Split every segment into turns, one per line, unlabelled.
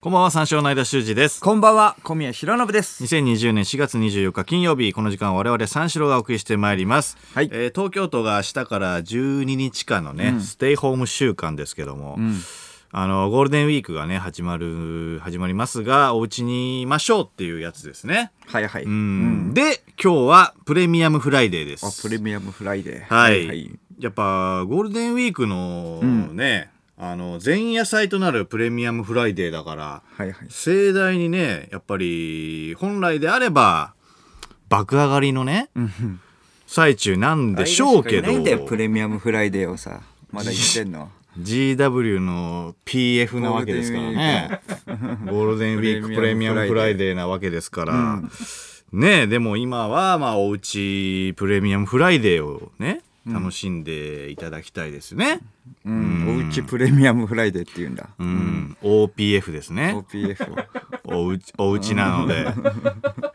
こんばんは、三照の間修二です。
こんばんは、小宮弘信です。
2020年4月24日金曜日、この時間は我々三四郎がお送りしてまいります。
はい
えー東京都が明日から12日間のね、ステイホーム週間ですけども、あの、ゴールデンウィークがね、始まる、始まりますが、お家にいましょうっていうやつですね。
はいはい。
うん。で、今日はプレミアムフライデーです。
あ、プレミアムフライデー。
はい、やっぱゴールデンウィークのね、あの前夜祭となるプレミアムフライデーだから、
はいはい。
盛大にねやっぱり本来であれば爆上がりのね、最中なんでしょうけど
ないんだよ、プレミアムフライデーをさ。まだ言ってんの。
GW の PF なわけですからねゴールデンウィー クプ
プ
レ
レ
ミ
ミ
ア
ア
ム
ム
フ
フ
ラ
ラ
イ
イ
デーなわけですから、ねえでも今はまあおうちプレミアムフライデーをね楽しんでいただきたいですね。
うん。おうちプレミアムフライデーって言うんだ。
うん、OPF ですね。
OPF を。
おうち、おうちなので。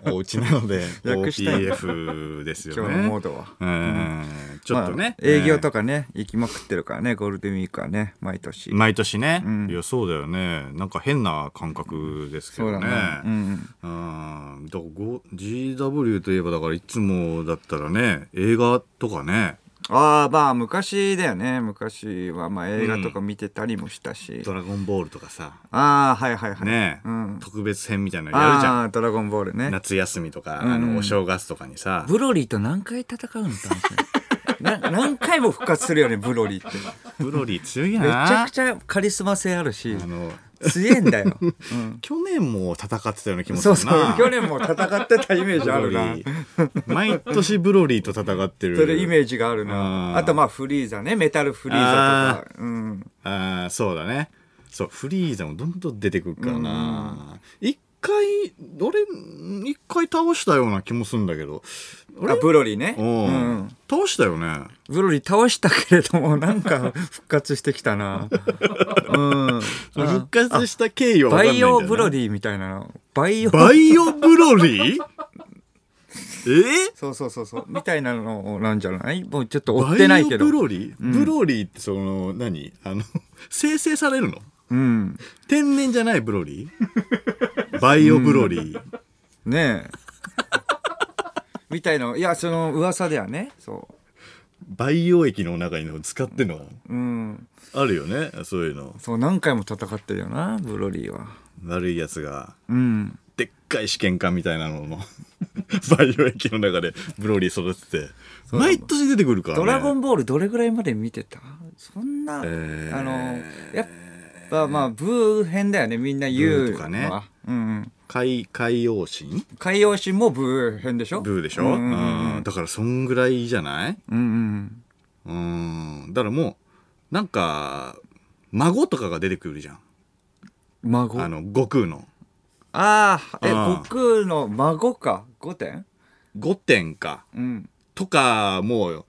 おうちなので、
略したい
OPF ですよ
今
ね。
日のモードは。
うん、ちょっと
まあ
ね。
営業と
か。
かね、行きまくってるからね、ゴールデンウィークはね、毎年。
毎年ね、
ん
いや、そうだよね。なんか変な感覚ですけ
そう
どね。
だね。うん。
うん、だからご GW といえばだからいつもだったらね映画とかね
ああ、まあ、昔だよね。昔は、まあ、映画とか見てたりもしたし。
「ドラゴンボール」とかさ
ああ、はいはいはい。
ね、
うん
特別編みたいなのやるじゃ
あ
ん
あ、ドラゴンボールね。
夏休みとか、
ん
あのお正月とかにさ
ブロリーと何回戦うのって話だよ な何回も復活するよねブロリーってめち
ブロリー強いな
ゃくちゃカリスマ性あるし
あの
強えんだよ、うん
去年も戦ってたような気もす
そ
る
う
な。
そう去年も戦ってたイメージあるな
ブロリー毎年ブロリーと戦ってる。
それイメージがあるな
あー
あとまあフリーザねメタルフリーザとかうん
ああ、そうだね。そう、フリーザもどんどん出てくるからな。一回、俺、一回倒したような気もするんだけど。
あブロリーね、
う
うんん、
倒したよね。
ブロリー倒したけれどもなんか復活してきた なうん
その復活した経緯は分か
バ
んないんだ
イ
よ
オ
ね
ブロリーみたいなのバイオ
バイオブロ リーえ
そうそうそうそうみたいなのなんじゃないもうちょっと追
バ
っ
イ
てない
オ
けど
ブロリー、ブロリーってその何あの生成されるの
うん
天然じゃないブロリーバイオブロリー、
ねえ みたいないやその噂ではねそ
培養液の中にの使ってんの
ううん
あるよねそういうの
そう何回も戦ってるよなブロリーは
悪いやつが
うん
でっかい試験管みたいな のの培養液の中でブロリー育てて毎年出てくるから、ね、
ドラゴンボールどれぐらいまで見てたそんな、
えー
あのやっぱまあブー編だよねみんな言うのは
ブーとかね
うんうん、
海海洋神
海洋神もブー編でしょ
ブーでしょ、
う
うんん
うんうん
だからそんぐらいじゃない
うんうん
うんだからもうなんか孫とかが出てくるじゃん
孫
あの悟空の
ああえ
うん
悟空の孫か五点
5点か
うん
とかもうよ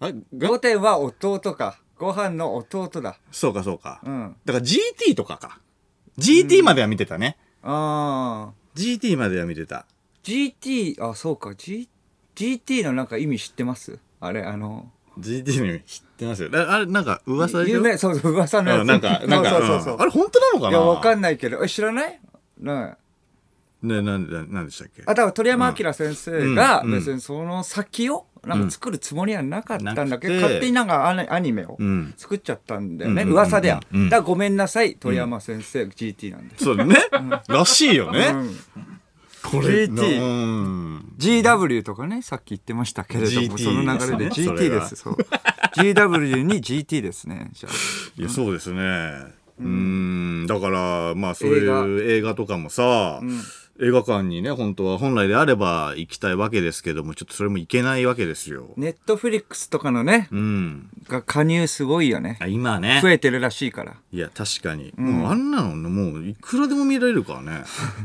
あが
五点は弟かご飯の弟だ
そうかそうか、
うん
だから GT とかか。GT までは見てたね。
ああ
GT までは見てた。
GT あそうか、G、GT のなんか意味知ってますあれあの
GT の意味知ってますよ。ああれ、なんか噂でしょ
有名そうそう噂のや
う
つ
んなんか、なんか、
そうそうそう
うんあれ本当なのかない
やわか
ん
んないけどえ知らないね
ね、なんで、なんでしたっけ
あだから鳥山明先生が
うんうん
別にその先をなんか作るつもりはなかったんだけど、
うんなくて
勝手になんかアニアニメを
うん。
作っちゃったんだよね、
うんうんうんうん
噂では、
うん
だからごめんなさい鳥山先生、GT なんで
そうね。らしいよ
す、
ね。これ、
GT
なうん。
GW とかねさっき言ってましたけれども
GT
その流れで
ですねそれ
GT
が
ですそう GW に GT ですねじゃあ
いや、そうですね。うん。だから、まあ、そういう映画とかもさ、映画館にね、本当は本来であれば行きたいわけですけども、ちょっとそれも行けないわけですよ。
ネットフリックスとかのね、
うん。
が加入すごいよね
あ。今ね。
増えてるらしいから。
いや確かに、もうあんなのねもういくらでも見られるから ね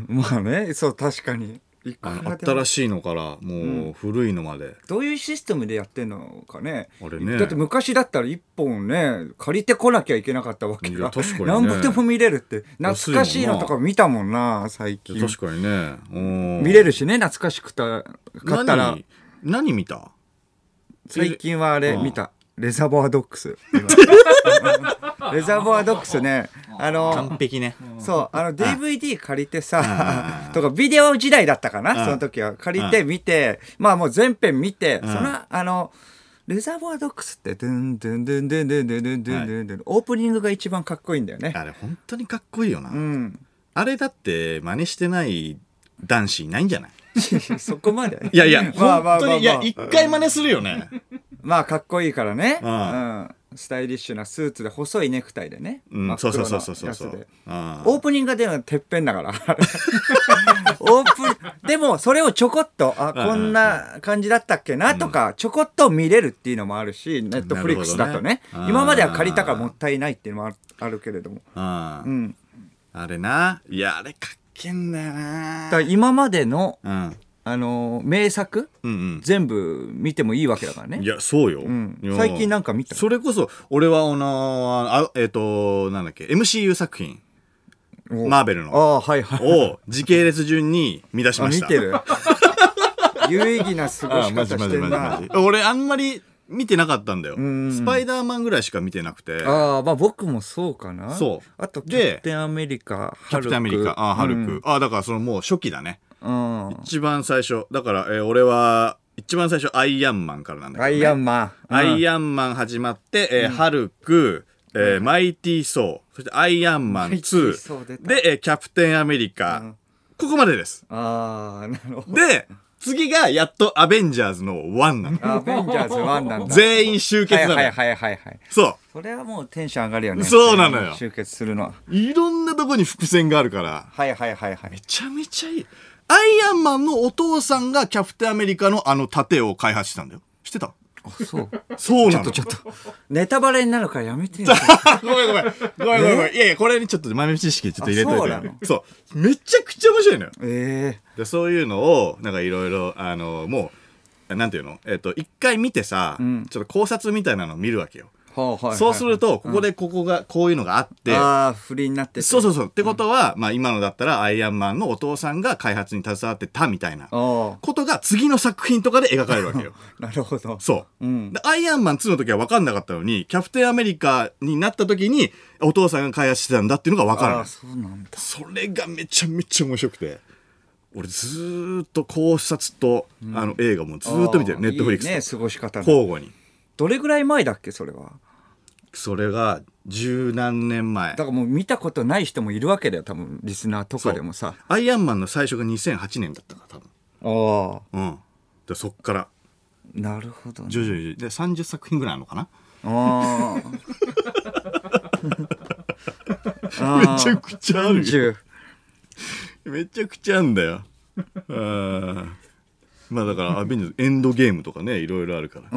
まあね、そう、確かに。いく
あ
ら
の
でも
新しいのからもう古いのまで、
どういうシステムでやってんのかね。
あれね
だって昔だったら一本ね、借りてこなきゃいけなかったわけ
いや
が。
確かにね
何本でも見れるって。懐
安いもんな
かしいのとか見たもんな、最
い
近。
や確かにね
見れ
る
るしね、懐かしくた、買ったら。
何何見た
最近はあれ
うん
見た。レザーバードックス。レザーボアドックスねあの
完璧ね。
そうあの DVD 借りてさとかビデオ時代だったかなその時は借りて見てまあもう全編見てそのあのレザーボアドックスってドゥンドゥンドゥンドゥンドゥンドゥンドゥンドゥンドゥンドゥンオープニングが一番かっこいいんだよね
あれ本当にかっこいいよな。
うん
あれだって真似してない男子いないんじゃない
そこまで
いやいや、
まあまあまあまあ
本当に、いや、一回真似するよね。
まあかっこいいからね、う
うんん、
スタイリッシュなスーツで細いネクタイでね、
うん、
真
そ
っ
うそう
黒な
そう
や
そうそうそ
つ
う
で。
うん
オープニングが出るのはてっぺんだから オープンでもそれをちょこっと
う
あ
ん
こんな感じだったっけなとか、ちょこっと見れるっていうのもあるしネットフリックスだとね
なるほどね
今までは借りたからもったいないっていうのもあるあるけれども、
あ
うん、
れな。いや、あれかっけんだよな
だから。今までの、
うん。
あのー名作
うん
全部見てもいいわけだから
う
ね
ん。いや、そうよ
うん。
いや
最近なんか見た
それこそ、俺は、あのー、あえっと、なんだっけ、MCU 作品、
お
マーベル
あ
の、
あはいはい
を時系列順に見出しました。
あ見て る有意義な過ご
あ
し
マ
方
ジマ
し
ジ
てん
マ
な
ジマジ俺、あんまり見てなかったんだよ。
んうん
スパイダーマンぐらいしか見てなくて。
ああまあ僕もそうかな
そう
あとキ
で
ャプテンアメリカ
キャプテンアメリカ、あ、ハルク。あ、だからそのもう初期だね。
クうん、うん
一番最初。だから、えー俺は、一番最初、アイアンマンからなんだ
ア
けど、
イ
ね。
アンマン
アイ
アン
アンマン始まって、えーハルク、えーマイティー・ソー、そしてアイアンマン
マイティーソー出
2、
た
で、えーキャプテンアメリカ、
うん
ここまでです。
ああなるほど
で、次がやっとアベンジャーズの1なの。
アベンジャーズ1な んだ
全員集結
はい
なの。
はいはいはいはい
そ
それはもうテンション上がるよね
そうなのよ
集結するのは
う。いろんなとこに伏線があるから、
はいはいはいはい
めちゃめちゃいい。アイアンマンのお父さんがキャプテンアメリカのあの盾を開発したんだよ。知ってた
あそう
そうなの。
ちょっとネタバレになるからや めてよ
ごめんごめん。ごめんごめんごめん。いやいや、これにちょっと豆知識ちょっと入れといて。
あそうなの
そう。めちゃくちゃ面白いのよ。
え
でそういうのを、なんかいろいろ、あの、もう、なんていうのえっ、と、一回見てさ、
ん
ちょっと考察みたいなの見るわけよ。
えはあはいはいはい
そうすると、ここでここが、こういうのがあって、
ああ不倫になってて
そうそうそう。ってことは、まあ今のだったらアイアンマンのお父さんが開発に携わってたみたいな
あ
ことが次の作品とかで描かれるわけ よ。
あなるほど
そう、
うん
でアイアンマン2の時は分かんなかったのに、キャプテンアメリカになった時に、お父さんが開発してたんだっていうのが分かる
あ
の
あ。そうなんだ
それがめちゃめちゃ面白くて。俺ずーっと考察と、あの映画もずーっと見てる。ネットフリック
いいね
ス
過ごし方
と。
の
交互に。
どれぐらい前だっけそれは
それが十何年前
だか。らもう見たことない人もいるわけだよ多分リスナーとかでもさ
アイアンマンの最初が2008年だったから、多分。
ああ
うん。でそっから、
なるほどね
徐々に、で、30作品ぐらいあるのかな
ああ
めちゃくちゃあるよ。
10
めちゃくちゃあんだよ。うんまあだから、アベンジャーズエンドゲームとかね、いろいろあるから。
あ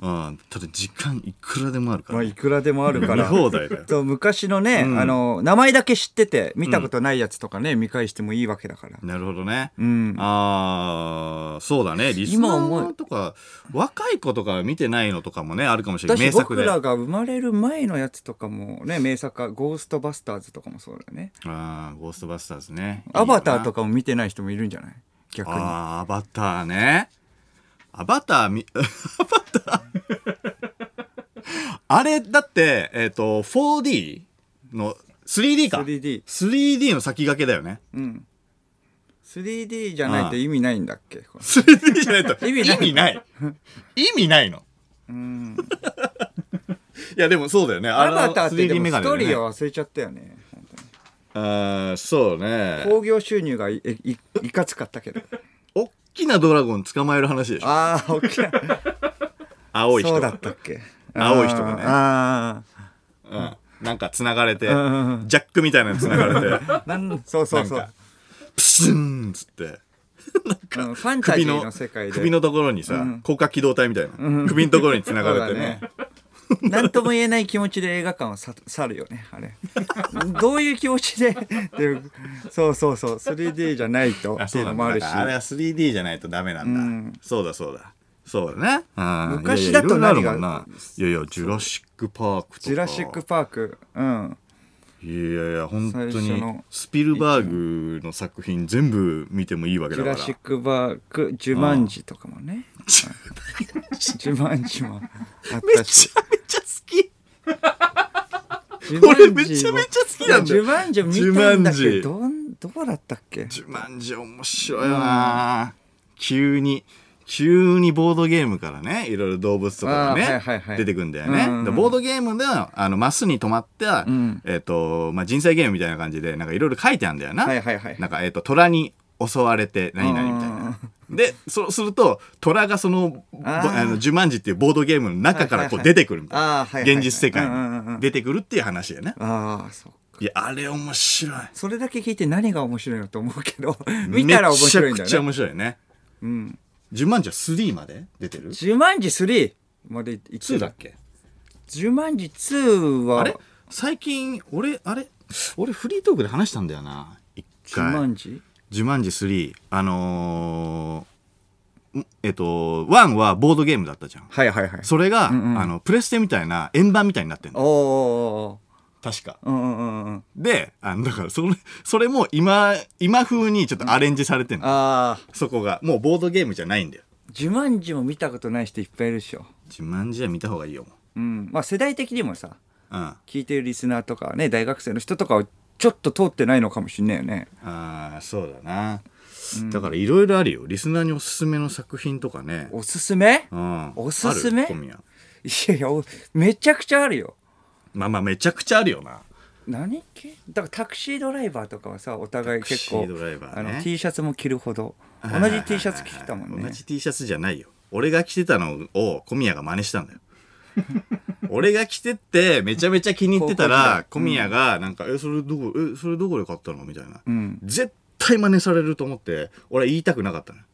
あ
うんただ時間いくらでもあるか
ま
ら
あ。いくらでもあるか
見
ら
放 題だよ。
と昔のね、
うん
あの名前だけ知ってて見たことないやつとかね、見返してもいいわけだから
なるほどね。
うん
ああ、そうだね。リス
今
ナ
思
ー
い
とか、若い子とか見てないのとかもね、あるかもしれな
だ
い。
し
名作
僕
で。
ら
あ
が生まれる前のやつとかもね名作か「ゴーストバスターズ」とかもそうだよね
あー、ゴーストバスターズね。
アバターと
か。
かも見てない人もいるんじゃない逆にあ
ああー、アバターね。アバターみ、 アバター。あれ、だって、えっ、と、4D の 3D か。
3D
3D の先駆けだよね。
うん 3D じゃないと意味ないんだっけこれ
3D じゃないと
意
意
味
味
ない
ない。意味ないの。
うん
いや、でもそうだよね。
アバターってで
3D
も
メ
ス
ガネ
トー
だ
リ
よね
ーは忘れちゃったよね本当に
あーそうね。
興行収入がいいいいかつかったけど
おっきなドラゴン捕まえる話でしょ。
ああ大きな
青い人
そうだ
が
っ。たっけ
青い人がね
あー
うん。なんか繋がれて、ジ
んう
ャックみたいなの繋が れて、
あーなんそうそうそ
な
うん
かプスンっつって、
うんファンタジ
首
ー
の
の世界、で
首のところにさ、高架機動隊みたいな、首のところに繋がれてね。
そうだねなんとも言えない気持ちで映画館を去 去るよねあれどういう気持ちで っていうそうそうそう 3D じゃないとっていうのもあるし
だからあれは 3D じゃないとダメなんだ。
うん
そうだそうだ。そうだね。うん
昔だと
いやいやいろいろ
何が
あるもんな。いやいや、ジュラシック・パークとか。
ジュラシック・パークうん
いやいや、本当
最初
に
の、
スピルバーグの作品全部見てもいいわけ
ジ
だ
ュ
から。
ラシック・パークジュマンジとかもねジュマンジもあっ
め
たし
ちゃめちゃ好き。俺めちゃめちゃ好きなんだ
ジ
よ
ュバンジを見たん
ジュマ
だけ
ンジ
ど、どん、どうだったっけ
ジュマンジ面白いよな、急に急にボードゲームからねいろいろ動物とかがね、
あーはいはいはい
出てくんだよね、
うんうんうん
でボードゲームではあのマスに止まった、
ん
えっ、と、まあ、人生ゲームみたいな感じでなんかいろいろ書いてあるんだよな、
はいはいはい
なんかえっ、と虎に襲われて何々みたいな。でそうすると虎がそのぼ
あー
あのジュマンジっていうボードゲームの中からこう出てくるみたいな、
ああ、はいはいはい
現実世界
うんうんうん
に出てくるっていう話やね、
ああ、そう。
いやあれ面白い
それだけ聞いて何が面白いのと思うけど、見たら面白いんだ
めちゃくちゃ
よね。
面白いね。
うん。
ジュマンジは3まで出てる
ジュマンジ3まで行って
2
る
だっけ
ジュマンジ2は、
あれ最近俺あれ俺フリートークで話したんだよな一
ジュマ
回
ンジ
ジュマンジ3あのーんえっと1はボードゲームだったじゃん
はいはいはい。
それが、
んうん
あのプレステみたいな円盤みたいになってん
お
の
ーお
確か
ーおーうんうんうんうん。
であのだからそれそれも今今風にちょっとアレンジされてんの、
ああ、
そこがもうボードゲームじゃないんだよ
ジュマンジも見たことない人いっぱいいるでしょ。
ジュマンジは見た方がいいよも
うん。まあ世代的にもさ、
ううん
聞いてるリスナーとかね、大学生の人とかはちょっと通ってないのかもしんないよね。
ああそうだな、だからいろいろあるよリスナーにおすすめの作品とかね
おすすめ
うん
おすすめ
ある小宮
いやいや、おめちゃくちゃあるよ。
まあまあめちゃくちゃあるよな
何系だからタクシードライバーとかはさお互い結
タ
構
クシードライバーね
あの T シャツも着るほど同じ T シャツ着てたもん
同
ね
じ T シャツじゃないよ俺が着てたのを小宮が真似したん だよ俺が着てってめちゃめちゃ気に入ってたら小宮がなんか「えそれどこえそれどこで買ったの?」みたいな、
うん
絶対真似されると思って俺は言いたくなかったのよ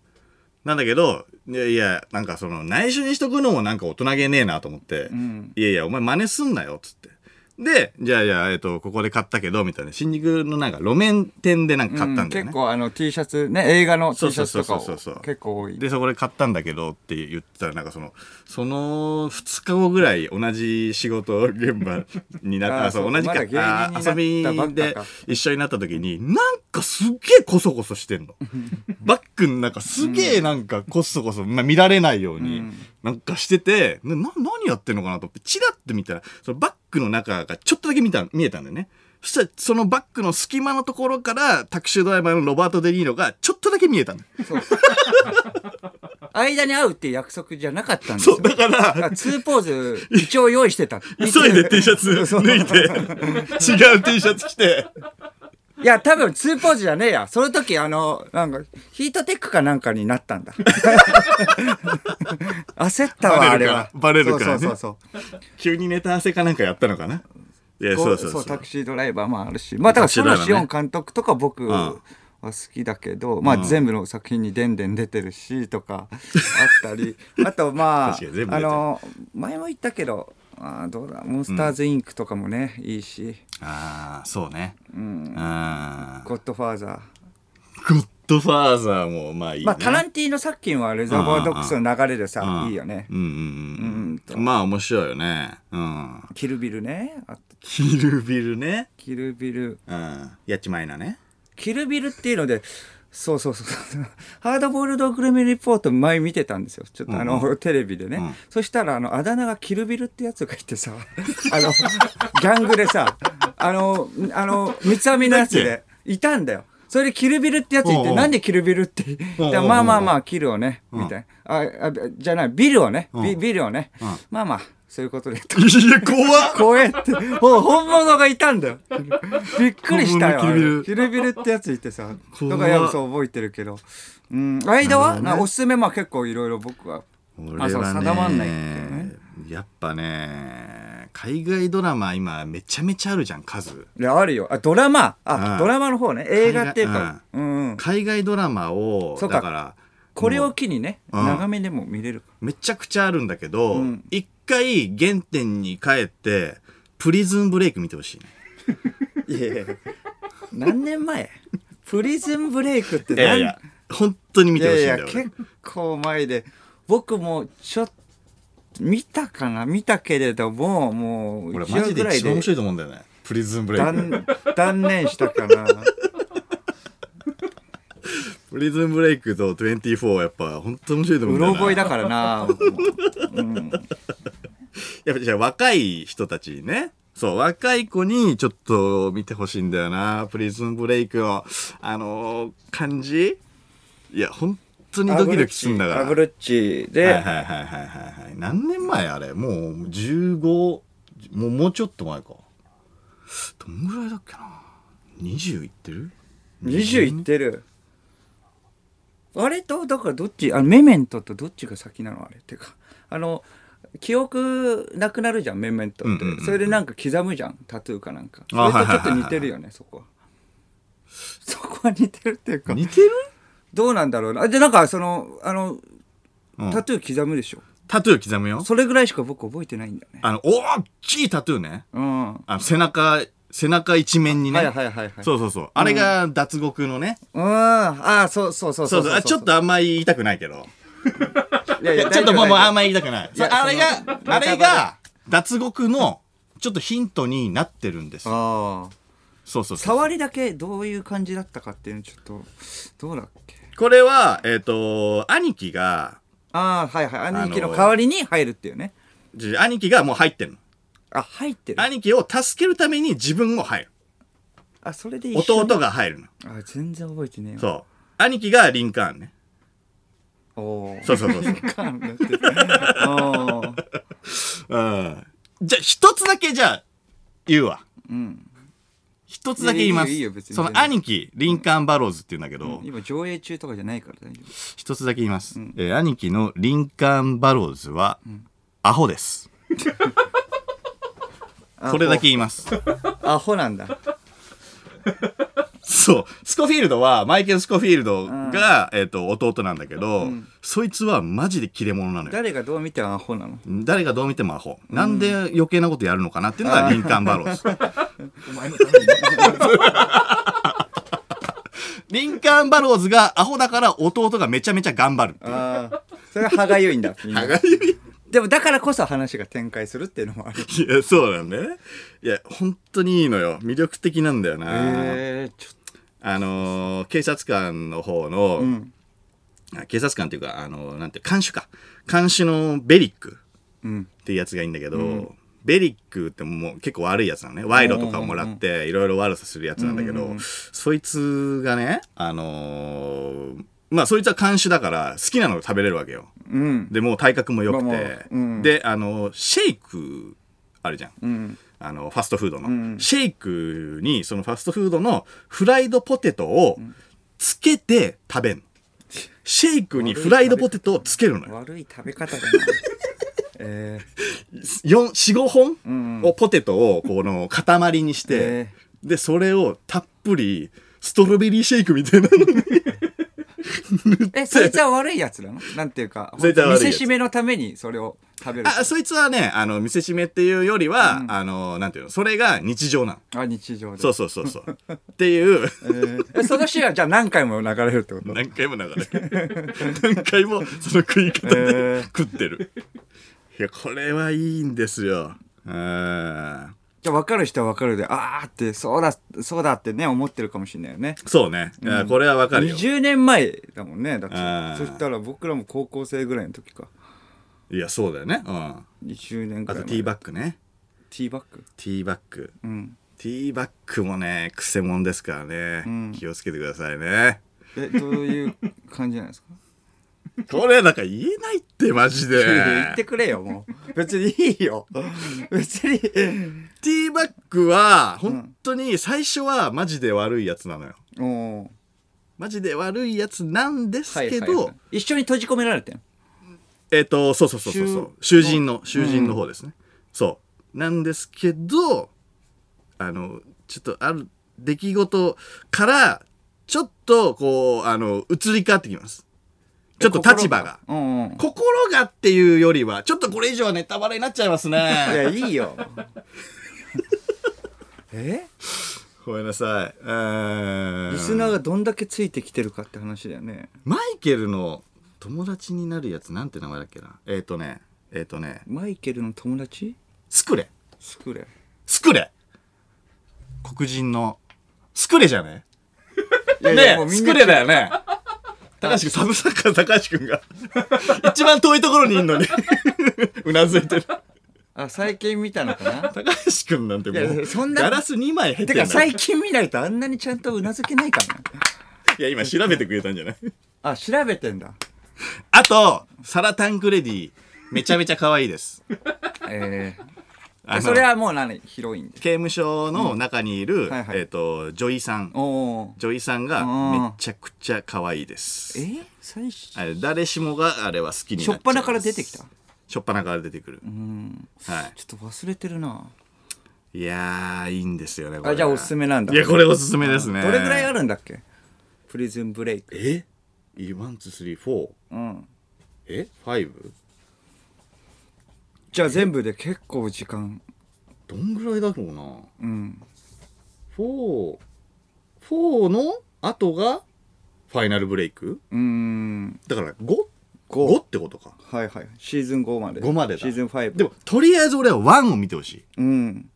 なんだけどいやいやなんかその内緒にしとくのもなんか大人げねえなと思って「
ん
いやいやお前真似すんなよ」っつってでじゃあじゃあ、えっと、ここで買ったけどみたいな新宿のなんか路面店でなんか買ったんだよね、
結構あの T シャツね映画の
そう
T シ
そうそ
ャツ
う
とか
そう
を
そうそう
結構多い
でそこで買ったんだけどって言ってたらなんかそのその2日後ぐらい同じ仕事現場になっ
あ
た
ー
あそう
そう
同じ
まだ芸人
かあー
になった
遊
ばっ
び
かか
で一緒になった時になんかすっげえこそこそしてんの バックの中すげえなんかこそこそ、まあ、見られないように
うん
なんかしてて、なな何やってんのかなと思ってチラッて見たらそのバックの中がちょっとだけ見た見えたんだよねそしたらそのバックの隙間のところからタクシードライバーのロバート・デ・ニーロがちょっとだけ見えた んだよ
そう間に会うっていう約束じゃなかったんです
そ
よ
う、だから
だから、2ポーズ一応用意して た
急いで T シャ ツ脱いで、違う T シャツ着て、
いや多分2ポーズじゃねえやその時あのなんかヒートテックかなんかになったんだ 焦ったわあれは
バレるからバレるからね
そうそうそうそう
急にネタ合わせかなんかやったのかな。いや、
こ
そう
う
そう
そう
そ
タ
う
ク。シードライバーもあるしまあだからその
タクシー
シ
ドラ
オ
イバー
ン監督とか僕
ん
は好きだけど、まあ全部の作品にでんでん出てるしと かあったりあとま
確かに全部出て
ああ
る
の前も言ったけどあーどうだモンスターズインクとかもね、いいし
ああ、そうね。うん。ゴ
ゴッドファーザー
ッドファーザーも、まあいいね。
まあタランティーノ作品はレザーバードックスの流れでさ
うん
いいよね
うんうんうん。まあ面白いよね。うん。
キルビルねあと
キルビルね。
キルビル
うん。やっちまいなね。
キルビルっていうので、そうそう そう。ハードボイルドグルメリポート前見てたんですよ。ちょっとあの、 テレビでね。そしたら、あの、あだ名がキルビルってやつがいてさ、 あの、ギャングでさ、あの、あの、三つ編みのやつ
だっ
で、いたんだよ。それでキルビルってやついて、
うんうん
なんでキルビルって。
うんうん
でまあまあまあ、キルをね、みたいな。ああ、じゃない、ビルをね、ビビルをね。まあまあ、そういうことで。
いや、怖っ
怖えって。ほ本物がいたんだよ。びっくりしたよ。
本物のキ
キルビルってやついてさ。
怖
とかやぶそう覚えてるけど。うん。間
なるほど
は、
ね
なおすすめ、まあ結構いろいろ僕は。
俺
そう
はね
定まんないっていうね
やっぱね、海外ドラマ今めちゃめちゃあるじゃん、数。
いや、あるよ。あ、ドラマ。あ
う、ん
ドラマの方ね。映画っていうか。うんうん。
海外ドラマを、
そうか
だから、
これを機にね、
うん
長めでも見れるか
めちゃくちゃあるんだけど
ん、
一、回原点に帰って、プリズンブレイク見てほしいね。
ら。いやいやいや何年前プリズンブレイクって
いやいや、本当に見
い
てほ
や
しい
い
んだ
や
よ。
結構前で僕もちょっと見たかな見たけれどももう
俺俺
1
マ
話
ジで
ぐらい
一番
で
面白いと思うんだよね。プリズンブレイク。
断断念したかな
プリズンブレイクと24はやっぱ本当に面白いと思う
うん
だよ
ろ
な。
覚えだ からな僕も
やっぱじゃあ若い人たちにね、そう、若い子にちょっと見てほしいんだよな。プリズンブレイクの、あのー感じいや、本当にドキドキするんだから。
アブルッチで、
はいはいはいはいはいはい。何年前あれもう15、もうもうちょっと前か。どんぐらいだっけな。20いってる
20いってる。あれと、だからどっち、あのメメントとどっちが先なのあれってか。あの、記憶なくなるじゃん、メメントって。
うんうんうん
それでなんか刻むじゃん、タトゥーかなんか。そ
あ
れとちょっと似てるよね、そこは。そこは似てるっていうか、
似てる、
どうなんだろうな。で、なんかその、あの、
うん
タトゥー刻むでしょ。
タトゥー刻むよ。
それぐらいしか僕覚えてないんだよね。
あの、大きいタトゥーね。
うん。
あの背中、背中一面にね。
はいはいはいはい。
そうそうそう。あれが脱獄のね。
うん。ああ、そうそうそう
そうそう。あちょっとあんまり言いたくないけど。
いやい や、
ちょっともうもうあん
ま
まり言いたくない。
いや
そうあれ
その
が、あれ
半ば
が、脱獄の、ちょっとヒントになってるんですよ。
ああ。
そうそうそう。
触りだけどういう感じだったかっていうのちょっと、どうだっけ。
これは、えっ、と、兄貴が、
ああ、はいはい。
の
兄貴の代わりに入るっていうね。
じ兄貴がもう入ってるの。
あ、入ってる。
兄貴を助けるために自分も入る。
あ、それで一緒に
弟が入るの。
あ、全然覚えてねえわ。
そう。兄貴がリンカーンね。
おー
そうそうそうそう。
感が出てるおー
うん。じゃあ、一つだけじゃあ、言うわ。
うん。
一つだけ言います。
いやいいよいいよ別に
その兄貴、リンカーン・バローズって言うんだけど、
今上映中とかじゃないから大丈
一つだけ言います、えー兄貴のリンカーン・バローズは、アホです。
夫。
これだけ言います。
あ。アホなんだ。
そう。スコフィールドは、マイケル・スコフィールドが、えっ、と、弟なんだけど、そいつはマジで切れ者なのよ。
誰がどう見てもアホなの。
誰がどう見てもアホ。なんで余計なことやるのかなっていうのがリンカーン・バローズ。
お前のために。
リンカーン・バローズがアホだから弟がめちゃめちゃ頑張る。
ああ。それは歯がゆいん だ。みんな
歯がゆい
でもだからこそ話が展開するっていうのもあ る。
いや、そうなんだね。いや、本当にいいのよ。魅力的なんだよな。
ええ、ちょっ
あのー警察官の方の、
ん
あ警察官っていうか、あのーなんて、監守か。監守のベリック
と。うん。
っていうやつがいいんだけど、ベリックってもう結構悪いやつなのね。賄賂とかをもらって、いろいろ悪さするやつなんだけど、そいつがね、あのーまあ、そいつは監守だから、好きなのを食べれるわけよ。
うん。
で、もう体格も良くて。
まあまあうん
で、あのーシェイク、あるじゃん。
うん。
あの、ファストフードの。
ん
シェイクに、そのファストフードのフライドポテトをつけて食べんの。シェイクにフライドポテトをつけるのよ。
悪い食べ方だな。 え
4、4、5
ん
本をポテトを、この、塊にして、
え
で、それをたっぷり、ストロベリーシェイクみたいなのに
ーえ、そいつは悪いやつなのなんていう か、
そいつは悪いやつ
見せしめのためにそれを食べる。
あ、そいつはね、あの、見せしめっていうよりは、あの、なんていうの、それが日常なの。
あ、日常で。
そうそうそうそう。っていう、
えそのシーンはじゃあ何回も流れるってこと
何回も流れる何回もその食い方
え
で
ー
食ってる、いやこれはいいんですようん
じゃあ分かる人は分かるで、あーって、そうだ、そうだってね、思ってるかもしれないよね。
そうね、いやこれはわかるよ
20年前だもんね、だ
あ
っ
ー
て。そしたら僕らも高校生ぐらいの時か。
いやそうだよね、うん、あ
20年ぐらい
と
前。
ティーバッグね
ティーバック。
ティーバッグ
うん。
ティーバッグもねくせ者ですからね、
ん
気をつけてくださいね
え、どういう感じなん ですか
これなんか言えないってマジで
言ってくれよ、もう。別にいい よ。別に。
ティーバッグは本当に最初はマジで悪いやつなのよ
おー
マジで悪いやつなんです
はいはい
けど、
はい一緒に閉じ込められてん
えっ、と、そうそうそうそうそう。囚人の、囚人の方ですね。そう。なんですけど、あの、ちょっとある出来事から、ちょっとこう、あの、移り変わってきます。ちょっと立場が。
うんうん
心がっていうよりは、ちょっとこれ以上はネタバレになっちゃいます
いや
ね。
いいよ え
ごめんなさい。うーん
リスナーがどんだけついてきてるかって話だよね
マイケルの友達になるやつ、なんて名前だっけな。えっ、とね、えっ、とね、
マイケルの友達
スクレ。
スクレ
スクレ黒人の。スクレじゃ ね
いやいや
ね
もうみ
ス
んな
クレだよね。 高橋君、サブサッ カーの高橋君が、一番遠いところにいるのに、うなずいてる。
あ最近 見たのかな
高橋君なんても
いや
う
そんな
ガラス2枚入っててる
か
んだ
最近見ないとあんなにちゃんとうなずけないかも
いや今調べてくれたんじゃない
あ調べてんだ
あとサラタンクレディめちゃめちゃ可愛いです
えー
あの
それはもう何ヒロインで
刑務所の中にいる、
んはいはい
えっ、と女医さん
おお
女医さんが
うん
めちゃくちゃ可愛いです
えー、最初
あれ誰しもがあれは好きになっちゃ
初っ端から出てきた
しょっぱなから出てくる、
うん
は
ちょっと忘れてるない
いやーいいんですよねこれ
あじゃあおすすめなんだ
いやこれおすすめですね
どれぐらいあ
る
るんだっけプリズンブレイク
えワンツースリーフォー
うん
えファイブ
じゃあ全部で結構時間
どんぐらいだろうな
うん
フォーフォーの後がファイナルブレイク
うーん
だから 5?5
五
ってことか
はいはいシーズン5まで
5までだ
シーズン5
でもとりあえず俺は1を見てほしい
うん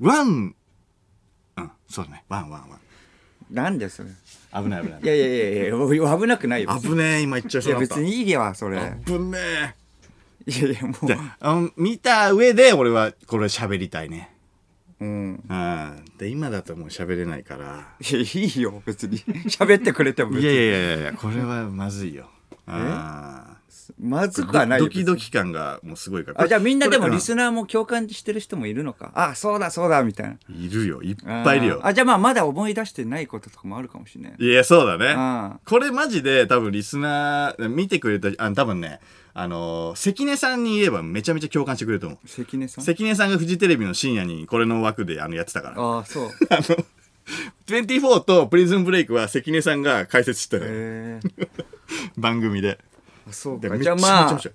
1うんそうだねワンワン
なんでそれ
ワン危ない危ない
いやいやいやいやお危なくないよ
危ねえ今言っちゃい
い
そう
や
だった
別にいいわそれい
危ねえ
やいやも
であの見た上で俺はこれ喋りたいね
ううん
うんで今だともう喋れないから
いやいいよ別に 喋ってくれても別
い
に
やいやいやいやこれはまずいよあ
まず
ー
くはないよ
ドキドキ感がもうすごいから
あじゃあみんなでも
これ
リスナーも共感してる人もいるのかあそうだそうだみたいない
るよいっぱいいるよ
あーあじゃあまあまだ思い出してないこととかもあるかもしれない
いやそうだね
あ
これマジで多分リスナー見てくれたあの多分ねあのー関根さんに言えばめちゃめちゃ共感してくれると思う
関根さん
関根さんがフジテレビの深夜にこれの枠であのやってたから
ああ そう
あの、24とプリズンブレイクは関根さんが解説してたよ
へえ
番組で。
あそう
で
か
めっ
じ
ち
ゃ
ゃ
あ
めちゃ
ま
面
あ
白い。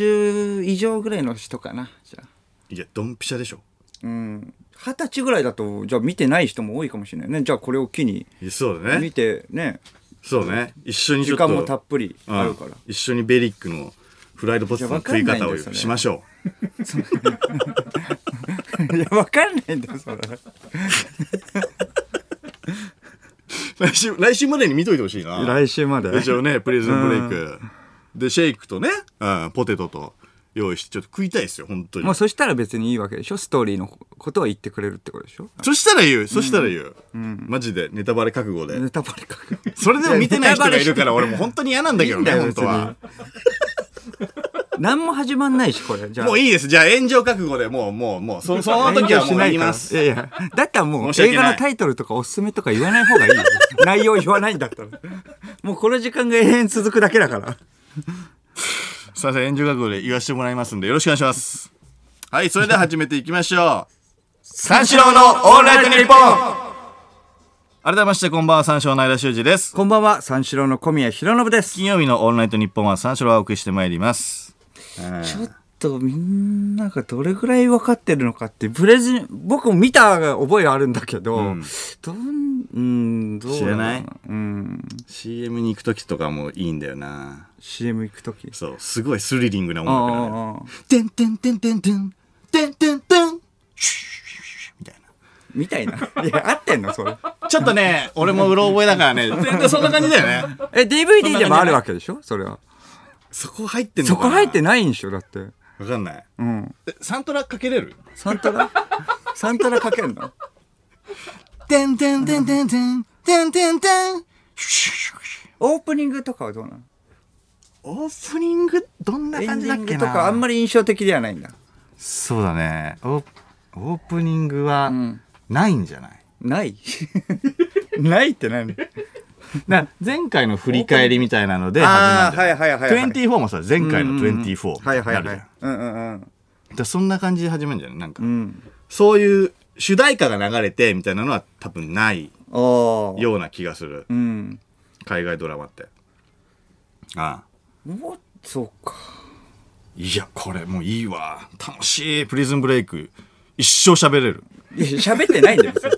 30以上ぐらいの人かなじゃあ
いや、ドンピシャでしょ。
うん二十歳ぐらいだとじゃあ見てない人も多いかもしれないねじゃあこれを機に
いやそうだ
見
ね。
てね
そうね。一緒にちょ
時
っと。
間もたっぷりあるから
うん、一緒にベリックのフライドポテトの食い
い
方
やわかんな
を
いんだよそれ
しましょ
いやわかんないんだよそれ
う。来週、来週までに見といてほしいな。
来週まで
でしょうね、プリズンブレイク。で、シェイクとね、うん、ポテトと用意して、ちょっと食いたいですよ、本当に
もう。そしたら別にいいわけでしょストーリーのことは言ってくれるってことでしょ
そしたら言う、そしたら言う。マジで、ネタバレ覚悟で。
ネタバレかけ
それでも見てない人がいるから俺もう本当に嫌なんだけどね
いいんだよ
本当は
何も始まんないしこれじゃあ
もういいですじゃあ炎上覚悟でもうもうもうそその時はもう言います
いやいやだったらもう
申し訳
映
ない
画のタイトルとかおすすめとか言わない方がいいよ内容言わないんだったらもうこの時間が永遠続くだけだから
すいません炎上覚悟で言わせてもらいますんでよろしくお願いしますはいそれでは始めていきましょう 三四郎のオールナイトニッポン改めましてこんばんは三四郎の相田修二です
こんばんは三四郎の小宮浩信です
金曜日のオールナイトニッポンは三四郎をお送りしてまいりますうん
ちょっとみんながどれぐらい分かってるのかってプレゼン僕も見た覚えはあるんだけど、
うん
どんうんどうだろう
知らない
うん、
CM に行く時とかもいいんだよな
CM 行く時
そうすごいスリリングな音
ああ
楽なのよ
ああ
てんてんてんてんてん、てんてんてん、シュッシュッシュッシュッみたい
みたいないや合ってんのそれ
な。ちょっとね、俺もうろ覚えだからね、全 然そんな感じだよね。
え DVD でもあるわけでしょそれは
そこ入ってんの
そ
かな
こ入ってないんでしょだって
わかんない。
うん
えサントラかけれる
サント ラサントラかけんの
てんてんてんてんてん、てんてんてん、シュッシュッシュッ
オープニングとかはどうなの
オープニング、どんな
エン
感
デ
じだっ
ィン
け
グと
な
かあんまり印象的ではないんだ
そうだね。オープオープニングは
ん
ないんじゃない
ない ないって何
な前回の振り返りみたいなので始まる
あ
ん
ー
じゃない
はいはいはいはい
24もさ前回の
うん
24
はいはい
なるじ
は
ゃ
い
ん
うんうんうん
だからそんな感じで始まるんじゃないなんか、
うん
そういう主題歌が流れてみたいなのは多分ない
ああ
ような気がする
うん
海外ドラマってああ
もうそうか
いやこれもういいわ楽しいプリズンブレイク一生喋れる
いや喋ってないんだよ別に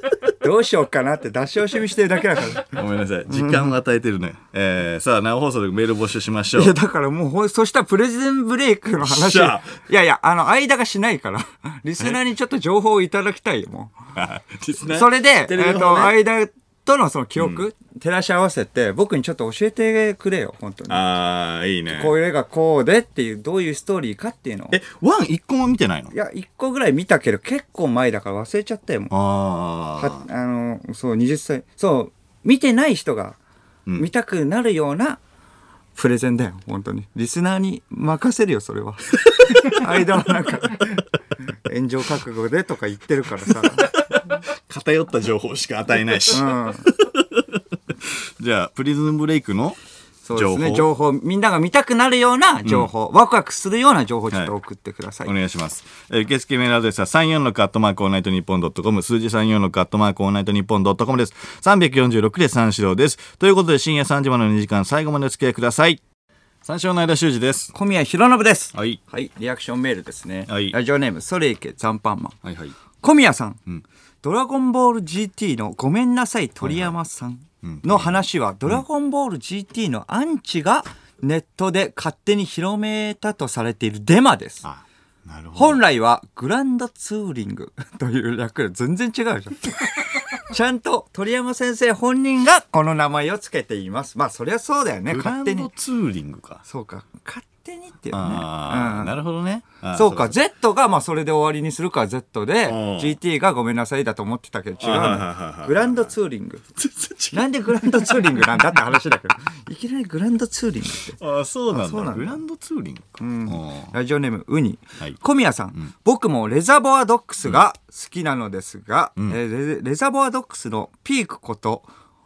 どうしようかなって出し惜しみしてるだけだから
ごめんなさい時間を与えてるね、えー、さあ生放送でメール募集しましょ
いや
う
だからもうほんそしたらプレゼンブレイクの話い
よっしゃ
やいやあの間がしな いからリスナーにちょっと 情報をいただきたいよもう
実際
それで、
テレビ
えっ
の方
と
ね
間とのその記憶、照らし合わせて僕にちょっと教えてくれよ本当に
ああ、いいね。
こういう絵がこうでっていうどういうストーリーかっていうのを
え、ワン一個も見てないの
いや1個ぐらい見たけど結構前だから忘れちゃったよもうは
ああ。
あのそう20歳そう見てない人が
ん
見たくなるようなプレゼンだよ本当にリスナーに任せるよそ れは間はなんか炎上覚悟でとか言ってるか らさ、
偏った情報しか与えないし。
うん、
じゃあ、プリズンブレイクの
そうですね
情報
情報みんなが見たくなるような情報、ワクワクするような情報ちょっと送ってください、
お願いします。えー受付メールアドレスは34のカットマークオールナイトニッポンドットコム、数字34のカットマークオールナイトニッポンドットコムです。346で三四郎です。ということで深夜3時までの2時間、最後までお付き合いください。三四郎の間修二です。
小宮弘信です
はい。
はいリアクションメールですね、
はい
ラジオネームソレイケザンパンマン
はいはい。
小宮さん、ドラゴンボール GT のごめんなさい鳥山さんの話は、ドラゴンボール GT のアンチがネットで勝手に広めたとされているデマです。
あ、なるほど。
本来はグランドツーリング という略で全 然違うじゃん。ちゃんと鳥山先生本人がこの名前をつけています。まあそりゃそうだよね。
グラ
勝
ン
手
ド
に。
ツーリングか。
そうか。勝手にっていうね。
ああ、
うん
なるほどね。あー
そうか、Z がまあそれで終わりにするから Z で、
ん
GT がごめんなさいだと思ってたけど違う
はいはいはいは
の。
い
グランドツーリング。
全然違う
なんでグランドツーリングなんだって話だけど。いきなりグランドツーリングって。
あーそうな
あ
ん
そう
だ
なんだ
グランドツーリングか、あ
ラジオネームウニ、
はい
小宮さん、僕もレザボアドックスが好きなのですが、えーレレザボアドックスのピークこと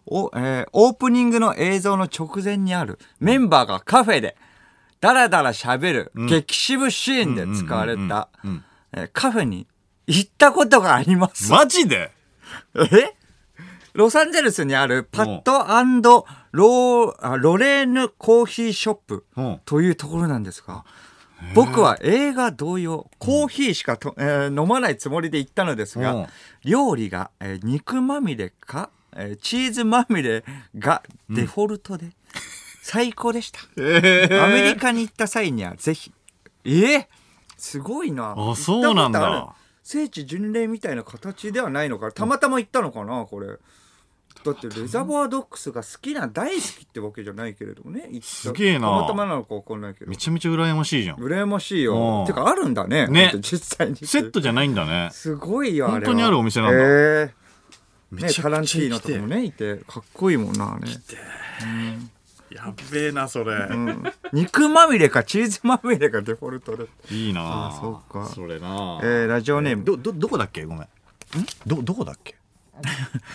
お、えーオープニングの映像の直前にあるメンバーがカフェでダラダラ喋る激渋シーンで使われたえーカフェに行ったことがあります
ーマジで
えロサンゼルスにあるパッドローあロレーヌコーヒーショップ
うん
というところなんですが、僕は映画同様、コーヒーしかと、えー飲まないつもりで行ったのですが、
うん
料理が、えー肉まみれか、えーチーズまみれがデフォルトで、最高でした。
え
アメリカに行った際にはぜひ。えーすごいな。
あそうなんだ
行ったことある。聖地巡礼みたいな形ではないのかな。たまたま行ったのかな、これ。だってレザボアドックスが好きな大好きってわけじゃないけれどもね。行った
すげえな
たまたまなのかわかんないけど
め。ちゃめちゃ羨ましいじゃん
羨ましいうよ
ん。
てかあるんだね。
ね
本当実際に。
セットじゃないんだね
すごいよ、あれは。
本当にあるお店なんだ
えー
め
ね、
ちゃ
タラ
く
ンテ
ちゃ
ィーノ
行き
と
て
かもね、いて、かっこいいもんな、ね。
えやっべえなそれ、
うん肉まみれかチーズまみれかデフォルトで。
いいな
あそうか
それな
えーラジオネーム、
どどどこだっけごめんんどどこだっ け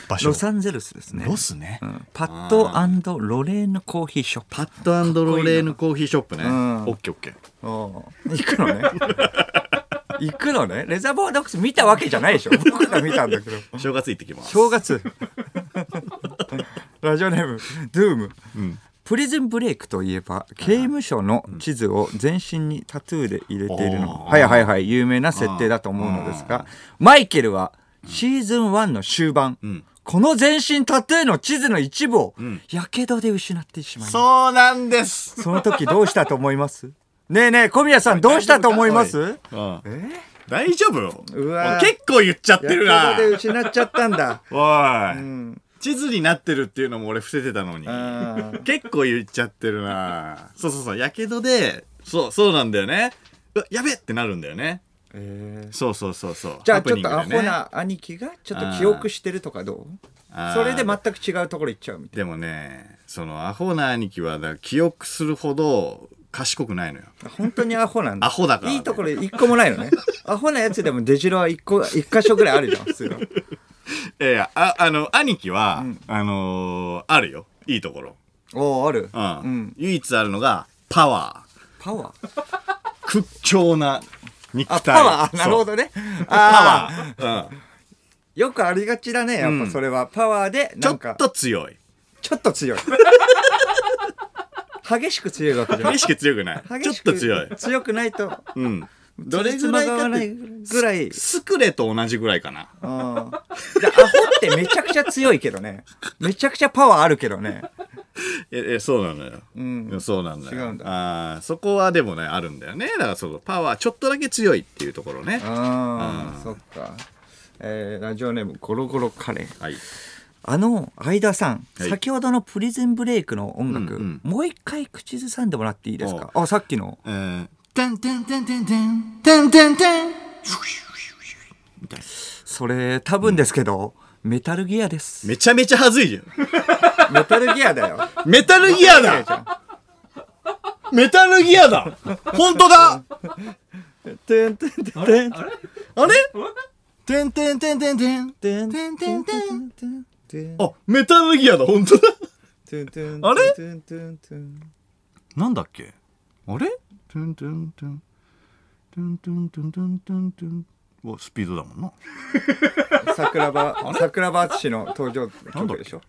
場所
ロサンゼルスですね。
ロスね、
うんパッドロレーヌコーヒーショップ。
パッドアンドロレーヌコーヒーショップね
ん
オッケーオッケー
おう行くのね。 行くのね。レザーボードックス見たわけじゃないでしょ。 僕が見たんだけど。
正月行ってきます
正月。 ラジオネーム、ドゥーム。
うん
プリズンブレイクといえば刑務所の地図を全身にタトゥーで入れているの
うん
はいはいはい有名な設定だと思うのですがマイケルはシーズン1の終盤、
ん
この全身タトゥーの地図の一部を
ん
やけどで失ってしまいます
そうなんです
その時どうしたと思いますねえねえ小宮さんどうしたと思います
うん
え
大丈夫
うわー
結構言っちゃってるな
やけどで失っちゃったん だ
おい、
うん
地図になってるっていうのも俺伏せてたのに
あー
結構言っちゃってるなそうそうそうやけどでそうそうなんだよねうわやべってなるんだよね
えー
そうそうそうそう
じゃあ
ハ
ち
プ
ょっ
ニング
と
だ
ア
よ
ホ
ね
な兄貴がちょっと記憶してるとかどう
あー
それで全く違うところ行っちゃうみたい
でもねそのアホな兄貴はだから記憶するほど賢くないのよ
な。本当にアホなんだ。
アホだから
いいところ一個もないのね。 アホなやつでもデジロは一個、一箇所ぐらいあるじゃん、普通は。
いやいやああの兄貴は、あのーあるよいいところ、
おお、ある。
うん
うん。
唯一あるのがパワー
パワー
屈強な肉体
あ、パワーあなるほ
ど
どね。
パ
ああ、
ワー、うん
よくありがちだね、やっぱそれは。パワーで、
ち
な
ょ
んか
っ、と強い
ちょっと強 い。激しく強いわけじゃない。
激しく強くないちょ
激
っ
し
と
く
強い
強くないと、
うんど
ど
れ
れ
ぐ
ぐ
ら
ら
い
い
か
か
っ
っててぐらい。うん。
スクレと同じぐらいかな
でアホってめちゃくちゃ強いけどね。めちゃくちゃパワーあるけどね。
ええそうなのよ、
ん
そうなんだよ
違うんだ
あーそこはでもねあるんだよねだからそのパワーちょっとだけ強いっていうところね
ああ、そっか。えーラジオネームゴロゴロカレー。
はい
あの相田さん、
はい
先ほどのプリズンブレイクの音楽、
うんうん
もう一回口ずさんでもらっていいですかあさっきの
えー、てんてんてんてんてん、てんてんてん。みたいな。
それ多分ですけど、メタルギアですメ
めちゃめちゃはずいじゃん。
タルギアだよ
メタルギア
メタルギアじゃ
だ
ん
メタルギアだ本当だ
てんてんてんてん
あれてんてんてんてんてん。
てん
てんてんてん
てんてん
あ、メタルギアだ、本当だ。
てんてん
あれ
てんてんてん
なんだっけあれトゥントゥントゥン。トゥントゥントゥントゥントゥントゥン。うわスピードだもんな。
桜庭桜庭淳の登場曲でしょ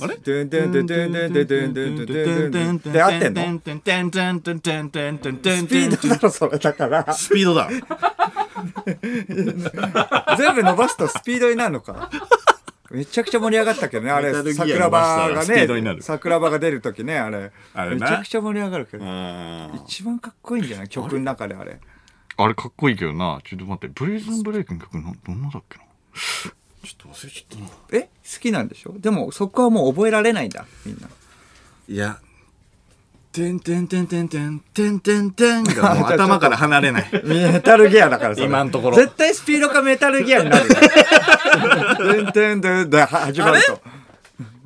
あれ
てんてんてんてんてんてんてんてんてんてんで合ってんの
ス
スピードだろそれだから
スピードだ。
全部伸ばすとスピードになるのか。めちゃくちゃ盛り上がったけどね、あれ
メタル、ギア
桜
伸ばした
庭
ら
が
スピードにな
ね、
る
桜庭が出るときね、あれ。
あれ
め
な
ちゃくちゃ盛り上がるけど。
あ
一番かっこいいんじゃない曲の中であれ。
れかっこいいけどな。ちょっと待って、ブレイズンブレイクの曲などんなだっけな。ちょっと忘れちゃったな。
え好きなんでしょでもそこはもう覚えられないんだ、みんな。
いや。てんてんてんてんてんてんてんてんがもう頭から離れない。
メタルギアだからそれ
今んところ
絶対スピードかメタルギアになる よ。てんてんてんで始まると。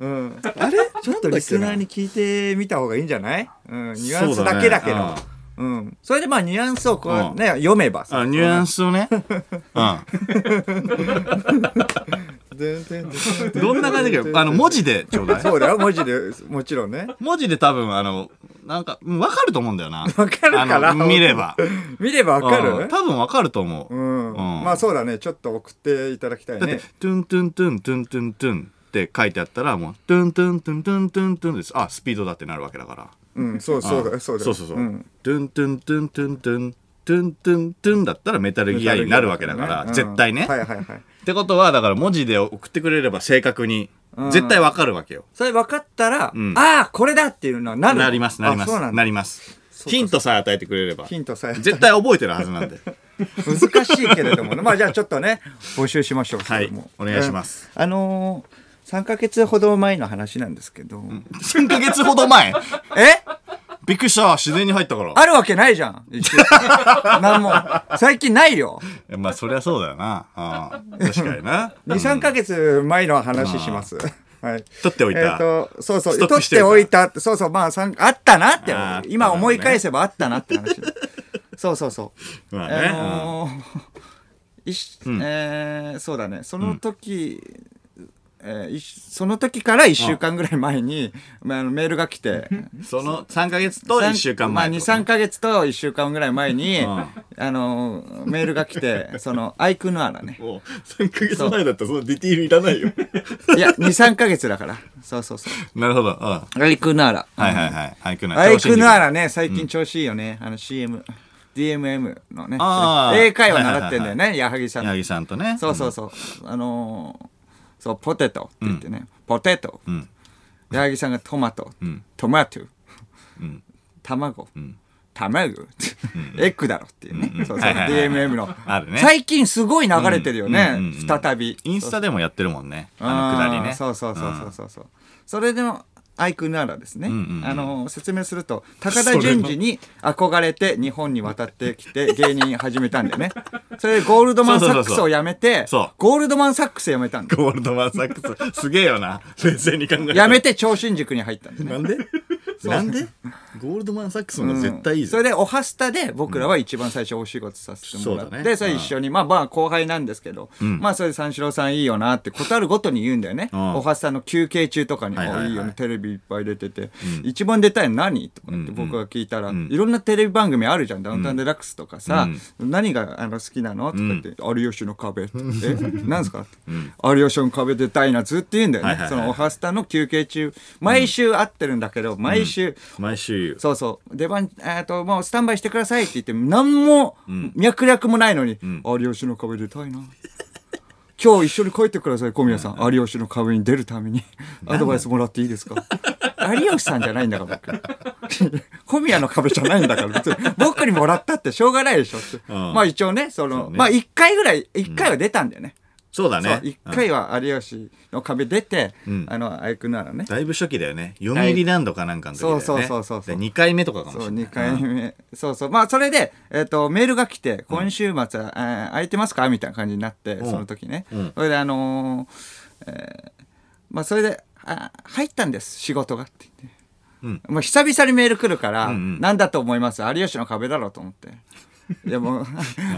うん、あれちょっとリスナーに聞いてみた方がいいんじゃない、うん、ニュアンスだけだけど
そうだね
うん、それでまあニュアンスをこう、ね読めばさ
あ、ニュアンスをね。う
てんてんてんてん
ん。どんな感じだっけ あの、文字でちょうだい。
そうだよ文字でもちろんね
文字で多分、あの、なんか、うんわかると思うんだよな。
わかるかな
あの見れば。
見れ ばわか
うん
る
多分わかると思う。
うん、
うん
まあそうだねちょっと送っていただきたい
だって
ね、
トゥントゥントゥントゥントゥントゥンって書いてあったら、もう、トゥントゥントゥントゥントゥントゥンです。あ、スピードだってなるわけだから。
うん、そうそうだよそうだ
そ
よ
うそうそう。
ん
トゥントゥントゥントゥントゥン、トゥントゥントゥンだったらメタルギアになるわけだから、
うん
絶対ね。
はいはいはい
ってことは、だから文字で送ってくれれば正確に、
ん
絶対わかるわけよ。
それ分かったら、
ん
ああこれだっていうのはなるの
なります、なりま
あそう
す。
なん
な
だ
ります。ヒントさえ与えてくれれば。
ヒントさえ
絶対覚えてるはず なんで。
難しいけれどもねまあじゃあちょっ とね募集しましょう
はい
それも
お願いします、
うんあのー、3ヶ月ほど前の話なんですけど、
3ヶ月ほど前。
え
びっくりした。自然に入ったから。
あるわけないじゃん一応 なんも最近ないよ
えまあ、そりゃそうだよな。うん確かにな。
23ヶ月前の話 します、はい
取っておいた。
えっ、と、そうそう、
ストック
取
し
ってて
お
お
い
いた、そうそう、まあ、さんあったなって
あーあったね、
今思い返せばあったなって話。 そうそうそう。
まあね
のー いしえーそうだね、その時、えーいしその時から1週間ぐらい前に、まあ、あのメールが来て、
その3ヶ月と1週間前。
まあ、2、3ヶ月と1週間ぐらい前に、
ん
あのーメールが来て、その、アイクヌアナね。
もう3ヶ月前だったらそのディティールいらないよ。
いや、2、3ヶ月だから。そうそうそう。
なるほど。うんは
アイクヌアナ。
いはいはい。アイクナ
アイクヌアラね、最近調子いいよね。あの CM、DMM のね
あ。ー
英会話習ってんだよね、矢作さん
八
の。
木さんとね。
そうそうそう。あのー、そう、ポテトって言ってね。ポテト。
ん
矢作さんがトマト
ん。
トマト
ん。
卵。卵 エッグだろっていうね。そうそう。
はいはいはい
DMM の
あるね。
最近すごい流れてるよ
うんうん
ね
うん。うん
再び。
インスタでもやってるもんね。あのくだり
あ
ね。
ーそうそうそうそ
ん
う。そうそうそれでもアイクならですね、
んうんうん
あの説明すると高田純次に憧れて日本に渡ってきて芸人始めたんだよね それでゴールドマン・サックスを辞め
そう
て
そうそうそう
ゴールドマン・サックス辞めたんだよ
ゴールドマンサックス。すげえよな。冷静に考え
辞めて長新塾に入ったんだよね
なん でなんでゴールドマンサックスの方が絶対いいぞ
それ。でおはスタで僕らは一番最初お仕事させてもらっ
そうだ
て、
ね
それ一緒にまあまあ後輩なんですけど、まあそれで三四郎さんいいよなってことあるごとに言うんだよね、
うん
おはスタの休憩中とかに「
はいはいはい
あいいよねテレビいっぱい出てて、一番出たいの何?」とかって僕が聞いたら、いろんなテレビ番組あるじゃん「ダウンタウンデラックス」とかさ、何があの好きなの?」とかって「有吉の壁」って「え何ですか?」有吉の壁出たいな」ずっと言うんだよね、
はいはいはい
そのおはスタの休憩中毎週会ってるんだけど、毎週
毎週。
そうそう出番えーともうスタンバイしてくださいって言って何も脈略もないのに「有吉の壁出たいな」 今日一緒に帰ってください小宮さん有吉の壁に出るためにアドバイスもらっていいですか有吉さんじゃないんだから僕小宮の壁じゃないんだから別に僕にもらったってしょうがないでしょっ
う
て
ん
まあ一応ねその
そうね
まあ1回ぐらい1回は出たんだよね
そうだね
そう一回は有吉の壁出て、あの、あいくならね。
だいぶ初期だよね。読売ランドかなんかの時だよね。
そうそうそうそうそ
で
う
二回目とかかもし
そう、
れない。
2回目、そうそう。まあ、それで、えっ、と、メールが来て、今週末は、えー空いてますかみたいな感じになって、
ん
その時ね。
うん
それで、あのーえーまあ、それで、あ入ったんです、仕事がって言って。
うん
もう久々にメール来るから、
んうん
なんだと思います有吉の壁だろうと 思って。いやもう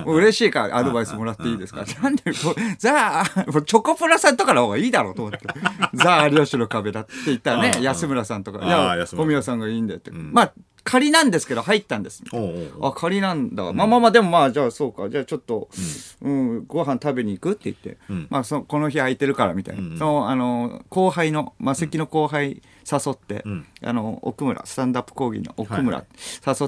もう嬉しいからアドバイスもらっていいですかなんでこうザあもうチョコプラさんとかの方がいいだろうと思って「ザ・有吉の壁だ」って言ったらね
うんうん
安村さんとか「い
あー
や
安村
小宮さんがいいんだよ」って、まあ仮なんですけど入ったんです
おうおうおう
あ仮なんだ、まあまあまあでもまあじゃあそうかじゃあちょっと、うんご飯食べに行くって言って、まあ、そこの日空いてるからみたいな、そのあの後輩の魔石の後輩誘って、あの奥村スタンダップ講義の奥村、誘っ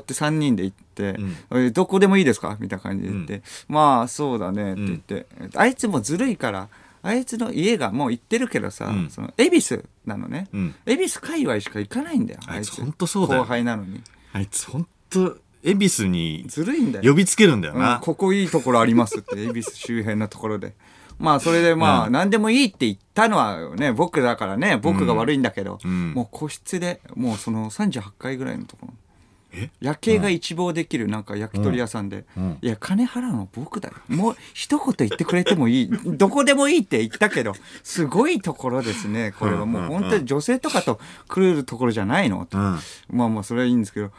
て3人で行って、えどこでもいいですかみたいな感じで言って、まあそうだねって言って、あいつもずるいから。あいつの家がもう行ってるけどさ、その恵比寿なのね、
ん
恵比寿界隈しか行かないんだよ
あいつほんとそうだよ
後輩なのに
あいつほんと、恵比寿に
ずるいんだよ
呼びつけるんだよ
うん
な。
ここいいところあります って、恵比寿周辺のところで。まあ、それでまあ、何でもいいって言ったのはね、僕だからね、僕が悪いんだけど、
ん
もう個室で、もうその38階ぐらいのところ
え。
夜景が一望できるなんか焼き鳥屋さんで、いや金払うの僕だよもう一言言ってくれてもいいどこでもいいって言ったけどすごいところですねこれはもう本当に女性とかと来るところじゃないのと
うん。
まあまあそれはいいんですけど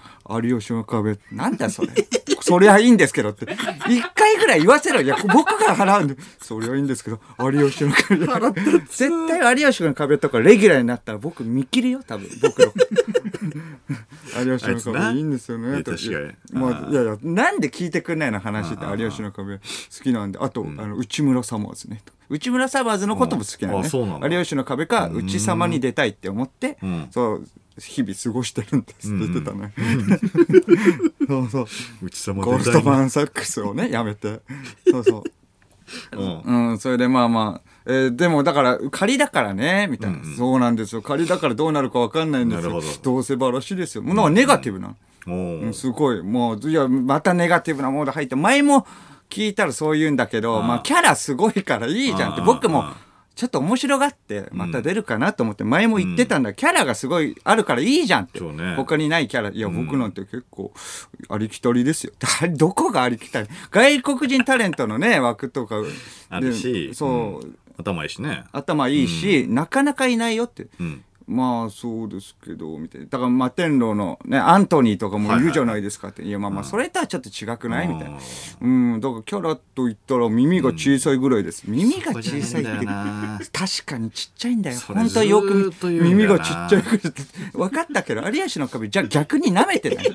有吉の壁なんだそれそりゃいいんですけどって一回ぐらい言わせろいや僕が払うんでそりゃいいんですけど有吉 の壁絶対有吉の壁とかレギュラーになったら僕見切るよ多分僕 の有吉の
あいつな
壁いいんですよ
いや
ねと
確かに
まあ、いやいやなんで聞いてくんないの話って有吉の壁好きなんであと、あの内村サマーズね内村サマーズのことも好きなの
うんあそうなんだ
ね有吉の壁か内様に出たいって思って、
ん
そう日々過ごしてるんですって言ってたね、 そう そう
うちさま
ゴーストマンサックスをねやめてそうそう
うん。
うん、それでまあまあ、えーでもだから仮だからねみたいな、そうなんですよ仮だからどうなるか分かんないんで
な
す
る
よ
ほど
どうせばらしいですよもうなんかネガティブな、
おう
うんすごいもういやまたネガティブなモード入って前も聞いたらそう言うんだけどまあ、キャラすごいからいいじゃんって
あー
僕も
あー
ちょっと面白がってまた出るかなと思って前も言ってたんだ、キャラがすごいあるからいいじゃんって、
そうね
他にないキャラいや僕なんて結構ありきたりですよ どこがありきたり外国人タレントのね枠とか
あるし
で、そう、
ん頭いいしね。
頭いいし、なかなかいないよって、
うん。
まあそうですけどみたいなだから摩天楼の、ね、アントニーとかもいるじゃないですかって、いやまあまあそれとはちょっと違くない、みたいなうんだからキャラと言ったら耳が小さいぐらいです、耳が小さいって
そこじゃないんだよな
確かにちっちゃいんだよ
それ
本当よく
ずーっと言うんだよな
耳がちっちゃいぐらい分かったけど有吉の壁じゃあ逆に舐めてない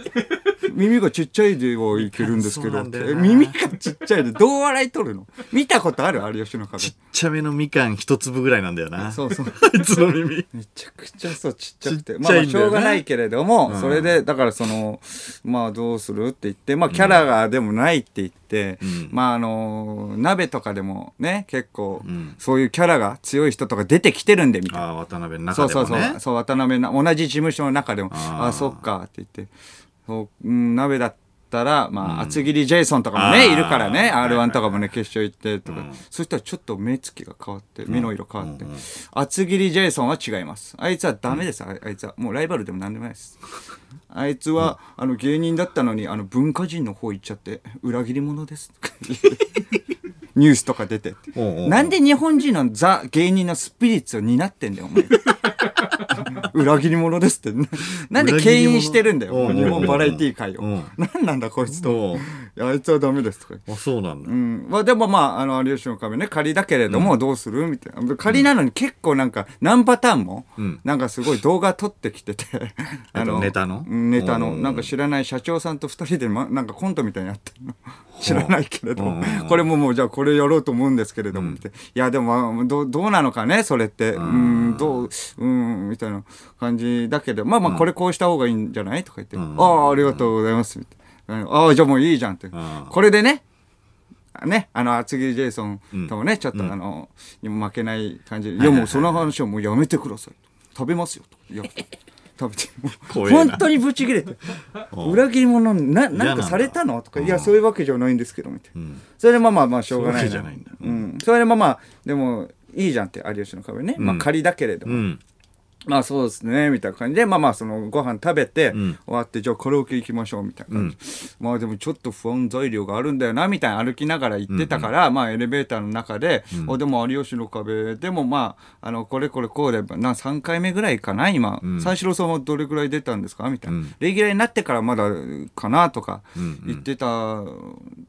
耳がちっちゃいではいけるんですけ
そう
ど
なんだよな
え耳がちっちゃいでどう笑い取るの見たことある有吉の壁
ちっちゃめのみかん一粒ぐらいなんだよな。
そうそ う
あいつの耳。
めちゃくちゃそうちっちゃくて
ちっ
ま
ち
あま
ゃ
あ
いん
し
だよ
ょ
ね
うがないけれども、それでだからそのまあどうするって言ってまあキャラがでもないって言って、
ん
まああの鍋とかでもね結構、
ん
そういうキャラが強い人とか出てきてるんでみたいな
ああ、渡辺の
そ
中
う
で
そ
も
うそう,、
ね。
そう渡辺な同じ事務所の中でも
あ
あ
ー
あそっかって言ってそう、うん、鍋だったら、まあ厚切りジェイソンとかも
あ
ね
ー
いるからね
はい
r
はい
1とかもね決勝行ってとか、そしたらちょっと目つきが変わって目の色変わって、厚切りジェイソンは違いますあいつはダメです、ああいつはもうライバルでも何でもないですあいつは、あの芸人だったのにあの文化人の方行っちゃって裏切り者です ニュースとか出てって
おうおうおう
なんで日本人のザ芸人のスピリッツを担ってんだよお 前裏切り者ですってなんで牽引してるんだよ
裏切り
日
者
本バラエティー界を
うんうん
なんなんだこいつ
そ
といやあいつはダメですとか
う。あ、そうなんだ。
うんまあ、でもまああの有吉の壁ね仮だけれどもどうするみたいな仮なのに結構なんか何パターンも
ん
なんかすごい動画撮ってきて てあ
ネタの
うんネタの
うん
なんか知らない社長さんと2人で、ま、なんかコントみたいにやってる の知らないけれど
うんうんうん
これももうじゃあこれやろうと思うんですけれども、っていやでもまあどうどうなのかねそれってうんどううんみたいな感じだけどまあまあこれこうした方がいいんじゃないとか言って、
ん
ああありがとうございますみたいな、ああじゃあもういいじゃんって、
ん
これでねね、あの厚切りジェイソンともね、ちょっとあの、にも負けない感じで「いやもうその話はもうやめてください」食べますよ」と「いや食べてもう
怖えな
本当にブチ切れて
うん
裏切り者にななん
嫌なん
か
だ
されたのとか
うん
いやそういうわけじゃないんですけどみたいな、
ん
それでまあまあまあしょうがない
そういうわけじゃないんだ
うそれでまあまあでもいいじゃんって有吉の壁ね、まあ仮だけれども、
うん。
まあそうですねみたいな感じでまあまあそのご飯食べて、
ん
終わってじゃあカラオケ行きましょうみたいな感じ、まあでもちょっと不安材料があるんだよなみたいな歩きながら行ってたから、まあエレベーターの中で、おでも有吉の壁でもまああのこれこれこうでな3回目ぐらいかな今、三四郎さんはどれぐらい出たんですかみたいな、レギュラーになってからまだかなとか言ってた、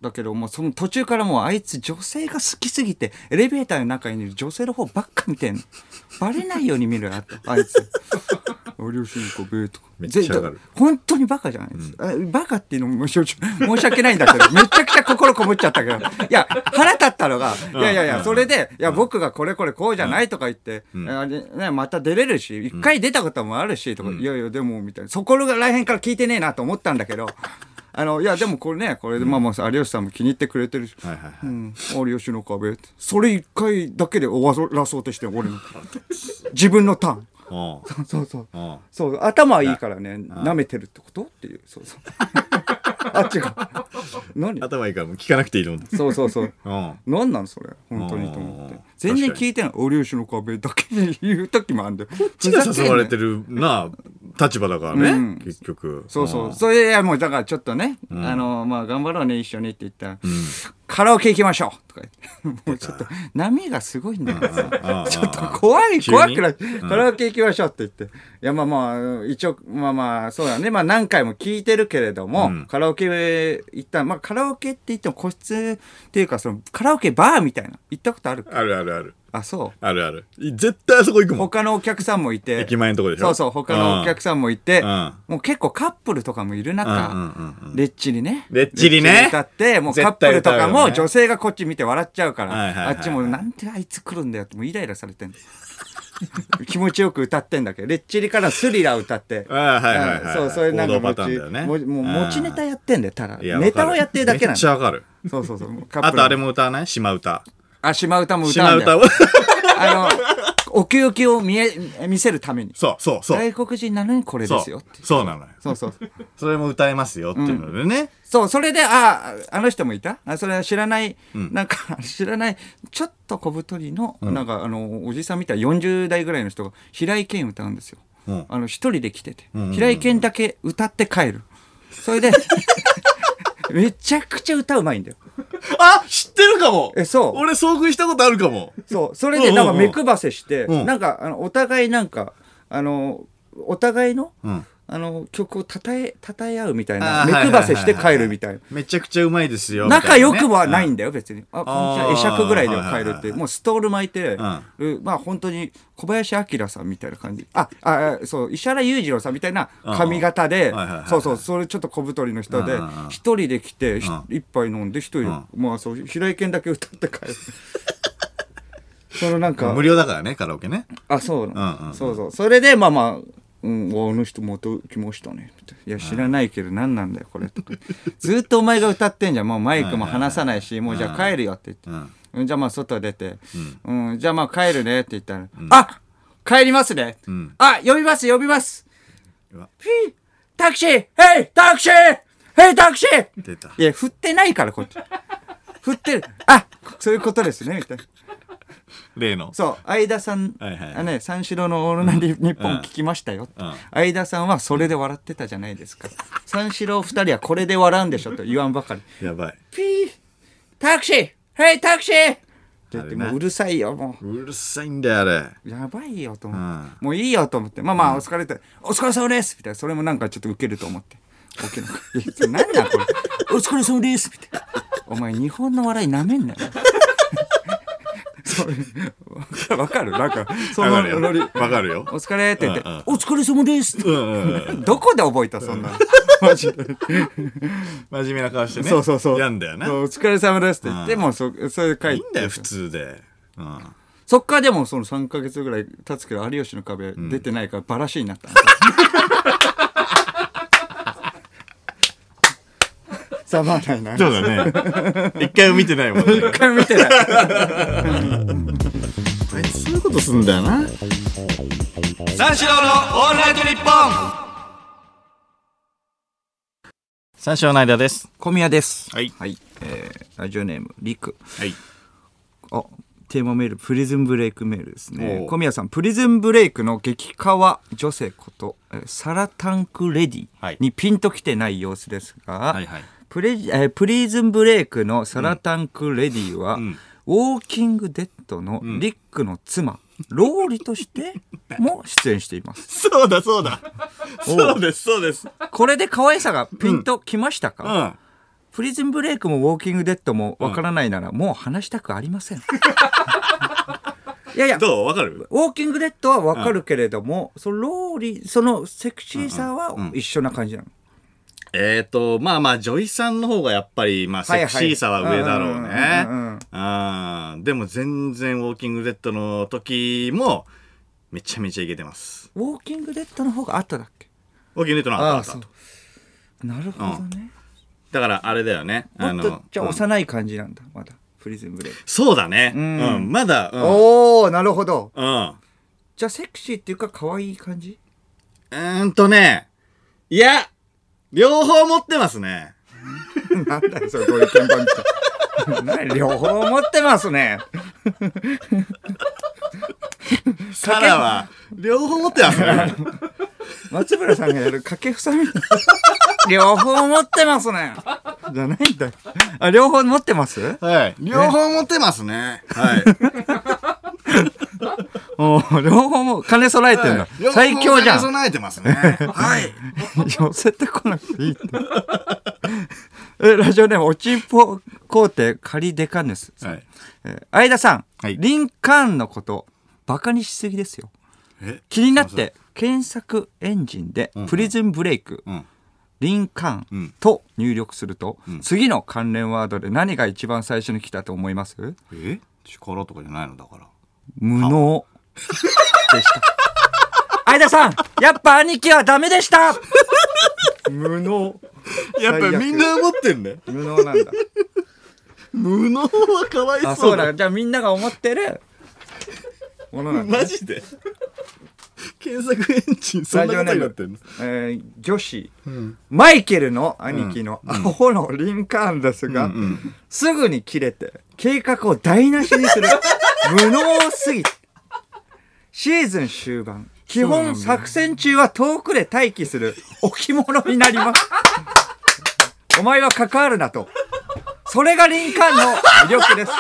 だけどもうその途中からもうあいつ女性が好きすぎてエレベーターの中にいる女性の方ばっか見てんのバレないように見るよあ あいつ「有吉の壁」とか
めっちゃ上がる
本当にバカじゃないです、あバカっていうのも申し 申し訳ないんだけどめちゃくちゃ心こもっちゃったけどいや腹立ったのがいやいやいやそれでいや僕がこれこれこうじゃないとか言って、あれね、また出れるし一回出たこともあるしとか、いやいやでもみたいなそこら辺から聞いてねえなと思ったんだ けど。あのいやでもこれねこれでまあまあ有吉さんも気に入ってくれてるし、
はいはいはい
うん、有吉の壁ってそれ一回だけで終わらそうとして 俺の自分のターン
おう
そうそう
おう
そう頭はいいからね舐めてるってことっていうそう そうあ違う何
頭いいからもう聞かなくていいと思
そうそうそう
う。
何なんそれ本当にと思っ
う
て
ん
全然聞いてない「お粒子の壁」だけで言う時もあんだよこっ
うん。誘われてるな、立場だからね、
うん
結局。
そうそ
ん
う。それいやもうだからちょっとね、あのまあ頑張ろうね一緒にって言ったら、カラオケ行きましょうとか言 って、もうちょっと波がすごいんだからさ、 ちょっと怖い
急に
怖くなって、カラオケ行きましょうって言って、いやまあまあ一応まあまあそうだね、まあ何回も聞いてるけれども、カラオケ行ったまあカラオケって言っても個室っていうかそのカラオケバーみたいな行ったことある？
あるあるある。
あそう。
あるある。い絶対あそこ行くもん。
他のお客さんもいて、
駅前のとこでしょ。
そうそう他のお客さんもいて、
うん
もう結構カップルとかもいる中、
うんうん
レッチリね
レッチリね
レッ歌ってもうカップルと
絶対歌
か
うよ
も
ね
女性がこっち見て笑っちゃうから、
はいはいはいはい
あっちもなんであいつ来るんだよってもうイライラされてんの 気持ちよく歌ってんだけどレッチリからスリラー歌って
ああはいはいはいはい
そうそれなんか
王道
持
パターンだよね
ちもう持ちネタやってんだよただ
いや
ネタをやってるだけな
わかるめ
の
っち
そ
ゃわかる。
うそうそうもうカ
あとあれ
も
も歌わない島唄。
あ島歌も歌
島
うんだ
唄
よ
を。
あのお給与金を見え見せるために
そうそうそう。
外国人なのにこれ
そ
ですよ
う
って。
そうなのよ。
そうそうそう
それも歌えますよっていうのでね。
そう、それで、ああ、あの人もいたあそれは知らない、なんか、 知らない、ちょっと小太りの、なんか、あの、おじさんみたいな40代ぐらいの人が、平井堅歌うんですよ。
うん
あの、一人で来てて、
んうんうん
平井堅だけ歌って帰る。そ れで、めちゃくちゃ歌うまいんだよ。
あ知ってるかも
えそう
俺遭遇したことあるかも。
そう、それで、なんか
うんうんうん
目配せして、
うん
なんか、あの、お互いなんか、あの、お互いの、
うん。
あの、曲をたたえ、たたえ合うみたい
あー
な、目
はいはいはい
配せして帰るみたいな。
めちゃくちゃうまいですよ。
仲良く
みた
はないい
なね。
んだよ、別に。
あ
あ、
ー
こんにちは会釈ぐらいでは帰
はいはい
る
は
っ
い
て、
はい
もうストール巻いて、
ん
うまあ本当に小林明さんみたいな感じ。あ、あ、あそう、石原裕次郎さんみたいな髪型で
うんはいはいはい、
そうそう、それちょっと小太りの人
う
で
んうんうん、
一人で来て、ひ
うん
一杯飲んで、一人で
ん、
まあそう、平井堅だけ歌って帰 る。そのなんか
無、料だからね、カラオケね。
あ、そ
う
う
んうんう
なの
ん
そうそう。それで、まあまあ、うん、あの人また来ましたね。みたいないや、知らないけど何なんだよ、これ。とか。ずっとお前が歌ってんじゃん。もうマイクも離さないし、もうじゃあ帰るよって
う
言って
ん。
うん、じゃあまあ外出て。うん、じゃあまあ帰るねって言ったら。あ帰りますね
ん。
あ呼びます、呼びます
うわ。
ピータクシーヘイタクシーヘイタクシー
出た。
いや、振ってないから、こっち。振ってる。あそういうことですね、みたいな。
例の。
そう相田さん、
はいはい
あね、三四郎の「オールナイトニッポン」
うん
聞きましたよ、
うん
相田さんはそれで笑ってたじゃないですか三四郎二人はこれで笑うんでしょと言わんばかり
やばい。
ピータクシーヘイタクシーって言っ
あ
て
れな
もううるさいよも
うるさいんだよ、あれ。
うやばいよと思って、もういいよと思ってまあまあお疲れって、お疲れ様ですみたいなそれもなんかちょっとウケると思って大きな声いやそれ何だこれお疲れ様ですみたいなお前日本の笑いなめんなよそうわかるなんかそ
わか
の
るよ。
ノリ
わかるよ。
お疲れって言って、
うんうん
お疲れ様ですって
う。んうんうん。
どこで覚えたそんな。マジで。
真面目な顔してね。
そうそうそう。
やんだよね。
そうお疲れ様ですって言って、もうそ、それで書
いい
い
んだよ、
て。
普通で。うん。
そっからでもその3ヶ月ぐらい経つけど、有吉の壁出てないからバラシに なった。ざまあない な。
そうだね。 一回も見てないもんね。
一回も見てない。
あいつそういうことすんだよな。三四郎のオールナイトニッポン三四郎の間です。
小宮です。
はい
えーラジオネーム、りく。
はい。
あ、テーマメール、プリズンブレイクメールですね
お。う
小宮さん、プリズンブレイクの激化は女性こと、えーサラタンクレディ
はい
にピンときてない様子ですが、
はいはい
プレジえープリズンブレイクのサラタンクレディは、ウォーキングデッドのリックの妻、ローリ としても出演しています。
そうだそうだ。そうですそうです。
これで可愛さがピンときましたか、
うん。
プリズンブレイクもウォーキングデッドもわからないなら、もう話したくありません。 いやいや、
どうわかる
ウォーキングデッドはわかるけれども、そのローリー、そのセクシーさは一緒な感じなの。
えっ、ー、と、まあまあ、女医さんの方がやっぱり、まあ、
はい
セ
はい
クシーさは上だろうね
うんうんうんうん。
あーでも全然、ウォーキングデッドの時も、めちゃめちゃイケてます。
ウォーキングデッドの方が後だっけ
ウォーキングデッドの後だった
そう
と。。
なるほどね。
だから、あれだよね。あ
もっと
の、
じゃあ
うん
幼い感じなんだ、まだ。プリズンブレイク。
そうだね。うんん。まだ、うん。うん。う
おおなるほど。
ー
じゃあセクシーっていうか可愛い感じ
んとね、いや、両方持ってますね。
なんだよ、それ、こういう鍵盤み たいな。何両方持ってます ね。
サラは、両方持って ますね。
松村さんがやる掛けふさみたい な。両方持ってますね。じゃないんだよ。あ、両方持ってます
はい。両方持ってますね。はい。
おー両方も金揃えてんだ。最強
両方
じゃ
兼ね
ん。
備えてますね。はい。
寄せてこなくていい って。え、ラジオネーム、おちんぽ皇帝カリデカヌス。
はい。
えー相田さん、
はい
リンカーンのことバカにしすぎですよ
え
気になって検索エンジンで「プリズンブレイク」
うん。
リンカーン」
うん
と入力すると、次の関連ワードで何が一番最初に来たと思います
え力とかじゃないのだから。
無能でした 相田さんやっぱ兄貴はダメでした 無能
やっぱみんな思ってんだよ。
無能なんだ
無能はかわいそうだ。
あそうだじゃあみんなが思ってるものなんだ、
マジで検索エンジ ンそんなことになってんの
えー女子、マイケルの兄貴の青のリンカーンですが、すぐに切れて計画を台無し にする無能すぎてシーズン終盤基本作戦中は遠くで待機する置物になります お前は関わるなとそれがリンカーンの魅 力です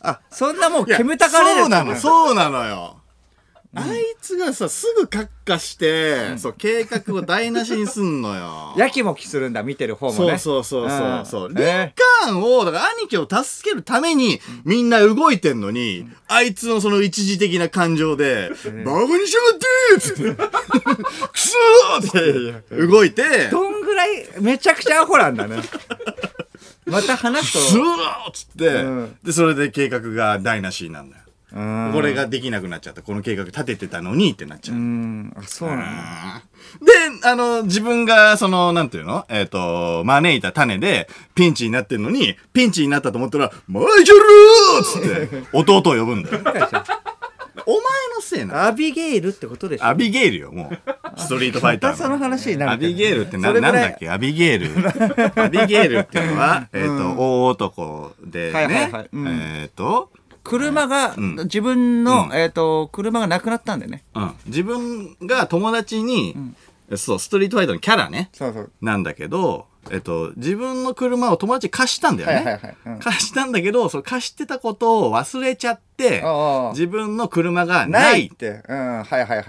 あそんなもう煙たかれる
そうなのそうなのよあいつがさすぐ閣下して、そう計画を台無しにすんのよ
やきもきするんだ見てる方も
そ
ね
うそうそうそうそう、
うん
リンカーンをだから兄貴を助けるためにみんな動いてんのに、あいつのその一時的な感情で「バカにし やがって!」っつって「くそー!」って動いて「く
どんぐらいめちゃくちゃアホなん だね。また話す
そ
と。
ー!」っつって、
うん
でそれで計画が台無しになるんだよ
うん
これができなくなっちゃった。この計画立ててたのにってなっちゃう。
うん、あ、そうなんだ。
で、あの、自分が、その、なんていうのえっ、と、招いた種で、ピンチになってんのに、ピンチになったと思ったら、マイケルーっつって、弟を呼ぶんだよ。お前のせいなの。
アビゲイルってことでしょ。
アビゲイルよ、もう。ストリートファイタ
ま
ー
たその話になる
ア
けど
ビゲイルってな
そ
な
れ
ん
ぐらい
だっけアビゲイル。アビゲイルっていうの は、えっ、と、大男で
はいはい
ね
はい、うん
えっ、と、
車が、自分の、えっ、と、車がなくなったんだよね。
うん、自分が友達に、そう、ストリートファイターのキャラね、
そうそう。
なんだけど、えっと、自分の車を友達に貸したんだよね。
はいはいはいうん
貸したんだけど、その貸してたことを忘れちゃって
ああ、
自分の車がな
ない
い
っ。
って
うん、はいはいはい。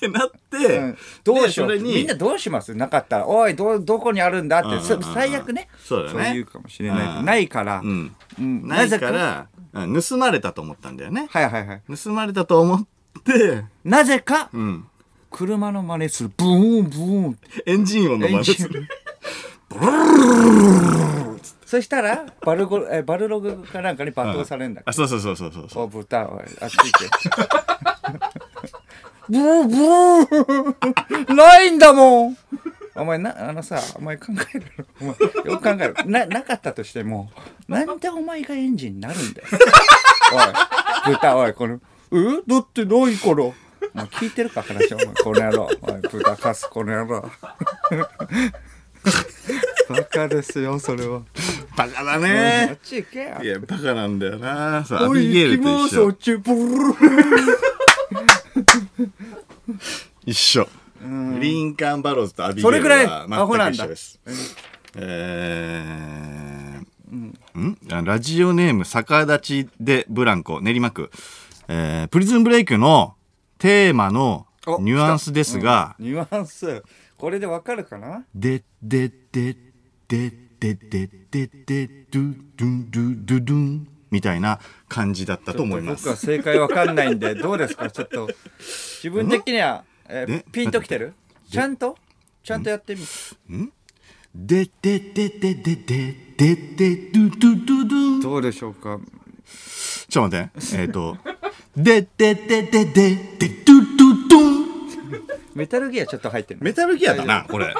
てなって、
うん、どうしよ
で
う。
それ
みん
に
な、どうしますなかったら。おい、ど、どこにあるんだって。
うんうんうん
そ最悪ね。
そうだね
そういうかもしれな
う
い。
ん
ないから。
うん、
うん
ない
ぜ
か。ら、うん盗まれたと思ったんだよね。
はいはいはい。
盗まれたと思って、
なぜか、
うん、
車の真似する。ブーン、ブーンって。
エンジン音の真似す
エンジ
る。
そしたらバルゴえバルログかなんかに罵倒されるんだ
あ、そうそうそうそうそうそう。
お豚おいあっち行け ブーブー ないんだもんお前なあのさお前考えるお前よく考えるななかったとして もなんでお前がエンジンになるんだよおい豚おいこのえだってないから。もう聞いてるか話を、お前この野郎。おい、豚かす、この野郎。バカですよ、それは。
バカだ
あっ
ね。
ち行けよ
い。や、バカなんだよな。さあ、ア
お
ビ
い、
ゲー
行
ル
きま
と
ー
一
す、お
緒
っ。ち、ブルルル
一緒。リンカーンバローズとアビゲー
そ
ル
れぐらい、
は
アホなん
全く一
だ
緒です。。えーんあラジオネーム逆立ちでブランコ練馬区、えープリズンブレイクのテーマの
お
ニュアンスですが
ニュアンス、これでわかるかな
「でででででででででドゥドゥドゥドゥドゥン」みたいな感じだったと思いま
僕は
す。
正解わかんないんで、どうですかちょっと、自分的には、えー
え
ピンときてるちゃんとちゃんとやってみ。
ででででででででドゥドゥドゥドゥン
どうでしょうか
ちょっと待ってえっ、と「ででででででドゥドゥドゥン」
メタルギアちょっと入ってる。
メタルギアだなこれ。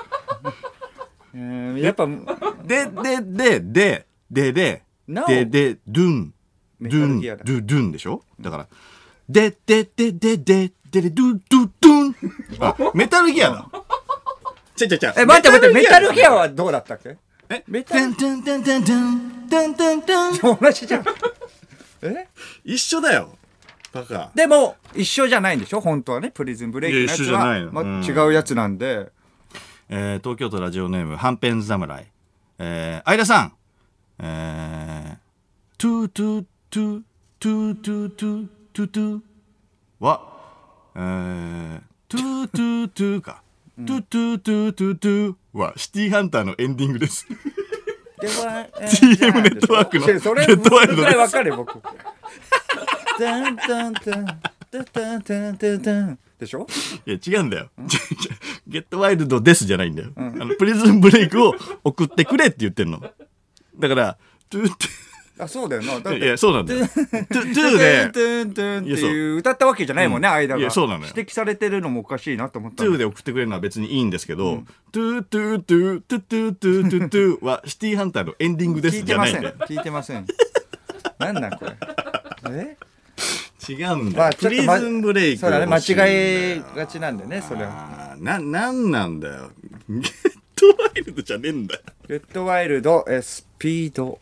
えーやっぱ、メ
で、で、で、で、で、で、
なお
で、で、ドゥン、ド
メ
ゥ
タ
ン、ド
ルギ
ゥ
アだ
ドゥンでしょだから、で、で、で、で、で、で、で、ドゥ、ドゥ、ドゥン。あ、メタルギアだ。ちゃちゃちゃ。
え、待って待って、メタルギアはどうだったっけ
え
メタ
て
ル
んてんてんてんてん、てんてんてん。
同 じじゃん。え
一緒だよ。バカ。
でも、一緒じゃないんでしょ本当はね、プリズンブレイクのやつ
いや一緒じゃないの
は。ま
うん
あ、違うやつなんで。
えー、東京都ラジオネーム、はんぺん侍。えー、相田さん。えー、トゥートゥートゥートゥートゥートゥートゥートゥーは、えー、トゥートゥートゥーか。トゥトゥトゥトゥトゥはシティハンターのエンディングです。
では、
TM ネットワークの
いやそれ、
ゲットワイルドです
それわかるよ、僕。タンタンタン、タンタンタンタンタン。でしょ
いや、違うんだよ。 ゲットワイルドですじゃないんだよ。あの、プリズンブレイクを送ってくれって言ってんの。だから、トゥート
あ、そうだよな。だっ
ゥー、い
て、
や、そうなんだよ。トゥトゥ
タン
で、
タンタンって
いやそう
いう歌ったわけじゃないもんね、
うん
間が。
いやそうなのよ
指摘されてるのもおかしいなと思った
ト
の
ゥーで送ってくれるのは別にいいんですけど、トゥートゥートゥートゥトゥトゥトゥトゥはシティハンターのエンディングで
聞
す
い
じ
て
ゃ
ま
ないん
せん
だよ。
聞いてませんなんなんこれえ
違うんだよ。
まあち
プ
ょっと
リ
ま
ズンブレイク
そうだね間
欲しいんだ
違
よ
いがちなんでねそれは
あーな、なんなんだよ。ゲットワイルドじゃねえんだよ。
レッドワイルドえスピード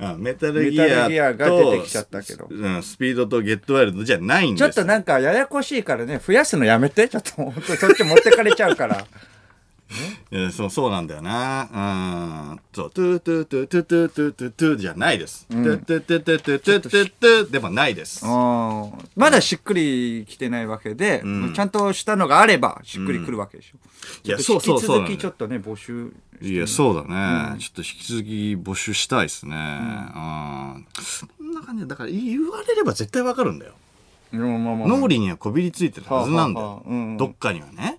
あメタルギ
メタ
ア
ルギアが
と
出てきちゃったけど
スうん、スピードとゲットワイルドじゃないんです
ちょっとなんかややこしいからね増やすのやめてちょっと本当そっち持ってかれちゃうから
えーそうそうなんだよな。うん。そう、トゥートゥートゥートゥートゥートゥートゥートゥーじゃないです。トゥートゥートゥートゥートゥートゥートゥートゥーでもないです
う。んまだしっくりきてないわけで、ちゃんとしたのがあればしっくりくるわけでしょ、
いや、
ちょ
そうそう
っと引き
そう
続
なのよ。
きちょっとね募集
いや、そうだね、ちょっと引き続き募集したいですね。うん。そんな感じでだから言われれば絶対わかるんだよ。
うんまあまあまあ
脳裏にはこびりついてるはずなんだ
はあは
よ
あうんう。ん
どっかにはね。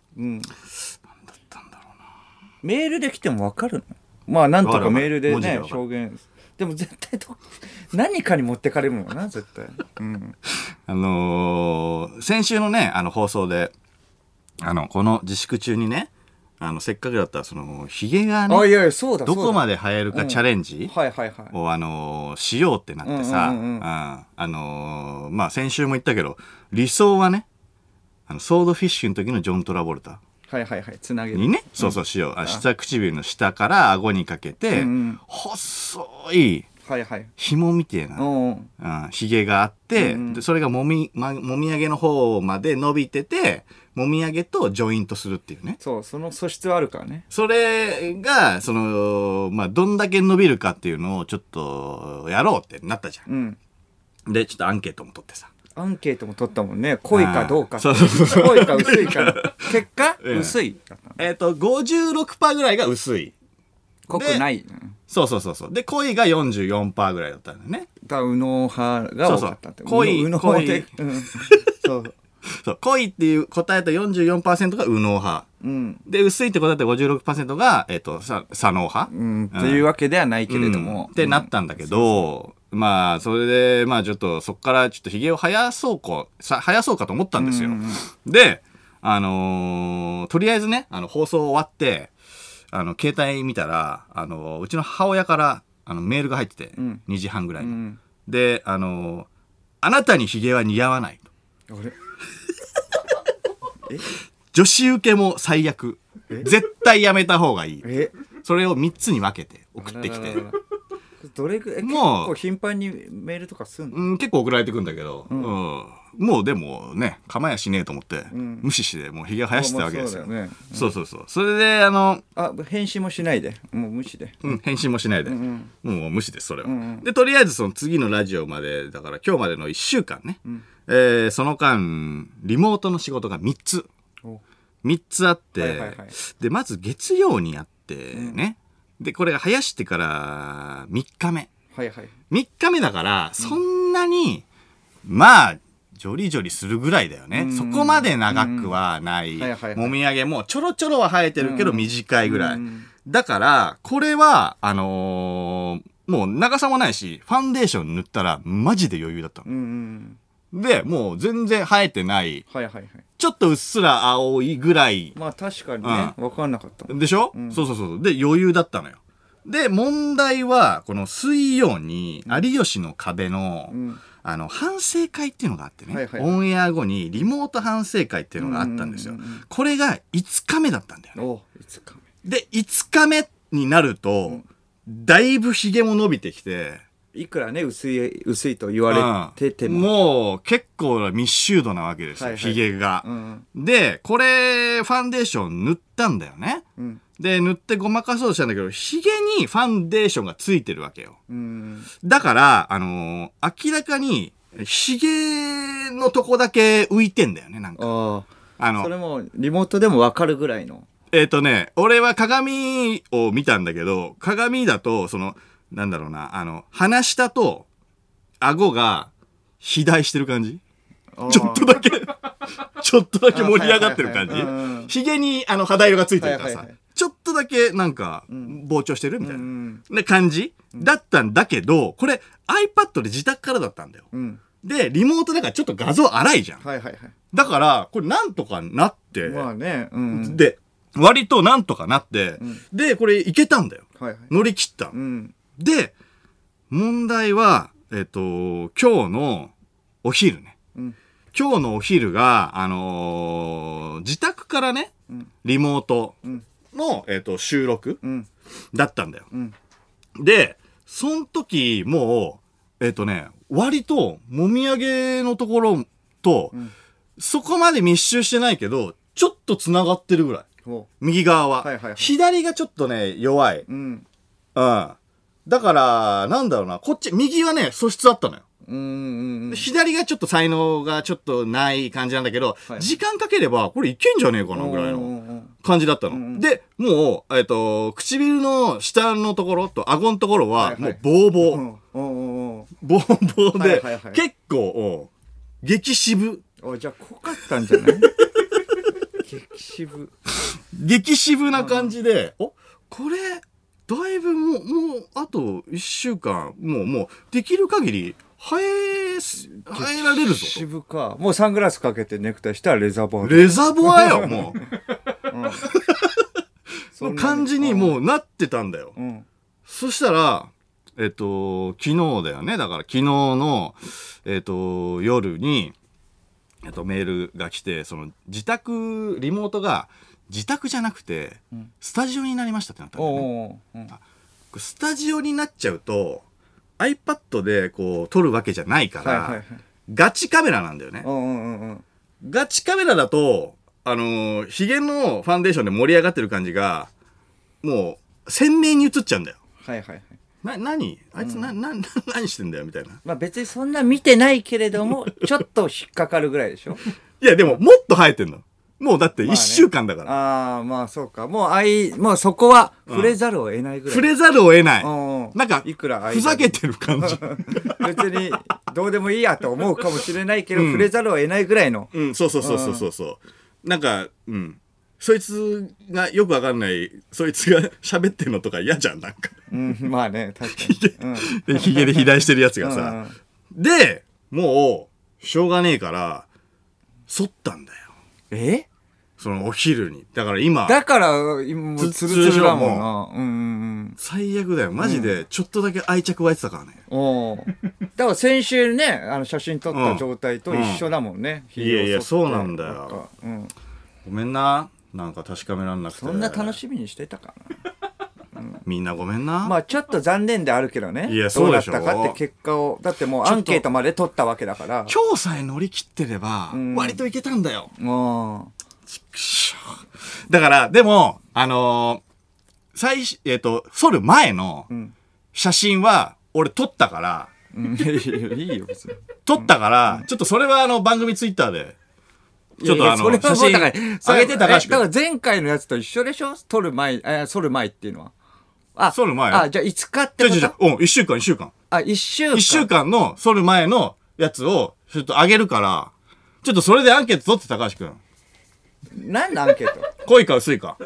メールで来ても分かるのまあなんと
わか
か
るわか
メ
る
ールで
文字で
ね
わかる
表現でも絶対ど何かに持ってかれるもんな絶対、うん、
あのー先週のね、あの放送で、あの、この自粛中にね、あの、せっかくだったら、その、ヒゲが
あい
ね、
やいやそうだ
どこま
で
で生えるかチャレンジ
はいはいはい
を、あのーしようってなってさ、
うんうんうんうん
うんあのーまあ、先週も言ったけど、理想はね、あの、ソードフィッシュの時のジョン・トラボルタ。
はいはいはいつなげる
にね、そうそうしよう。あ下唇の下から顎にかけて、
うんうん
細い
はいはい
紐みたいうな、
んうん
うん、ひげがあって、でそれがもみ、ま、もみあげの方まで伸びてて、もみあげとジョイントするっていうね。
そうその素質はあるからね
それが、その、まあ、どんだけ伸びるかっていうのをちょっとやろうってなったじゃ
うん
ん。で、ちょっとアンケートも取ってさ。
アンケートも取ったもんね濃いかどうか
あーそうそうそう
濃いか薄いかの 結果、
うん
薄いだったの
えっ、と、56%ぐらいが薄い。
濃くないうん
そうそうそうそう。で、濃いが44%ぐらいだったんだよね。
だ右脳派が多かったって
そうそう濃い
右脳
濃い
的うんそう
そう、濃いっていう答えた44%が右脳派。
うん
で、薄いって答えた56%が、えっ、と、さ左脳派。
うん、というわけではないけれども、
うんってなったんだけど、まあ、それで、まあちょっと、そっからちょっとヒゲを生やそうか、さ生やそうかと思ったんですよ。で、あのーとりあえずね、あの、放送終わって、あの、携帯見たら、あの、うちの母親から、あの、メールが入ってて、2時半ぐらいの。で、あのーあなたにヒゲは似合わないと。女子受けも最悪
え
絶対やめた方がいい
え
それを3つに分けて送ってきて
あららららどれぐらい結
もう
構頻繁にメールとかすんの
うん、結構送られてくんだけど、うんもうでもね構えやしねえと思って、
ん
無視してもうひげ生やしてたわけですよ,、
まあまあそうだよね
そうそうそうそれであの、
あ返信もしないでもう無視で
うん、返信もしないで、
うん
もう無視ですそれは、
うんうん
でとりあえずその次のラジオまでだから今日までの1週間ね、えーその間リモートの仕事が3つ
お
3つあって、
はいはいはい
でまず月曜にやってね、でこれが生やしてから3日目
はいはい
3日目だからそんなに、まあジョリジョリするぐらいだよね、
うん
そこまで長くはない、
んはいはいはい
もみあげもちょろちょろは生えてるけど
うん
短いぐらい、
うん
だからこれはあのーもう長さもないしファンデーション塗ったらマジで余裕だった
うんうん
のでもう全然生えてない
はいはいはい
ちょっとうっすら青いぐらい
まあ確かにね分かんなかったもん
でしょ、
ん
そうそうそう。で、余裕だったのよ。で、問題は、この水曜に、有吉の壁の、
うん
あの、反省会っていうのがあってね、
はいはい
オンエア後にリモート反省会っていうのがあったんですよ。
うんうんうんうん
これが5日目だったんだよね。
おいつか
で、5日目になると、だいぶヒゲも伸びてきて、
目いくらね薄い薄いと言われてて
うん
も
もう結構な密集度なわけですよ、
はいは
ヒ
い
ゲが。
うん
で、これ、ファンデーション塗ったんだよね。
うん
で、塗ってごまかそうとしたんだけど、ヒゲにファンデーションがついてるわけよ。
うん
だから、あのー明らかに、ヒゲのとこだけ浮いてんだよね、なんか。
あ
あ
あ
の、
それもリモートでも分かるぐらいの
えっ、とね、俺は鏡を見たんだけど、鏡だと、その、なんだろうな、あの、鼻下と、顎が、肥大してる感じちょっとだ け、ちょっとだけ盛り上がってる感
あはいはいはいうんうん
じひげに、あの、肌色がついてるから
は
さ
いはいはい、
ちょっとだけ、なんか、
ん
膨張してるみ
う
たいな。
ん
な感じだったんだけど、これ iPad で自宅からだったんだよ。
うん
で、リモートだからちょっと画像荒いじゃん。
はいはいはい
だから、これなんとかなって、
まあねうん
で、割となんとかなって、
ん
で、これいけたんだよ。
はいはい
乗り切った。
うん
で、問題は、えっ、と、今日のお昼ね。
うん
今日のお昼が、あのー自宅からね、
うん
リモート
うん
の、えっ、と、収録
うん
だったんだよ。
うん
で、その時、もう、えっ、とね、割と、もみあげのところと、
ん
そこまで密集してないけど、ちょっと繋がってるぐらい。
ほ
右側は。
はいはいはい
左がちょっとね、弱い。うん。
ううん
だから、なんだろうな、こっち、右はね、素質あったのよ。
うんうんうん
左がちょっと才能がちょっとない感じなんだけど、
はい
時間かければ、これいけんじゃねえかな、ぐらいの。
うんうん
感じだったの。
うんうん
で、もう、えっ、と、唇の下のところと顎のところは、
はいはい
もうボーボー、
うんうんうん
ボーボーで、
はいはいはい
結構、おう激渋、
あじゃあ濃かったんじゃない激渋
激渋な感じで、おこれ、だいぶもう、もう、あと一週間、もう、もう、できる限り、生えす、生えられるぞ
渋かもうサングラスかけてネクタイしたらレザーバ
と。
ー
レザボアよ、 も う。
ド
の感じにもうなってたんだよ。
うん
そしたら、えっと、昨日だよね。だから昨日の、えっと、夜に、えっと、メールが来て、その、自宅、リモートが、自宅じゃなくて、スタジオになりましたってなったんだよね。
おうおううん
スタジオになっちゃうと、iPad でこう、撮るわけじゃないから、
はいはいはい
ガチカメラなんだよね
う。んうんうんうん
ガチカメラだと、あのー、ヒゲのファンデーションで盛り上がってる感じが、もう、鮮明に映っちゃうんだよ。
はいはいは
な、
い
何あいつな、な、 な、何してんだよみたいな。
まあ別にそんな見てないけれ どもちょっと引っかかるぐらいでしょ
いや、でも、もっと生えてんの。もうだって
まあね
一週間だから。
ああまあそうかもうあいもうそこは触れざるを得ないぐらい
触れざるを得ない。
うんうん
なんか、
いくら
ふざけてる感じ。
別にどうでもいいやと思うかもしれないけど、触れざるを得ないぐらいの
うん、そうそうそうそうそうそう。なんか、うん。そいつがよくわかんない、そいつが喋ってるのとか嫌じゃん、なん か。
うんまあね 確かに、うん、
で、ヒゲで肥大してるやつが
うんうん
さ。で、もう、しょうがねえから、剃ったんだよ。
え
そのお昼に。だから今、
だから今もう
つ
ツ
ツル
ルツルだもん
ツルだ
なうんうんうん
最悪だよ。マジで、ちょっとだけ愛着湧いてたからね。
おーだから先週ねあの写真撮った状態と一緒だもんね、
んいやいや
火を注
そ
ぐ
うなんだよ
かうん、
ごめんな。なんか確かめらんなくて。
そんな楽しみにしてたか
みんなごめん
な
な。
まあちょっと残念であるけどね
いやそうでしょ
どうだったかって結果をだってもうアンケートまで取ったわけだから
今日さえ乗り切ってれば、割といけたんだよ。
も
くしょだから、でも、あのー最初、えっ、と、剃る前の
ん
写真は、俺撮ったから、
う、うん、いいよいいよ別に
撮ったから、ちょっとそれはあの、番組ツイッターで、ちょっ
い
と
や
あ
いやそ
の、
れは
写
もう
真
だから
上げて高橋
えだから
君。
前回のやつと一緒でしょ撮る前、えー、剃る前っていうのは。あ、
剃る前
あ、じゃあ5日っ
ち
て
ょ
こ
ちょち
と
ょ、うん、一週間、一週間。
あ、1週間。
一週間の剃る前のやつを、ちょっと上げるから、ちょっとそれでアンケート取って、高橋君。
何のアンケート
濃いか薄いか。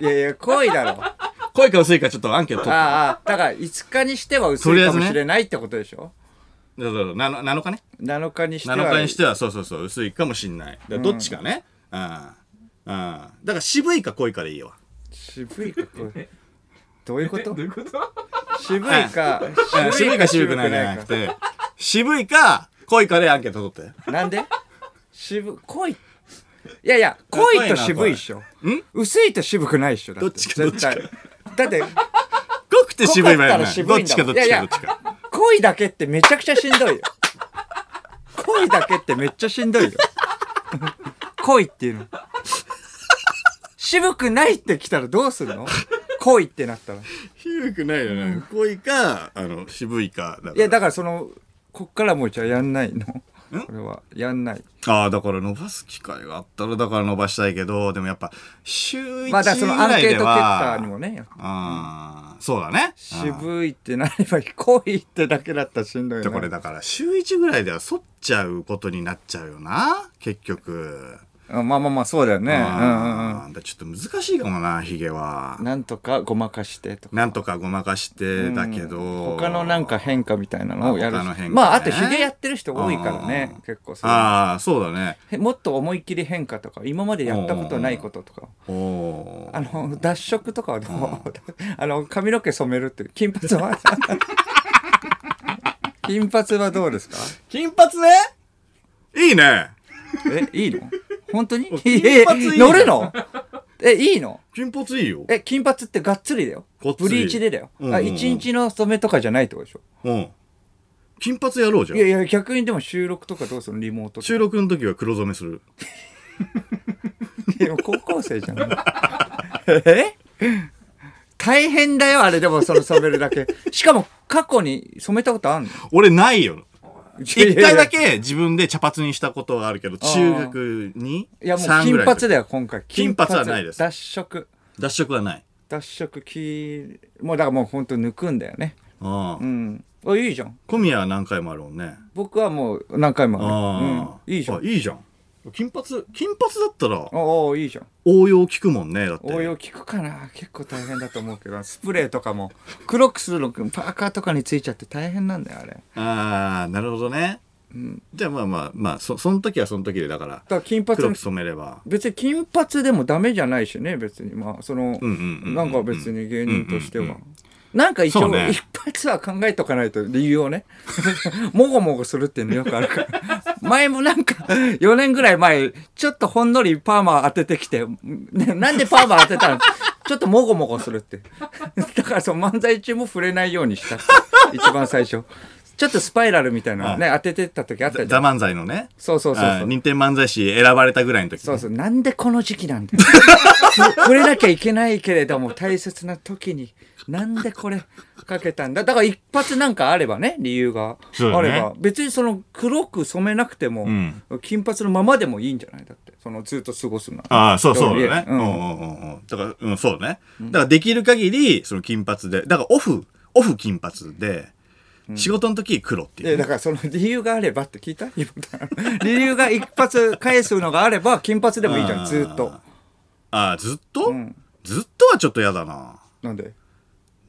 いやいや、濃いだろ。あ
濃いか薄いかちょっとアンケート取って。
あ、だから5日にしては薄
とり
い
あえ
か
ずね
もしれないってことでしょ
そうそうそうなの7日ね。
?7 日にしては。
7日にしてはそうそうそう薄いかもしんないだからどっちかねうん、うん、だから渋いか濃いかでいいわ
渋いか、これ。どういうこと
どういうこと
渋いか
うん、渋いか渋くないじゃなく。て渋いか濃いかでアンケート取って
なんで渋、濃い。いやいや、濃いと渋いっしょ。
ん
薄いと渋くないっしょ。だて
どっちかどっちか
絶対だって、
濃くて渋い場合はな
濃かったら
い
渋
どっ
いんだ
ちかどっち
いや
か
い
ど
や
っちか
恋だけってめちゃくちゃしんどいよ。恋だけってめっちゃしんどいよ。恋っていうの。渋くないって来たらどうするの恋ってなったら。い
渋くないよね濃いかあの渋いかだから
や、だからその、こっからもうじゃあやんないの。これは、やんない。
ああだから伸ばす機会があったらだから伸ばしたいけどでもやっぱ週1ぐ
まあ、だからそのアン
らい
ケー
で
ト結果
は
にもね、
あーそうだねうん
渋いってなればいい。恋ってだけだったらしんどい
じ
よ
ゃあこれ
ね。
だから週1ぐらいでは剃っちゃうことになっちゃうよな結局
うんまあまあまあ、そうだよね。うんうん
あーだからちょっと難しいかもなヒゲは
うん。なんとかごまかしてとか。
なんとかごまかしてだけど、
他のなんか変化みたいなのをやる
他の変化ね
まああとヒゲやってる人多いからね
うん
結構そう
ああそうだね
へもっと思いっきり変化とか今までやったことないこととか
おお
あの脱色とかはどう あの髪の毛染めるっていう金髪 は金髪はどうですか
金髪ねいいね
えいいの本当に
金髪いいの
乗るのえいいの
金髪いいよ
え金髪ってがっつりだよ
がっつり
ブリーチでだよ、
うんうん
あ一日の染めとかじゃないってことでしょ
うん金髪やろうじゃ
いやい
ん
や逆にでも収録とかどうするのリモートとか
収録の時は黒染めする
でも高校生じゃん。え大変だよ、あれでもその染めるだけ。しかも過去に染めたことあんの
俺ないよ一
一
回だ。け自分で茶髪にしたことがあるけど
あー
中学に
いやもう
3ぐら
金
いの時
髪だよ、今回。
金髪はないです
脱色。
脱色はない
脱色き、もうだからもう本当抜くんだよね。
ああ、
うん。あ、いいじゃん。
小宮は何回もあるもんね
僕はもう何回もある。
ああ、
うん。いいじゃん。
あいいじゃん金髪金髪だったら
おおいいじゃん。
応用聞くもんねだって
応用効くかな結構大変だと思うけど、スプレーとかも、黒くするの、パーカーとかについちゃって大変なんだよ、あれ。だ
ああなるほどね、じゃあまあまあまあそその時はその時でだから
から金髪
黒
の
く染めれば
別に金髪でもダメじゃないしね別にまあその、
うんうんうん
なんか別に芸人としては、
うんうん
なんか一
そう
応、
ね
一発は考えとかないと理由をね もごもごするっていうのよくあるから 前もなんか4年ぐらい前ちょっとほんのりパーマ当ててきて、ねなんでパーマ当てたのちょっともごもごするって だからその漫才中も触れないようにしたって一番最初ちょっとスパイラルみたいなのね当ててった時あったじゃ
ザ
ん
漫才のね
そうそうそう
あー
そう
認定漫才師選ばれたぐらいの時
そうそう、なんでこの時期 なんだよ触れなきゃいけないけれども、大切な時に、なんでこれかけたんだ。だから一発なんかあればね、理由が
そうだ
あ
ね
れば、別にその黒く染めなくても、
ん
金髪のままでもいいんじゃないだって、そのずっと過ごすのは。
ああ、そうそうだね。う
うんん
うんうんうん。だから、うん、そうね。だからできる限り、その金髪で、だからオフ、オフ金髪で、仕事の時黒ってい
え
うね。
だからその理由があればって聞いた今理由が一発返すのがあれば金髪でもいいじゃ
あ
ん
ー
ずーっと
ああ、ずっと
ん
ずっとはちょっと嫌だな。
なんで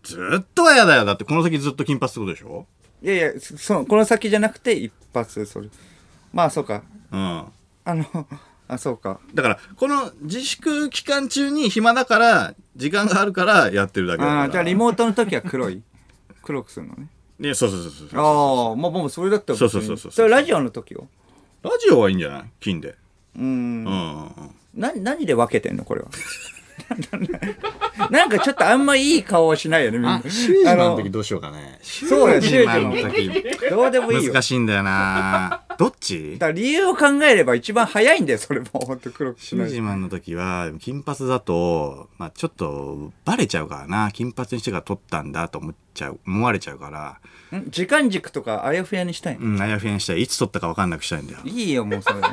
ずっとは嫌だよ。だってこの先ずっと金髪ってことでしょ
いやいやそそのこの先じゃなくて一発それまあそうか
うん。
あのあそうか
だから、この自粛期間中に暇だから、時間があるからやってるだけだから
ああ、じゃあリモートの時は黒い。 黒くするのね。
ねそうそうそうそう
ああ、まあもうそれだったら別に。
そうそうそうそう
それラジオの時よ。
ラジオはいいんじゃない金で
うーん。
うんうんうん
な、何で分けてんのこれは。 なんかちょっとあんまいい顔はしないよね、みんな。
あ
あ
の
の
時どうしようかね
そうだよ、シュ
シ
ー
ュ
ズの。
ーズの
どうでもいい
時難
よ。だか
しいんだよなどっち
ら理由を考えれば一番早いんだよ、それも。本当黒くし
シュ
な
ー
い
ジ。マンの時は金髪だと、まあ、ちょっとバレちゃうからな金髪にしてから撮ったんだと思っちゃう思われちゃうから
ん時間軸とかあやふやにしたいの
うんあやふやにしたいいつ撮ったか分かんなくしたいんだよ
いいよ、もうそれで。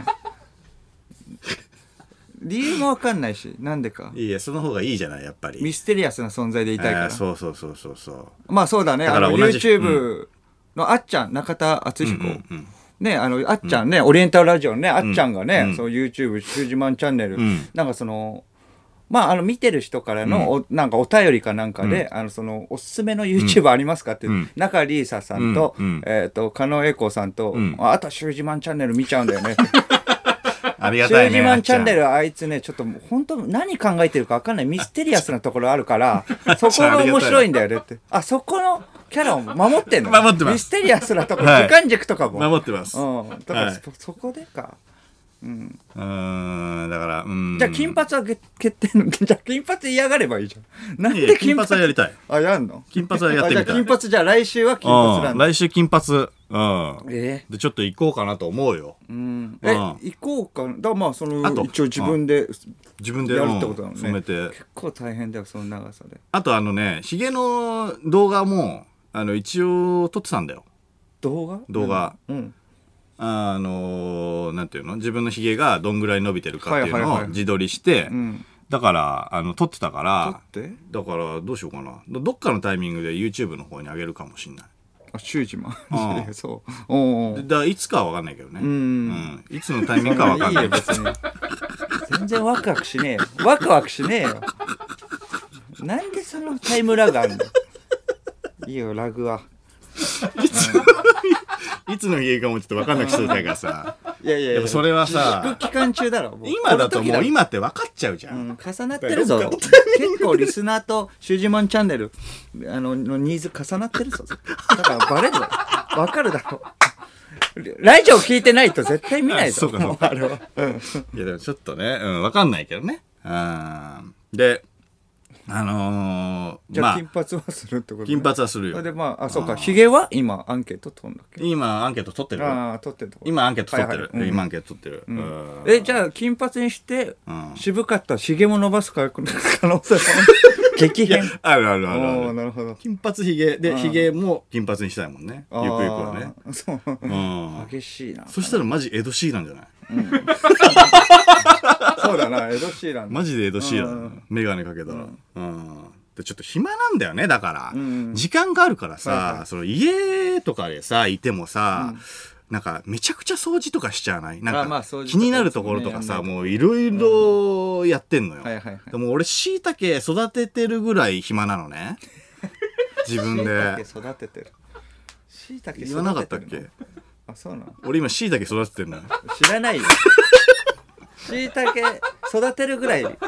理由もわかんないし、なんでか。
いやその方がいいじゃないやっぱり
ミステリアスな存在でいたい
あー
から。
そうそうそうそうそう
まあそうだね。
だ
あ
から
の
同じ
YouTube のあっちゃん、中田敦彦。
うん
ね、あの、あっちゃんね、オリエンタルラジオのね、あっちゃんが
う
ね
ん、
その YouTube、シュージマンチャンネル
ん、
なんかその、まあ、あの、見てる人からの、おなんかお便りかなんかで、あの、その、おすすめの YouTube ありますかって
ん、
中里依紗さんと
うんうん、
えっと、狩野英孝さんと
ん、
ああとはシュージマンチャンネル見ちゃうんだよね。
ありが
シ
た
ュ
い
ー
ね
ジマンチャンネル
あっ
はあいつね、ちょっともう本当何考えてるか分かんないミステリアスなところあ るから、そこが面白いんだよねって。あ、そこのキャラを守ってんの
守ってます
ミステリアスなところ、
はい
時間軸とかも。
ちゃん守ってますう
うん。だから
はい
そ、そこでか。
ーんだからうん
じゃあ金髪はげ決定の、じゃあ金髪嫌がればいいじゃん。なん
いやいや
で
金
金
髪は
髪
やりたい
あ、やんの
金髪はやってみ
あじ
た
ゃ
い
あ金髪じゃあ来週は金髪な
うんん
だ。
来週金髪うん
え
でちょっと行こうかなと思うよ
うん、え、
うん
行こうかな。だからまあ、その
あと、
一応自分で
自分で
や
うん
るってことなのね。
染めて
結構大変だよ、その長さで。
あとあのねひげの動画もあの一応撮ってたんだよ
動画
動画、
うん。
あのなんていうの自分のひげがどんぐらい伸びてるかっていう
はいはい
の
は
を
い
自撮りして、
うん。
だからあの撮ってたから
撮って
だからどうしようかなどどっかのタイミングで YouTube の方に上げるかもしんない
あ、シュージマ
ああ
ン。いやそう。おうお
で
う。
だからいつかは分かんないけどね
うん
いつのタイミングかは分かんない
いよ、別に。全然ワクワクしねえよ。ワクワクしねえよ。なんでそのタイムラグあるのいいよ、ラグは。
いつのひげかもちょっと分かんなくしといたいからさ
いやいやい
やっぱそれはさ
自粛期間中だろ。も う
今だと
この
もう
時
今って分かっちゃうじゃ、
うんん、重なってるぞ。結構リスナーとシュージマンチャンネルあののニーズ重なってるぞ。だからバレるわ。わかるだろう。ラジオ聞いてないと絶対見ないぞ。
あそうかそうか
あれは。うん。
いやでもちょっとね、うん、分かんないけどねうんであの
じ
ー、
ゃ
ま
あ
あ
金髪はするってこと、ね、
金髪はする
それ
よ
でまあ、あ、そう
あ
か。
ー
ヒゲは今アンケート取んだっけ
今アンケート取ってるよ
ああ、取ってるとこ
今アンケート取ってる、
はいはいうん
今アンケート取ってる、うん
え、じゃあ金髪にして、
ん
渋かったらヒゲも伸ばす可能性も激変。
あるある
お
あるあ
ー
る
なるほど。
金髪ひげで
ん
ひげも金髪にしたいもんねゆくゆくはね
あー。そう。
うん
激しいな。
そしたらマジエド・シーランじゃない
そうだな、エド・シーラン。
マジでエド・シーラ
う
ン眼鏡かけたらうんでちょっと暇なんだよねだから
ん
時間があるから
はいは
さその家とかでさいてもさなんかめちゃくちゃ掃除とかしちゃわないな
あ
ん
まあ
か
掃除とか
気になるところとか
そ
さ
うね
もういろいろやってんのよ
はいはいはい。
でも俺しいたけ育ててるぐらい暇なの ね自分で
椎茸育ててる。椎茸育ててる
言わなかったっけ
あ、そうなの。
俺今しいたけ育てて るのよ
知ら ないよ。椎茸育てるぐらい、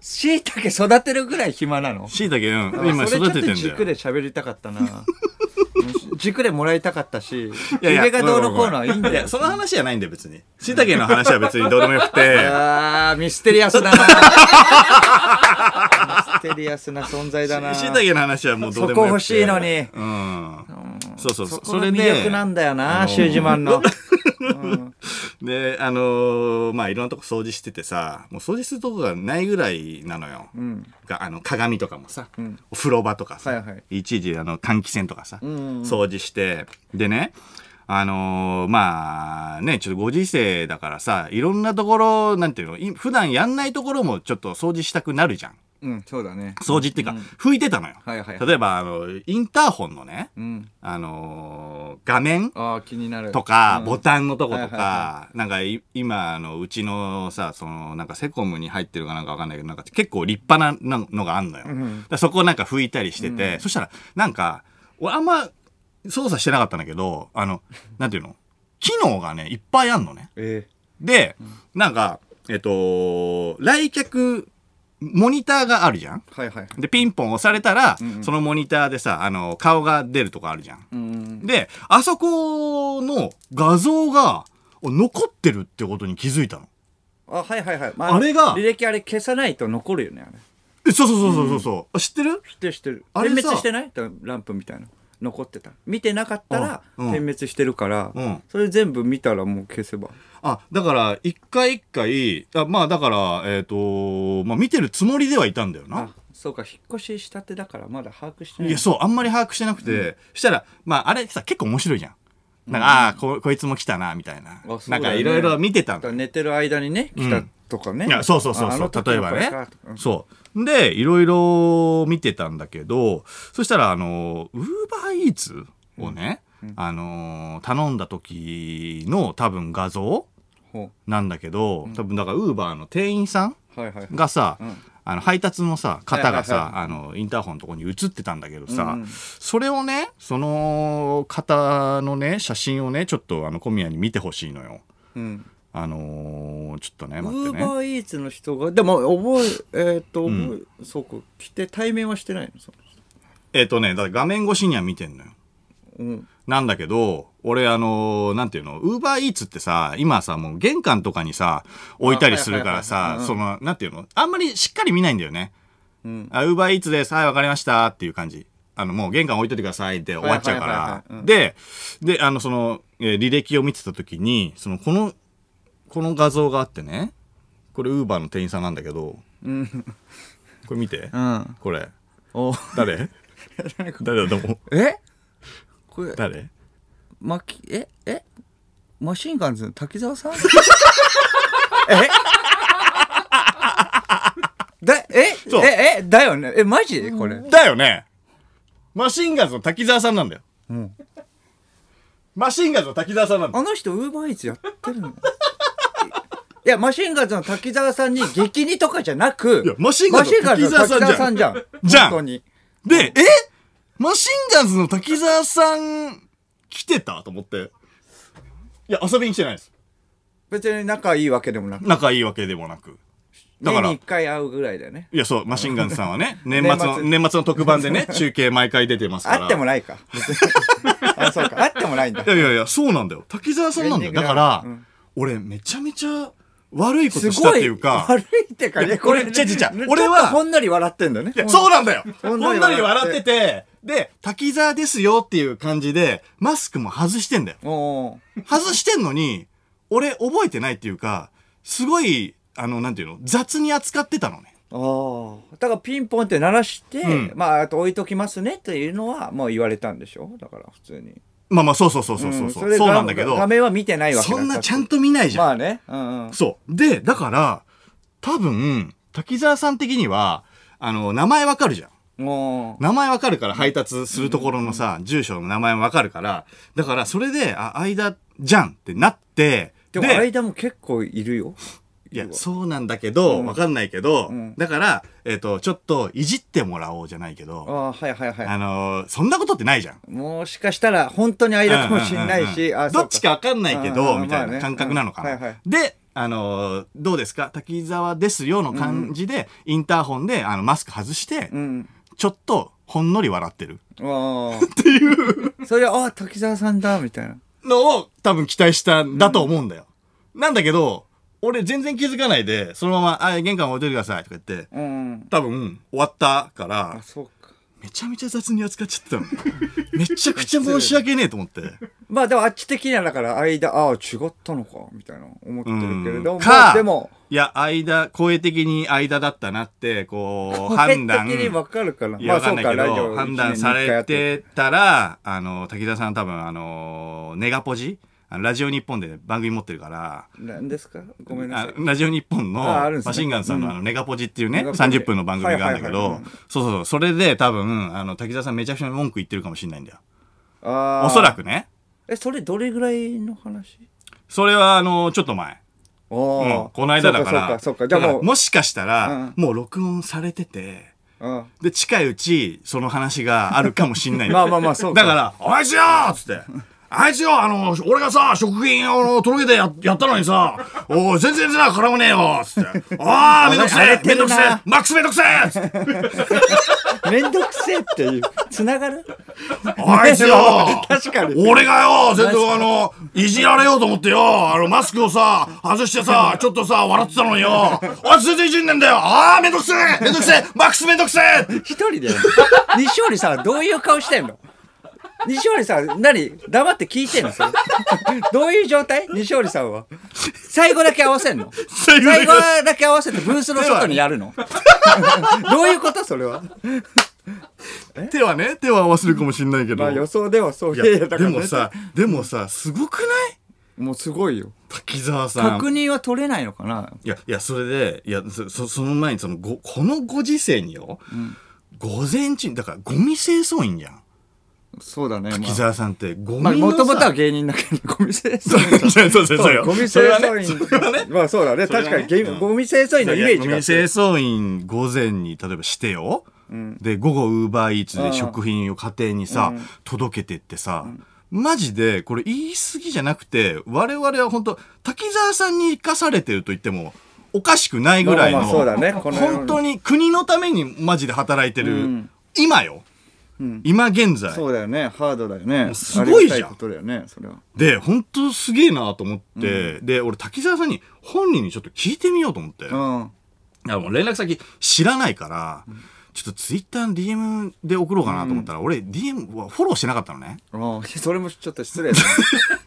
椎茸育てるぐらい暇なの。
しいたけうん今
あそれちょ
育
っ
て
てと
んだよ
軸で喋りたかった な。軸でもらいたかったし、ヒ
いやいや
ゲがどうのこうのはいいんだ
い
よ
や。その話じゃないんだよ別にしいたけの話は別にどうでもよくて
あー、ミステリアス だな。ミステリアスな存在だな。
しいたけの話はもうどうでもよくて
そこ欲しいのに
うんそうそうそ
そうこ
そ
が
れ
魅力な
で
んだよ
あの
な、
ー
シュージマ ンの。うん
であのーまあいろんなとこ掃除しててさもう掃除するとこがないぐらいなのよ
うん。
があの鏡とかもさ、
ん
お風呂場とかさ、
はいはい
ちいちあの換気扇とかさ、
ん
掃除してでねあのーまあねちょっとご時世だからさいろんなところなんていうのい普段やんないところもちょっと掃除したくなるじゃん
うん、そうだね。
掃除っていうか、拭いてたのよ、
はいはいはい
例えばあのインターホンのね、
うん。
あのー画面
ああ、気になる。
とか、ボ
ン。
タンのとことか、
はいはいは
なんかい今あのうちのさそのなんかセコムに入ってるかなんかわかんないけどなんか結構立派ななのがあんのよ、
ん
だからそこをなんか拭いたりしてて、そしたらなんか俺あんま操作してなかったんだけどあのなんていうの機能がねいっぱいあんのね
え
で、なんかえっと来客モニターがあるじゃん
はいはいはい
でピンポン押されたら、そのモニターでさあの顔が出るとこあるじゃん、
うん
であそこの画像が残ってるってことに気づいたの
あはいはいはい、ま
あれが
履歴あれ消さないと残るよねあれ
えそうそうそうそうそう、う知ってる
知ってる知ってる
あれ
点
さ
滅してないだからランプみたいな残ってた見てなかったら
うん
点滅してるから、
うん
それ全部見たらもう消せば
あだから一回一回あまあだからえっ、とまあ見てるつもりではいたんだよな
あそうか引っ越ししたてだからまだ把握してない
いや、そう、あんまり把握してなくて、したら、まあ、あれさ、結構面白いじゃん。なんか、ああー、こ、こいつも来たな、みたいな。
そうだ
な
よね
んか、いろいろ見てた
だ
ん
か
だ
ら。寝てる間にね来たとかね、
いや、そうそうそう
ああ
そ
の
う、
時
例え
の
ば
これか
ね
とかうん。
そう。で、いろいろ見てたんだけど、そしたら、あの、ウーバーイーツをね、あの、頼んだ時の多分画像
ほ
なんだけど、多分、だから、ウーバーの店員さん
うはいはい
がさ、
ん
あの配達のさ方がさ、
はいは
あのインターホンのとこに映ってたんだけどさ、
うん
それをねその方のね写真をねちょっとあの小宮に見てほしいのよ。
うん
あのーちょっとね
ウ
待っ
ー
て
バ
ね。
ーイーツの人がでも覚ええーっと覚えそうか来て対面はしてないのそ
えっ、とねだから画面越しには見てんのよ。
のうん
なんだけど俺あのーなんていうのウーバーイーツってさ今さもう玄関とかにさ置いたりするから
はいはい
さ
はいはい
そのなんていうのあんまりしっかり見ないんだよね。
うん
あ、ウーバーイーツです。はい、わかりました。っていう感じ。あの、もう玄関置いといてくださいって終わっちゃう
はいはいはい
か
はい
ら
う。ん
で、で、あの、その、えー履歴を見てた時に、その、この、この画像があってね、これウーバーの店員さんなんだけど、
うん
これ見て
う。ん
これ。
お
誰誰だと思う
えこれ
誰
まきええマシンガンズの滝沢さん えだえ
そう
ええだよねえマジこれ
だよねマシンガンズの滝沢さんなんだよ。
ん
マシンガンズの滝沢さんなんだよ。
あの人ウーバーイーツやってるの いやマシンガンズの滝沢さんに激似とかじゃなく
いやマシンガンズの滝沢さんじゃん
マシンガンズの滝沢さん
じゃん
本当に
で、えマシンガンズの滝沢さん、来てたと思って。いや、遊びに来てないです。
別に仲いいわけでもなく
仲いいわけでもなく。だから
年に1回会うぐらいだよね
いや、そう、マシンガンズさんはね、 年
年
末
末
の、年末の特番で ね、中継毎回出てますから。
会っても
ない。
ないかあそうか会ってもないん
い
だ
やいやいや、そうなんだよ。滝沢さんなんだよ。
エンディ
だか
ングだ
ら、
うん
俺、めちゃめちゃ悪いこ
す
としたっ
ご
て
い
いうか、
悪いってかねこれ
いや違う違う違う
ちょっと
俺は
ほんのり笑ってんだね
いやそうなんだよほ
ほ
ん
ん
の
の
り
り笑って
笑ってて、で、滝沢ですよっていう感じで、マスクも外してんだよ。
おー
外してんのに、俺覚えてないっていうか、すごい、あの、なんていうの、雑に扱ってたのね。
あーだからピンポンって鳴らして、
うん
まああと置いときますねっていうのはもう言われたんでしょだから普通に
まあまあ、そうそうそうそうそう、
ん
そう
れ
そうなんだけど
画、画面は見てないわけだ
そんなちゃん
と
と見ないじゃん。
まあねうんうん
そう。で、だから、多分、滝沢さん的には、あの、名前わかるじゃん。
も
名前わかるから配達するところのさ、住所の名前もわかるから、だからそれで、あ、間じゃんってなって、
うでも間も結構いるよ
いや
要、は
そうなんだけど、
うん
わかんないけど、
うん
だから、えっ、と、ちょっといじってもらおうじゃないけど、
ああはいはいは
あのーそんなことってないじゃん。
いもしかしたら本当に間かもしれないし、
うんうんうんう
ああ
ん
そう
どっちかわかんないけ
うんうん
ど、
うん
みたい
まあ
な
ね
感覚なのか
うんはいは。
ないで、あのーどうですか滝沢ですよの感じで、インターホンで、あの、マスク外して、
うん
ちょっと、ほんのり笑ってる。
ああっていうそれはああ滝沢さんだみたいな
のを、多分期待したんだと思うんだよ。なんだけど、俺全然気づかないで、そのまま、あ、玄関置いといてください、とか言って、
うん
多分、終わったから
あ、そうか
めちゃめちゃ雑に扱っちゃってたの。めちゃくちゃ申し訳ねえと思って。
まあでもあっち的にはだから間ああ違ったのかみたいな思ってるけれど
う
も
ん
まあでも
いや、間、声的に間だったなって、こう、
判
判
断
断。
的に分かるから
いや、わかんないけ
ラジ
ど、
オ
判断されてたら、あの、滝沢さん多分、あの、ネガポジあのラジオ日本で番組持ってるから、
何ですかごめんなさ
あ
い
ラジオ日本の
ああるんですね
マシンガンさんのあのネガポジっていうね、
ネガポジ
30分の番組があるんだけ
はいはい
ど
はいは、
そうそうそう、それで多分、あの、滝沢さんめちゃくちゃ文句言ってるかもしれないんだよ。
あー
おそらくね。
えそれどれぐらいの話
それは、あの、ちょっと前。
あ
うん
ー
この間だから。
そうかそうかそうかじゃあ
だか
も
ら
う
もしかしたら
うん、
もう録音されてて、
あ
で、近いうち、その話があるかもしんない。
まあまあまあそう
だ
か
から、おいしようっつって、あいつよ、あの、俺がさ、食品を届けてややったのにさ、おい全然さ、絡まねえよつって。ああ、めんどくせ
あれ
え
て
めんど
る
く
な
せえマックスめんどくせえつって
めんどくせえっていうつながる
あいつよ
確かに
俺がよ、全然あの、いじられようと思ってよ、あの、マスクをさ、外してさ、ちょっとさ、笑ってたのによ、あいつ全然いじんねんだよああ、めんどくせえめんどくせえマックスめんどくせえ
一人でやるの西堀さんはどういう顔してんの西堀さん何黙って聞いてんのそれどういう状態西堀さんは最後だけ合わせんの
最後だけ
最後だけ合わせてブースの外にやる のどういうことそれは
手はね、手は合わせるかもしんないけど
まあ予想ではそうい
いや
だから
でもさ、でもさ、すごくない
もうすごいよ
滝沢さん。
確認は取れないのかない
や、いや、それで、いや、そそその前に、その、ご、このご時世によ、午前中、だから、ゴミ清掃員じゃん。
そうだねまあ
木沢さんって、ゴミ
まあ、
のさ。
もともと は芸人だけど、ゴミ清掃
そう
員。
そうそうそうそうよ
ゴミ
そ
清
れは
掃
ね
員。
それはね
まあそうだね。
それ
確
はね
かにゲ
うん
ゴミ清掃員のイメージ
ゴ
が
ミ清掃員午前に例えばしてよ、で午後ウーバーイーツ
う
で
ん
食品を家庭にさ、届けてってさ、マジでこれ言い過ぎじゃなくて我々は本当滝沢さんに生かされてると言ってもおかしくないぐらいの、
まあまあそうだねこの世の
本当に国のためにマジで働いてる、
うん
今よ、今現在
そうだよね。ハードだよね。
すごいじゃん
ありがたことだよね。それは。
で本当すげえなと思って、で俺滝沢さんに本人にちょっと聞いてみようと思って。
うん。
いやもう連絡先知らないから、ちょっとツイッターの DM で送ろうかなと思ったら、俺 DM はフォローしてなかったのね。
ああそれもちょっと失礼だ ね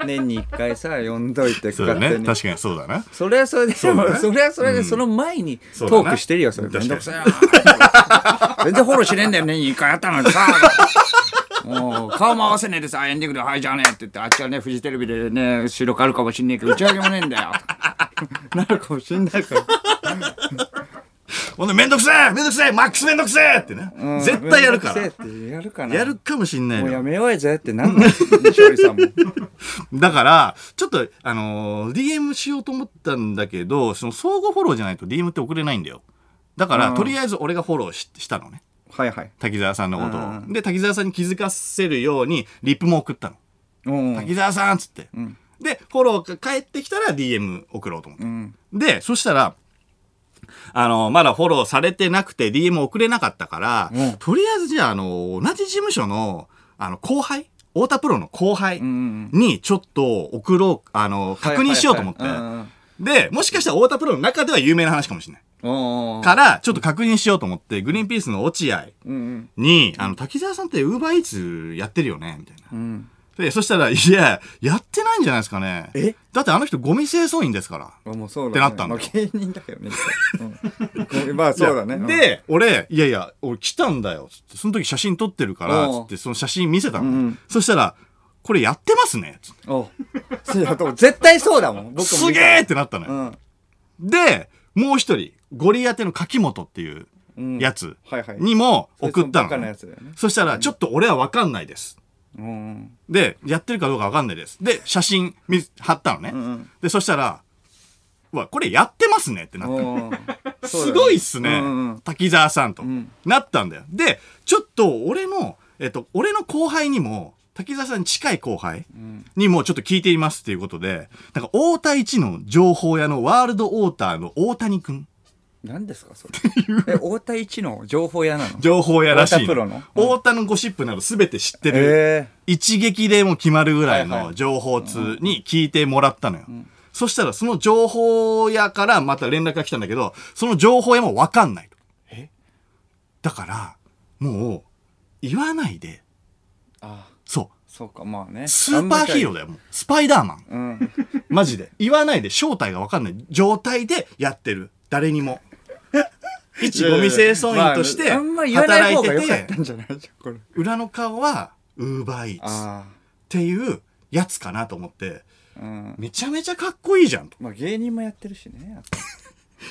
年に一回さ、呼んどいて、
そう
勝
だ
手
ね。
に。
確かにそうだな。
それはそれで、そ
だね
れはそれで、その前に
そ
ト
うだな
ークしてるよ、それ。めん
確
ど
か
く
に
さいな。全然フォローしねえんだよ、年に一回やったのにさ。もう顔も合わせねえでさ、エンディングで、はい、じゃあねって言って、あっちはね、フジテレビでね、収録あるかもしんねえけど、打ち上げもねえんだよ。 なるかもしんないから。
ほんで、めんどくせえめんどくせえマックスめんどくせえってね、絶対やるから。
ら。やるかな。
やるかもしんない
も
の
う
よ
やめようやぜってなんない西堀さんも。
だから、ちょっと、あのー DM しようと思ったんだけど、その相互フォローじゃないと DM って送れないんだよ。だから、とりあえず俺がフォローししたのね。
はいはい。
滝沢さんのこと
うん
を。で、滝沢さんに気づかせるように、リップも送ったの。
うん。
滝沢さんっつって、でフォローが返ってきたら DM 送ろうと思って、
ん
でそしたらあのまだフォローされてなくて DM 送れなかったから、
うん
とりあえずじゃああの同じ事務所のあの後輩太田プロの後輩
うんうん
にちょっと送ろうあの確認しようと思って、
はいはいはいうんうん
でもしかしたら太田プロの中では有名な話かもしれない、
うんうん
からちょっと確認しようと思ってグリーンピースの落合
うん
に「あの滝沢さんってウーバーイーツやってるよね」みたいな
うんうん。
で、そしたら、いや、やってないんじゃないですかね。
え
だってあの人ゴミ清掃員ですから。
あもうそうだ、ね、
ってなったんだよ
まあ芸人だけど ね、うん、まあそうだね
い
うん
やで、俺、いやいや、俺来たんだよ。つって、その時写真撮ってるから、つ
おう
って、その写真見せたの。
うんうん
そしたら、これやってますね。つって
おそうやと絶対そうだもん僕も見た
すげえってなったのよ。
うん、
で、もう一人、ゴリ当ての柿本っていう
うん、
やつ
はいはい
にも送った
そいつもバカな
の
や
ね。
つだよね
そしたら、ちょっと俺はわかんないです。
うん
で、やってるかどうかわかんないです。で、写真見貼ったのね。
うんうん
で、そしたら、うわ、これやってますねってなったの
おー そうだ
す
ね
ごいっすね、
うんうん
滝沢さんと、
ん
なったんだよでちょっと俺の、えっと、俺の後輩にも滝沢さんに近い後輩にもちょっと聞いていますっていうことでなんか太田一の情報屋のワールドオーターの大谷くん
何です かそれえ太田一の情報屋なの
情報屋らしい
太田プロの
太田のゴシップなど全て知ってる、
え
一撃でもう決まるぐらい
はいは
の
い
情報通に聞いてもらったのよ、そしたらその情報屋からまた連絡が来たんだけどその情報屋も分かんないとだからもう言わないで
ー、あ
そ
そうかまあね
うスーパーヒーローだよもうスパイダーマン
ーうん
マジで言わないで正体が分かんない状態でやってる誰に も一ゴミ清掃員として
まああんま言わな
働
い方
いて
が良かってたんじゃないこれ
裏の顔はウーバーイーツっ
あ
ていうやつかなと思って
あうん
めちゃめちゃかっこいいじゃんと。
まあ芸人もやってるしね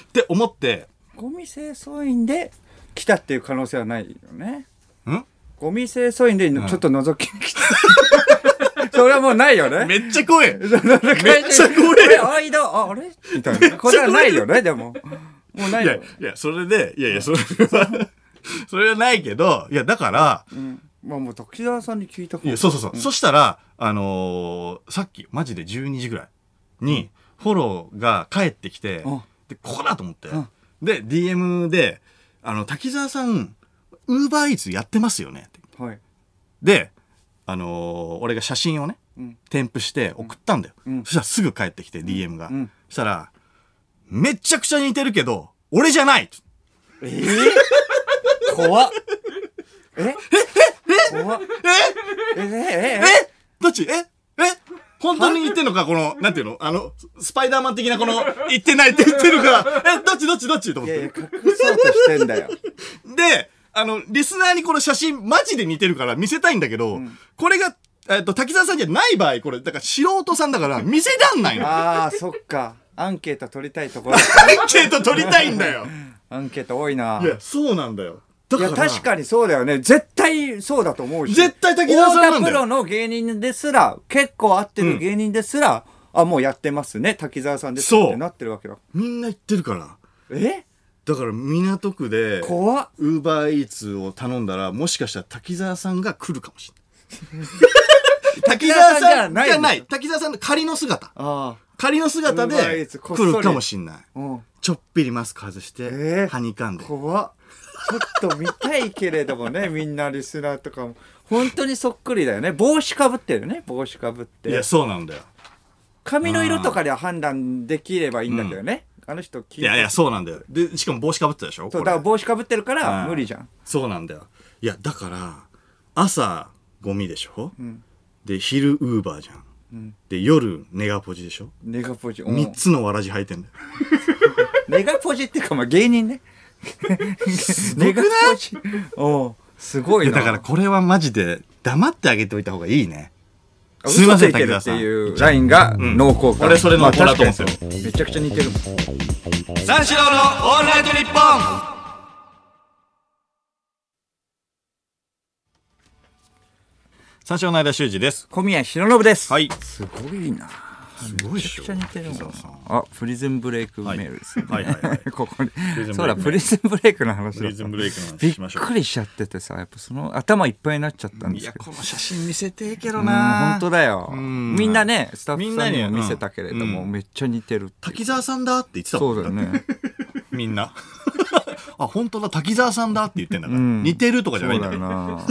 って思って、
ゴミ清掃員で来たっていう可能性はないよね
ん
ゴミ清掃員でちょっと覗きに来た、それはもうないよね
めっちゃ怖い
めっち
ゃ怖い
あいだああれみたいなこれはないよねでももうない
いや、
よ
いや、それで、いやいや、それは、それはないけど、いや、だから、
まあもう滝沢さんに聞いた
いやそうそうそう、そしたら、あのーさっきマジで12時ぐらいにフォローが帰ってきて、
うん
でここだと思って、
うん
で DM で「あの滝沢さんウーバーイーツやってますよね」って
う。はい。
で、あのー俺が写真をね、
うん
添付して送ったんだよ、
うん
そしたらすぐ帰ってきて DM が、
うん
そしたら「めっちゃくちゃ似てるけど俺じゃない!」
えー、 怖っ。えええ怖っ。えええ
え
え
どっちええ本当に言ってんのかこの、なんていうのあの、スパイダーマン的なこの、言ってないって言ってる から、え、どっちどっちどっちと思っ
いやいや、
て
隠。そうとしてんだよ。
で、あの、リスナーにこの写真、マジで似てるから見せたいんだけど、これが、えっと、滝沢さんじゃない場合、これ、だから素人さんだから、見せらんないの。ア
ああ、そっか。アンケート取りたいところ。
ンケート取りたいんだ よ。。
アンケート多いない
や、そうなんだよ。だ
い
か
や、
ら、
確かにそうだよね。絶対そうだと思うし。
絶対滝沢さんなんだよ
太田プロの芸人ですら、結構会ってる芸人ですら、あ、もうやってますね。滝沢さんです
そう
ってなってるわけだ。
みんな言ってるから。
え
だから、港区で、
怖っ。
ウーバーイーツを頼んだら、もしかしたら滝沢さんが来るかもし れない。滝沢さんじゃない。滝沢さんの仮の姿。
あ
仮の姿
ウーバーイ
で
ーツこっ
来
そり
るかもしれない。
あ。うん。
ちょっぴりマスク外して、
えー
はにかんで。
怖っ。ちょっと見たいけれど もね、みんなリスナーとかも。本当にそっくりだよね。帽子かぶってるね。帽子かぶっ
い
て
や、。そうなんだよ。
髪の色とかでは判断できればいいんだけどね。あの人聞い
いやいや、そうなんだよ。で、しかも帽子かぶってたでしょ
そう、
こ
だ
れ
から帽子かぶってるか
は
ら
い
無理じゃん。
そうなんだよ。いや、だから、朝、ゴミでしょ、で、昼、ウーバーじゃん。で、夜、ネガポジでしょ
ネガポジ。うん
?3 つのわらじ履いてんだよ。
ネガポジっていうか、まあ、芸人ね。ネガポジ。おうすご
い
い
や
な。
だからこれはマジで黙ってあげておいた方がいいね。
あ
すいません
嘘ついてる
滝沢
って
さん
いうラインが
ん
濃厚か。
俺それ濃厚だと思うんですよ
まあ確かにそうめちゃくちゃ似てるもん。
三四郎のオールナイトニッポン三四郎の間修二です。
小宮浩信です。
はい
すごいな。
すごいで
めち
し
ゃ
ょ。
くちゃ似てるもん
滝沢さん。
あ、プリズンブレイクメールですね。
はいはいはいはい
ここに
リズンブレイクメー。ル
そうだ、プリズンブレイクの話
プリ
だった
ズンブレイクの
び
話
っ
しましょう。
くりしちゃっててさ、やっぱその頭いっぱいになっちゃったんで
い
す
や、
けど。
この写真見せてえけど
うん本
な。
当だよ。
うん
みんなね、スタッフさんに
み
も
んなに
見せたけれども、
うん
めっちゃ似てるっていう。
滝沢さんだって言ってたもん
そうだよね。
みんな。 あ、本当だ、滝沢さんだって言ってんだから。
うん
似てるとかじ
そ
ゃないうんだ
だ
よ。
な。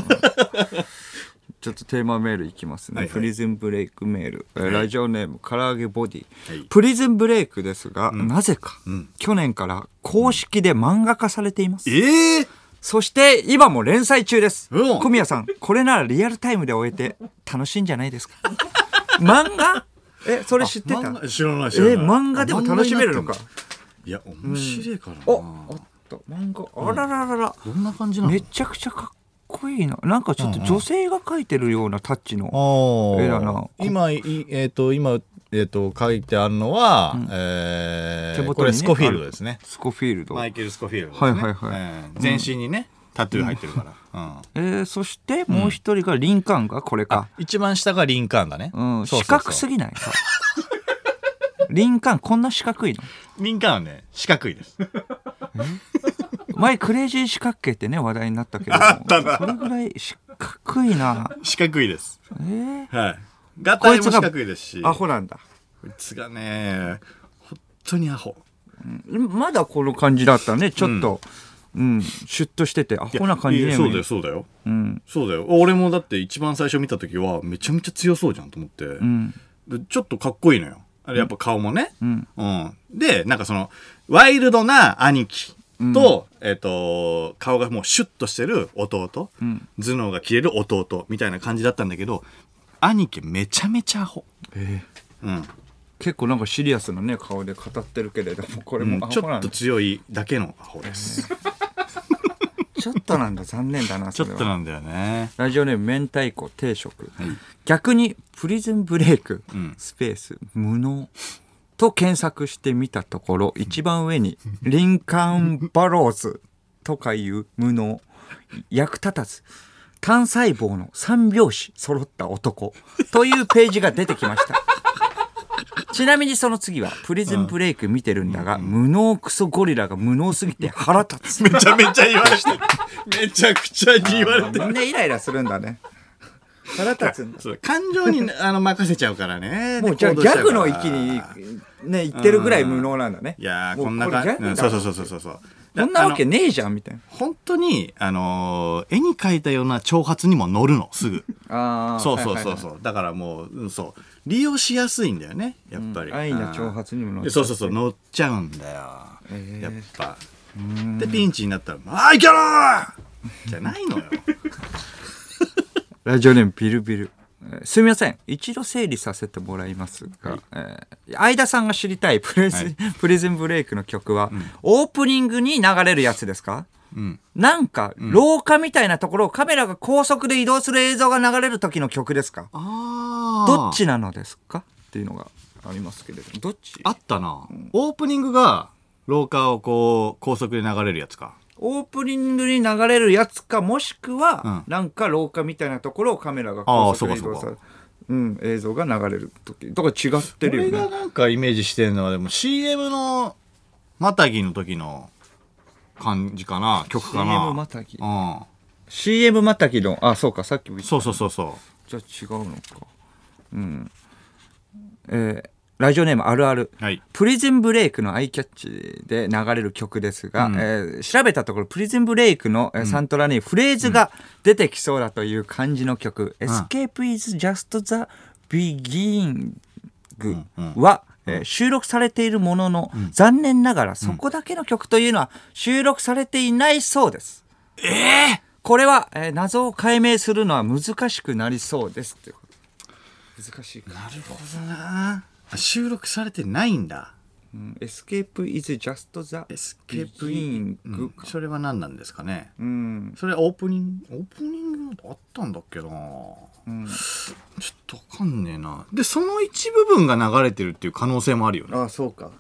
ちょっとテーマメールいきますね。
はいはい
プリズンブレイクメール。えーラジオネーム、唐揚げボディ。
はい
プリズンブレイクですが、なぜか、
ん
去年から公式で漫画化されています。
ええー
そして、今も連載中です。
うん
小宮さん、これならリアルタイムで終えて楽しいんじゃないですか。 漫画え、それ知ってた
漫画知らない
え
知らない。
漫画でも楽しめるのか
漫画になってんだ。いや、面白いからな。
おあった漫画あらららら、
どんな感じなの
めちゃくちゃかっこいいななんかちょっと女性が描いてるようなタッチの
あ
絵だな
今いえっ、と今えっ、と書いてあるのは、え
手元
ーこ
にね
れスコフィールドですね
スコフィールド、
マイケル・スコフィールド、
はいはいはい
えー全身にね、タトゥー入ってるから、うん
えーそしてもう一人がリンカーンがこれか、
一番下がリンカーンだね、
うん
そうそう
四
そう
角すぎな いかリンカーンこんな四角いの
リンカーンはね四角いです
前クレイジー四角形ってね話題になったけども
あったな
それぐらい四角いな
四角いです
え ー
はいガタイも四角いですし
アホなんだ
こいつがね本当にアホ
まだこの感じだったねちょっと、うんシュッとしててアホな感じ
い
ね
やそうだよそうだよ
うん
そうだよ俺もだって一番最初見た時はめちゃめちゃ強そうじゃんと思って、
うん
でちょっとかっこいいのよ。あれやっぱ顔もね。
うん
うん。で、なんかその、ワイルドな兄貴と、えっ、と、顔がもうシュッとしてる弟、
ん
頭脳が消える弟みたいな感じだったんだけど、兄貴めちゃめちゃアホ。うん。
結構なんかシリアスなね顔で語ってるけれどもこれもア
ち
ホ
ょ
な
っ
んだ
と強いだけのアホ です。
ちょっとなんだ残念だな
ちょ
そ
っ
れ
と
は
なんだよね。
ラジオネーム明太子定食、逆にプリズンブレイク、
ん
スペース無能と検索してみたところ一番上に「リンカーン・バローズ」とかいう無能役立たず単細胞の三拍子揃った男というページが出てきましたちなみにその次は、プリズンブレイク見てるんだが、無能クソゴリラが無能すぎて腹立 つ。
めちゃめちゃ言われ てる。めちゃくちゃに言われて
みんなイライラするんだね。腹立つんだ。
る。感情にあの任せちゃうからね。
もうじゃあ
で
ギ
行動しち
ャ
うか
グ
ら
の域に、ね、行ってるぐらい無能なんだね。
いやー、
もう
こんな
れギャ
感じ。
グ
う
だ
んそうそうそうそうそうそう。
こんなわけ
あの
ねえじゃんみたいな。
本当に、あのー絵に描いたような挑発にも乗るの、すぐ。
あー
そうそうそう
はい
そう。だからもう、うん、そう。利用しやすいんだよね、やっぱり。
はいはい安易な挑発にも乗っ
で
て
そうそうそう乗っちゃうんだよ、
えー
やっぱでピンチになったら「ああいけろー!」じゃないのよ
ラジオネームビルビル。えーすみません。一度整理させてもらいますが、えー相田さんが知りたいプレズ、
はい
プリズンブレイクの曲は、オープニングに流れるやつですか、なんか、廊下みたいなところをカメラが高速で移動する映像が流れる時の曲ですか
あ
どっちなのですかっていうのがありますけれども、どっち
あったなオープニングが廊下をこう高速で流れるやつか
オープニングに流れるやつか、もしくは、
う
なんか廊下みたいなところをカメラが高速で移
あーそ
動
うか
す
そう
る。うん、映像が流れる時。だから違ってるよ
俺が
ね。
なんかイメージしてるのはでも CM のまたぎの時の感じかな曲かな
CM またぎ
うん
CM またぎのあそうかさっきも言っ
そうそうそうそ
たじゃあ違うのかうんえーラジオネームあるある、
はい
プリズンブレイクのアイキャッチで流れる曲ですが、えー調べたところプリズンブレイクのえーサントラにフレーズが出てきそうだという感じの曲「Escape is just the beginning」は、えー収録されているものの、残念ながらそこだけの曲というのは収録されていないそうです。これは、えー謎を解明するのは難しくなりそうですってこと難しいか、
うあー収録されてないんだ
うん、エスケープ is just the
エスケープイン、う
beginning
んそれは何なんですかね
うん、
それオープニングオープニングあったんだっけな、ちょっとわかんねえなでその一部分が流れてるっていう可能性もあるよね、
ああそうか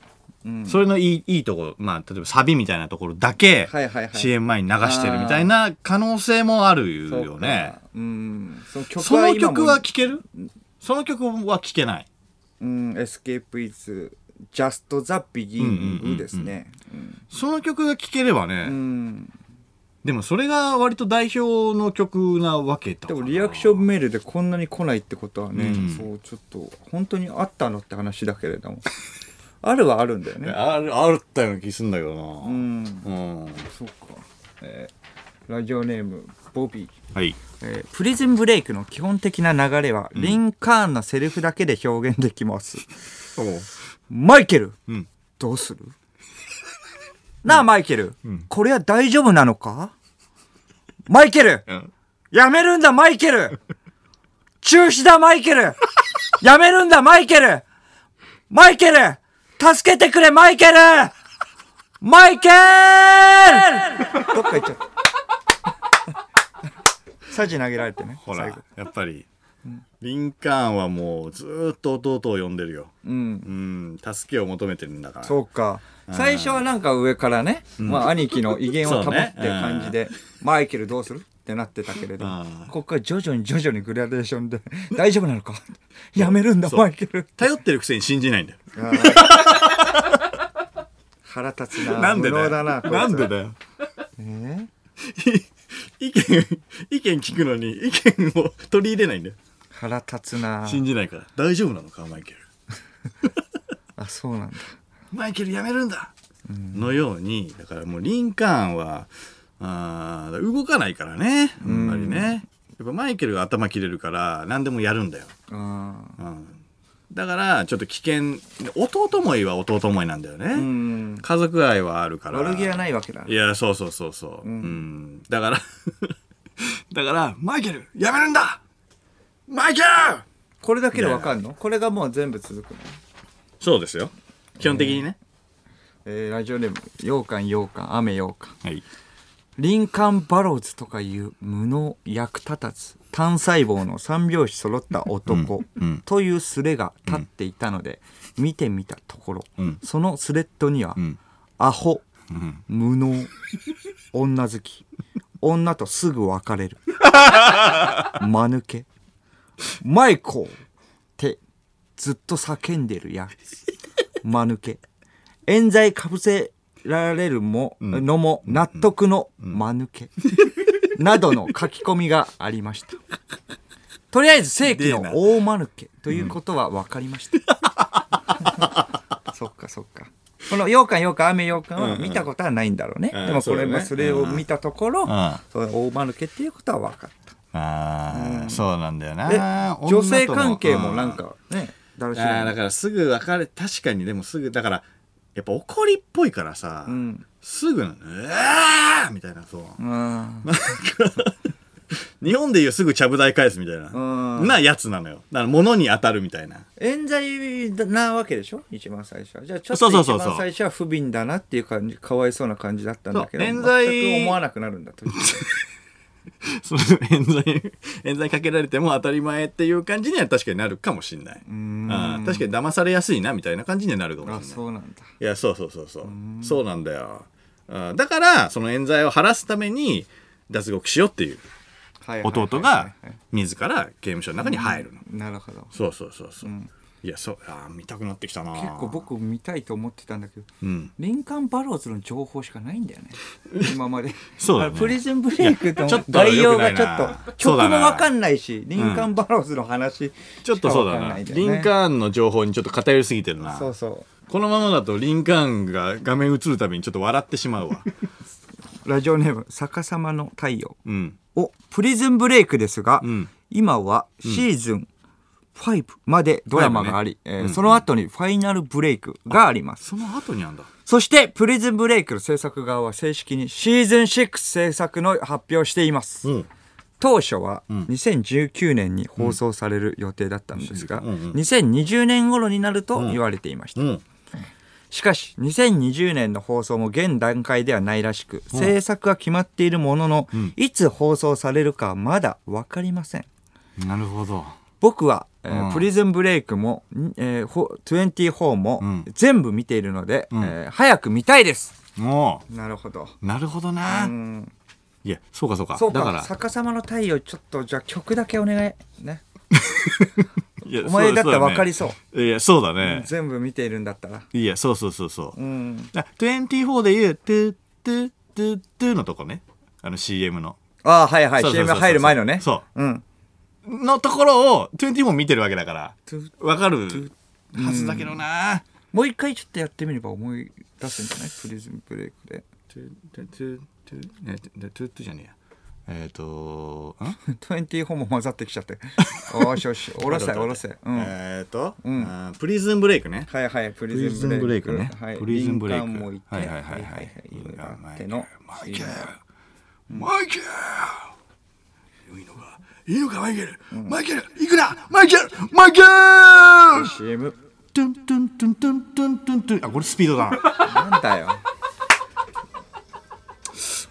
それのいいいいところまあ例えばサビみたいなところだけ
はいはいはい
CM 前に流してるみたいな可能性もある
そう
よね
かうんその曲
そ
は
の
今も
曲は聴けるその曲は聴けない
うんエスケープ is just the
うんうんうんう
beginning
ん
ですね
その曲が聴ければね、
うん
でもそれが割と代表の曲なわけだ
で
から
もリアクションメールでこんなに来ないってことはね、
うん
そうちょっと本当にあったのって話だけれども あるはあるんだよね
あるあったような気すんだけどなう
うん
ん、
そうか、えーラジオネームボビー、
はい
えープリズンブレイクの基本的な流れは、リンカーンのセリフだけで表現できますマイケル、
ん
どうする なあマイケル、これは大丈夫なのかマイケル、
ん
やめるんだマイケル中止だマイケルやめるんだマイケルマイケル助けてくれマイケルマイケルどっか行っちゃった。サジ投げられてね。
ほ
最
ら
後、
やっぱり、リンカーンはもうずーっと弟を呼んでるよ。
うん。
うん、助けを求めてるんだから。
そうか。最初はなんか上からね、まあ兄貴の威厳を保ってる感じで、マイケルどうするってなってたけれど
うん、
ここから徐々に徐々にグラデーションで、 大丈夫なのかやめるんだ、マイケル。
頼ってるくせに信じないんだよ。
腹立つな。
なんで
無
だ
能
よ。
だな、こいつ
なんでだよ。
え
意見、 意見聞くのに意見を取り入れないんだよ。
腹立つな。
信じないから。大丈夫なのか、マイケル。
あ、そうなんだ。
マイケルやめるんだ、のように、だからもうリンカーンは、あー動かないからね。あんまりね。やっぱマイケルが頭切れるから、何でもやるんだよ。
うん。
うんだからちょっと危険弟思いは弟思いなんだよね、
うん。
家族愛はあるから
悪気はないいわけだ。
いやそうそうそうそう、うんだから だからマイケルやめるんだマイケル
これだけでわかんのこれがもう全部続くの
そうですよ基本的にね、
えーラジオネーム、羊羹羊羹、雨羊羹。
はい
リンカン・バローズとかいう無能役立たず単細胞の三拍子揃った男というスレが立っていたので見てみたところ、そのスレッドには、アホ、無能女好き女とすぐ別れる間抜けマイコーってずっと叫んでるやつ。間抜け。冤罪かぶせられるも、のも納得の間抜け。などの書き込みがありました。とりあえず正規の大間抜けということは分かりま した。そっかそっか。この羊羹羊羹雨羊羹は見たことはないんだろうね。
うん
でもこ
そ
れ
うだ
も
ね
それを見たところ、
んうん
その大間抜けっていうことは分かった。
ああ、そうなんだよ
で
な。
女性関係もなんかね、だらし
ああだ
ない。
からすぐ別れ確かにでもすぐだからやっぱ怒りっぽいからさ、
ん
すぐなのうわーみたいなそう
うん。
日本でいうすぐちゃぶ台返すみたいな、
うん
なやつなのよだから物に当たるみたいな
冤罪なわけでしょ一番最初は。じゃあちょっ
そうそ
と
うそう
一
そう
番最初は不憫だなっていう感じ、かわいそうな感じだったんだけど、
そう冤罪
全く思わなくなるんだと。
その冤罪冤罪かけられても当たり前っていう感じには確かになるかもしんないあー確かに騙されやすいなみたいな感じにはなるかもしんな
あ、
い
そうなんだ。
いやそうそうそうそうそうなんだよあーだからその冤罪を晴らすために脱獄しようっていう
はいはいはいはい
弟が自ら刑務所の中に入るの、
なるほど。
そうそうそうそう、いやそうあー見たくなってきたな
結構僕見たいと思ってたんだけど、
うん
リンカンバローズの情報しかないんだよね今まで
そうだね
あのプリズンブレイクと
いやちょっと
概要が
良く
ち
な
ょ
いな
っと
そう
曲
だな
もわかんないしリンカンバローズの話
ちょっとそうだ
しかわか
な、
んいんよね
リンカーンの情報にちょっと偏りすぎてるな
そうそ
このままだとリンカーンが画面映るたびにちょっと笑ってしまうわ
うラジオネーム逆さまの太陽
うん
をプリズンブレイクですが、
ん
今はシーズン5までドラマがあり、えーその後にファイナルブレイクがあります
その後にあんだ
そして、プリズンブレイクの制作側は正式にシーズン6制作の発表をしています。
うん
当初は2019年に放送される予定だったんですが、
うんうんうん
2020年頃になると言われていました。
うん
しかし、2020年の放送も現段階ではないらしく、制作は決まっているものの、いつ放送されるかはまだわかりません。
なるほど
僕は、えー
うん
プリズンブレイクも、んえー、ほ24も、
ん
全部見ているので、えー早く見たいです。
も
なるほど。
うなるほどな、
うん
いやそうかそうか
そうか
だから
逆さまの太陽ちょっとじゃあ曲だけお願いね
いや
お前だったら分かり
そ
そう
うだねいやそうだね、
全部見ているんだったら
いやそうそうそうそう
うん
だ24で言う「トゥトゥトゥトゥ」のとこねあの CM の
ああはいはい
そうそうそう
CM
そう
入る前のね
そう
うん
のところを24見てるわけだから
トゥ
わかるはずだけどな
もう一回ちょっとやってみれば思い出すんじゃないプリズムブレイクで
トゥトゥトゥトゥねトゥトゥトゥじゃねえやえっとん
24も混ざってきちゃっておーしおしおろせおろせうんは
えっとあープリズンブレイクね
いはいプ
プリ
リ
ズ
ズ
ン
ム
ブ
ブ
レ
レ
イ
イ
ク
ク
ね
はい
プリズンブレイク
リンカーンもいて
はいはいはいはい
いろいろあって
マ
の
イケルマイケルいいのかいいのかマイケルマイケルいくなマイケルマイケル
CM
トゥントゥントゥントゥントゥントゥントゥンあこれスピードだな
なんだよ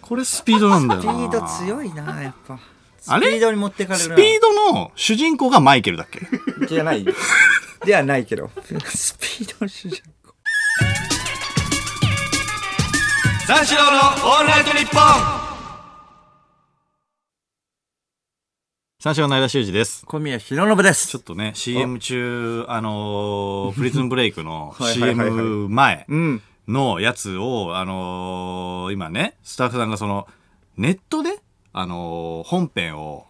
これスピードなんだよ
スピード
な
強いなやっぱスピ
あれ
ードに持ってかれる
ス
な
ピードの主人公がマイケルだっけ
じゃない。ではないけど。スピード主人公。
三四郎のオールナイトニッポン三四郎の間修二です
小宮弘信です。
ちょっとね CM 中あのープリズンブレイクの
はいはいはいはい
CM 前
うん。
のやつをあのー今ねスタッフさんがそのネットであのー本編を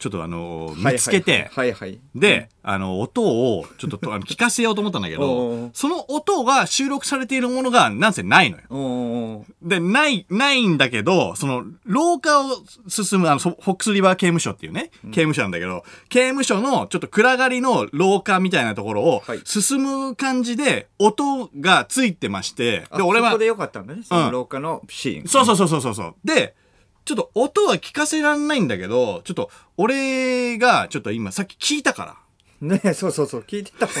ちょっとあのー見つけて、
はいはい。
で、あの、音を、ちょっとと、あの、聞かせようと思ったんだけ
おうお
ど
う、
その音が収録されているものが、なんせないのよ。
おお。
で、ない、ないんだけど、その、廊下を進む、あの、そフォックスリバー刑務所っていうね、刑務所なんだけど、刑務所の、ちょっと暗がりの廊下みたいなところを
はい、
進む感じで、音がついてまして、
あ
で、俺
そ
は
こで、よかったんだね。その廊下のシーン。
そうそうそうそうそうそう。で、ちょっと音は聞かせらんないんだけど、ちょっと、俺が、ちょっと今、さっき聞いたから、
ねそうそうそう。聞いてたもん。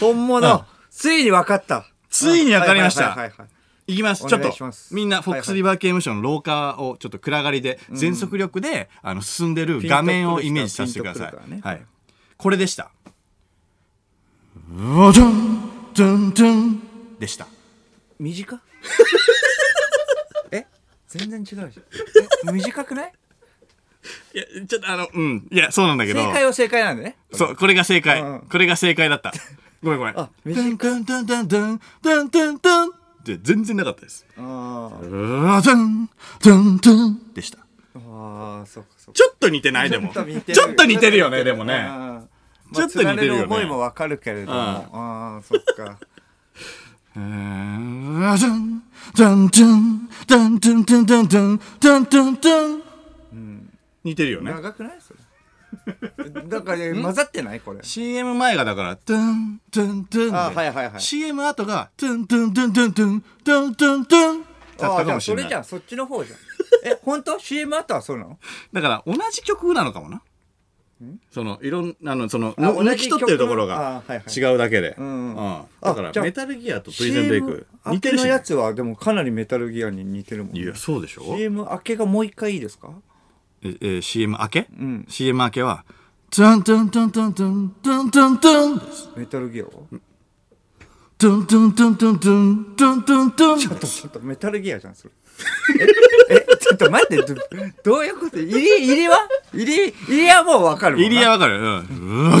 本物。ついに分かった。
ついに分かりました
はいはいはいはい
いきます。
お
ちょっ
願い
と
します、
みんな、フォックスリバー刑務所の廊下を、ちょっと暗がりで、全速力で、あの、進んでる画面をイメージさせてください
ピンとくるからね。
はい。これでした。うおじゃん、じゃんじゃんでした。
短 え全然違うじゃん。え短くない
いや、ちょっとあの、うん。いや、そうなんだけど。
正解は正解なんでね。
そう、これが正解
うん。
これが正解だった。ごめんごめん。
あ
ドゥンドゥンドゥンドゥンドゥン、ドゥンドゥンドゥンって全然なかったです。
あ
うわドゥン、ドゥンドゥンでした。
ーあー、そうかそうか。
ちょっと似てないでも。ちょっと似てるよね、でもね。ち
ち
ょ
ょ
っ
っ
と
と
似
似
て
て
る
る
よ
よ
ね
ね。思いもわかるけれども。
うん
ああ、そっ か。
うーんドゥン、ドゥンドゥン、ドゥンドゥンドゥンドゥンドゥン、ドゥンドゥンドゥン。似てるよね。
長くないそれ。だから、混ざってないこれ。
CM 前がだから、トゥン、トゥン、トゥンで。
あはいはいはい
CM 後が、トゥン、トゥン、トゥン、トゥン、トゥン、トゥン、トゥン、トゥン。だっ
あ
た
あ、
か
じゃ
も
あ
し
そ
れ
れ
ない
じ。ゃん、そっちの方じゃん。え、本当 ?CM 後はそうなの
だから同じ曲なのかもな。そのいろんなあのその
あ
抜き取ってるところ
同
が
じ
違
曲のあはいは
うだけで、
んうん
うん
あ
だか
じ
ら
ゃあ
メタルギアとプリズンブレイク
CM
似てる
明
し
けのや
ね
つは、でもかなりメタルギアに似てるもんね。
いやそうでしょ、え
CM 明けがもう一回いいですか
えー CM 明け、
ん
CM 明けは「トゥントゥントゥントゥントゥントゥントゥントゥン」です
メタルギアは
「トゥントゥントゥントゥントゥントゥントゥントゥン」
ちょっと、ちょっとメタルギアじゃん、それ。え、えちょっと待って、どどういうこと入り、入りは入り、入りはもうわかるもんな
入りはわかるうん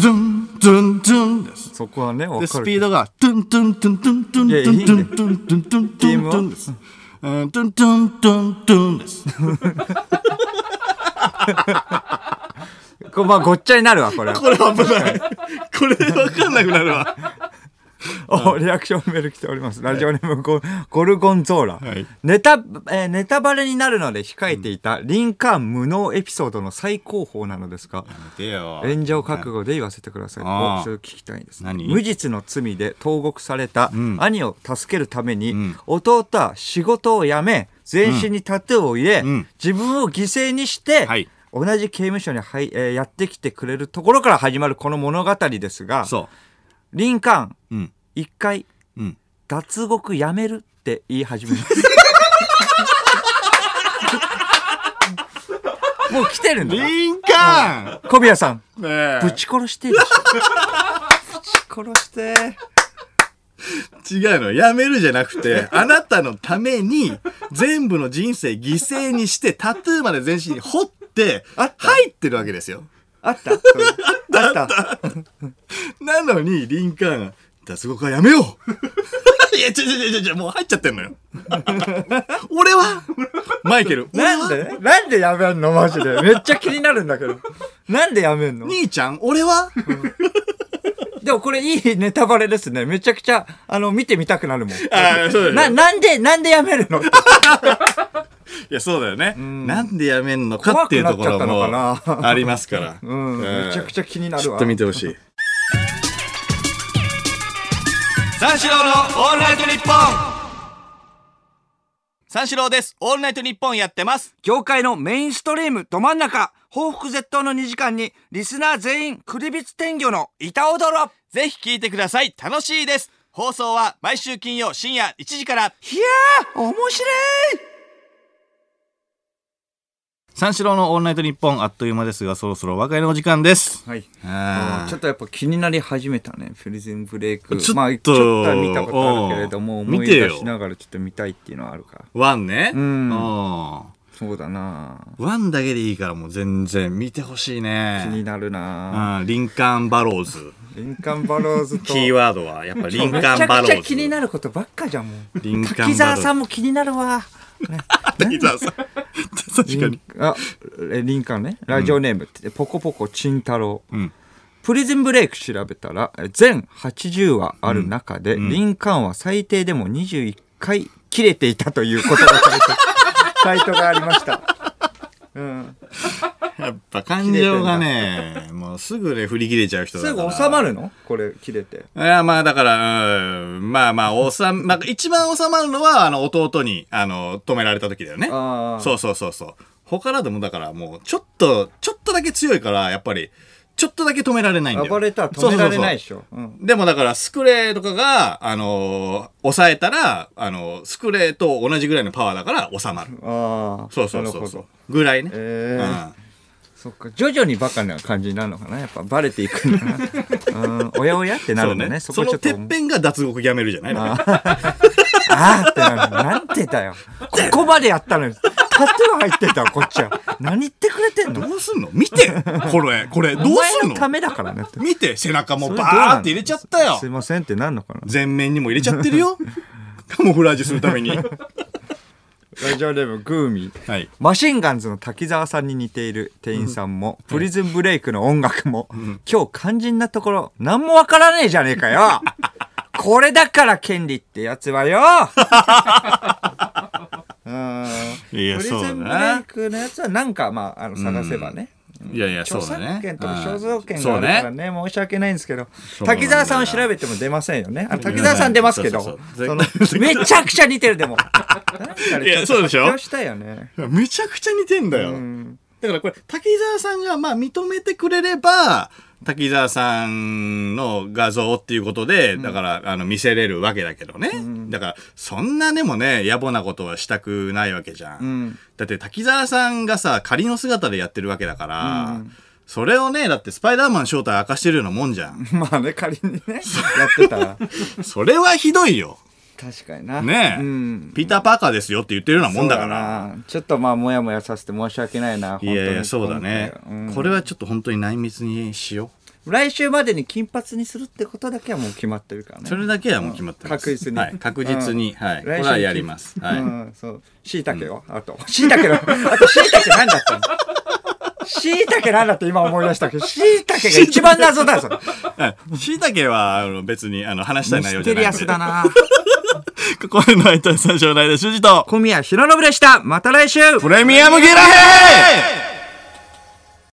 「トゥントゥントゥン」です
そこはね、わ
で
か
ス
る
ピ
け
ー
ど。
ドがトゥントゥントゥントゥントゥントゥントゥントゥントゥントゥントゥントゥンです。うんトゥントゥントゥントゥンです。
これまあ、ごっちゃになるわ、これは。
これ危ない。これわかんなくなるわ。
おリアクションメール来ております。ラジオネームゴゴルゴンゾーラ、
はい
ネタ。えーネタバレになるので控えていたリンカーン無能エピソードの最高峰なのですが、
でよ
炎上覚悟で言わせてください。
あー
おそれ聞きたいです。
何
無実の罪で投獄された
ん
兄を助けるために、
ん
弟は仕事を辞め、全身にタトゥーを入れ、
うん
自分を犠牲にして、
はい
同じ刑務所に入、えーやってきてくれるところから始まるこの物語ですが、
そ
リンカーン、
う。うん。
一回、
うん。
脱獄やめるって言い始め ます。もう来てるんだな。
リンカ
小宮さん、
ーンね
ぶち殺してるでしょ。ぶち殺して。
違うの。やめるじゃなく て、あなたのために、全部の人生犠牲にして、タトゥーまで全身に彫って、入ってるわけですよ。
あったそれあった
なのに、リンカーン、脱獄はやめよう いや、ちょちょちょちょ、もう入っちゃってんのよ。 俺はマイケ ル、俺は
なんでなんでやめんのマジで。めっちゃ気になるんだけ ど。なんでやめんの
兄ちゃん、俺は
でもこれいいネタバレですね。めちゃくちゃ、あの、見てみたくな るもん。
ああ、そうだ
な、
よ。
なんで、なんでやめるの
いや、そうだよね。なんでやめんのかっていうところも、
怖くなっちゃったのかな
ありますから。
うん、めちゃくちゃ気にな
ち
る
ょ
わ。
っと見てほしい。
三四郎のオールナイトニッポン三四郎です。オールナイトニッポンやってます。
業界のメインストリームど真ん中報復絶倒の2時間にリスナー全員クリビツ天魚の板踊ろ
ぜひ聞いてください。楽しいです。放送は毎週金曜深夜1時から。
いやー面白い
三四郎のオールナイトニッポン、あっという間ですが、そろそろお別れのお時間です。
はい
あ
ちょっとやっぱ気になり始めたねプリズンブレイク
ちょっと
まあちょっとは見たことあるけれども
うん
思い
見て
出
よ
しながらちょっと見たいっていうのはあるから
ワンね。
ん
うん
そうだな
ワンだけでいいからもう全然見てほしいね。
気になるな
うん、リンカーン・バローズ。
リンカーンバロ ーズと
キーワードは、やっぱリンカーン・バロ
めちゃく
ー
ちゃ
ズ。
気になることばっかじゃんもう
リンカーンバローズ
滝沢さんも気になるわ
滝沢さん 確か
リ
に
ン。あえリンカーンねラジオネームって、ポコポコチン太郎、
ん
プリズンブレイク調べたらえ全80話ある中で、リンカーンは最低でも21回切れていたということが 書いてサイトがありました、うん、
やっぱ感情がね、もうすぐね、振り切れちゃう人だ
す
から。
ぐ収まるのこれ切れて
いや、まあだから、うん、まあまあ、収ま、まあ、一番収まるのは、あの、弟に、あの、止められた時だよね。
あー
そうそうそうそう。他らでもだからもう、ちょっと、ちょっとだけ強いから、やっぱり、ちょっとだけ止められないんだよ。
暴れたら止められないでし
ょ。
ょうん
でもだから、スクレーとかが、あのー抑えたら、あのースクレーと同じぐらいのパワーだから収まる。
ああ
そうそう
な
そ
る
う
ほ
そう
ど。
ぐらいね。
えー
うん
そっか徐々にバカな感じになるのかなやっぱバレていくんだ な、うん、おやおやってな
そう
るんだ
ね
ね
そ
そこちょ
の
っと
てっぺんが脱獄やめるじゃないだから
あーってなる。なんてだよ。ここまでやったのに、タトゥー入ってたわこっちは何言ってくれてんの
どうすんの見てこれこれどうす
お前
ん
のた
の
めだからねって
見て背中も
それどうなの
バーって入れちゃったよ
すいませんってなんのかな
全面にも入れちゃってる よカモフラージュするためには
ラジオネームグーミー
い
マシンガンズの滝沢さんに似ている店員さんも、プリズンブレイクの音楽も、今日肝心なところ、何もわからねえじゃねえかよこれだから権利ってやつはよ うん
いや
プリズ
そうだ
ンブレイ
な
クのやつはなんか、まあ、あの、探せばね。
いやいやそ
著
うだね
作権とか
う
肖
ん
像権が
そ
あ
う
るから
ね
ね、申し訳ないんですけど、
うなんだ
滝沢さんを調べても出ませんよね。あの滝沢さん出ますけど、
そう
そ
そうそう
のめちゃくちゃ似てる、でも。
いやそうでしょ
発表したよね。
めちゃくちゃ似てんだよ、だからこれ滝沢さんがまあ認めてくれれば滝沢さんの画像っていうことでだから、あの見せれるわけだけどね、だからそんなでもね野暮なことはしたくないわけじゃん、
ん
だって滝沢さんがさ仮の姿でやってるわけだから、それをねだってスパイダーマン正体明かしてるようなもんじゃん
まあね、仮 にね、やってたら。
それはひどいよ
確かにな。
ねえ、
うん。
ピーター・パーカーですよって言ってるようなもんだから
そうな。ちょっとまあ、もやもやさせて申し訳ないな、本当
い
に
やいやそうだね、
うん
これはちょっと本当に内密にしよ
来週までに金髪にするってことだけはもう決まってるから
う
ね。
それだけはもう決まってます、
確実に
はい、確実に、
うん
はいこ
来
れ
週
はやります、はい
うん、そう。椎茸を、あと。椎茸の、あと椎茸なんだったの椎茸なんだって今思い出したけど、椎茸が一番謎だよ、 それ。
しいたけはあの別にあの話したい内容
ミス
じゃな
テ
い
リ
ん
ア
で
スだな
これの相手は最初の間主人と
小宮浩信でした。また来週
プレミアムゲラヘイ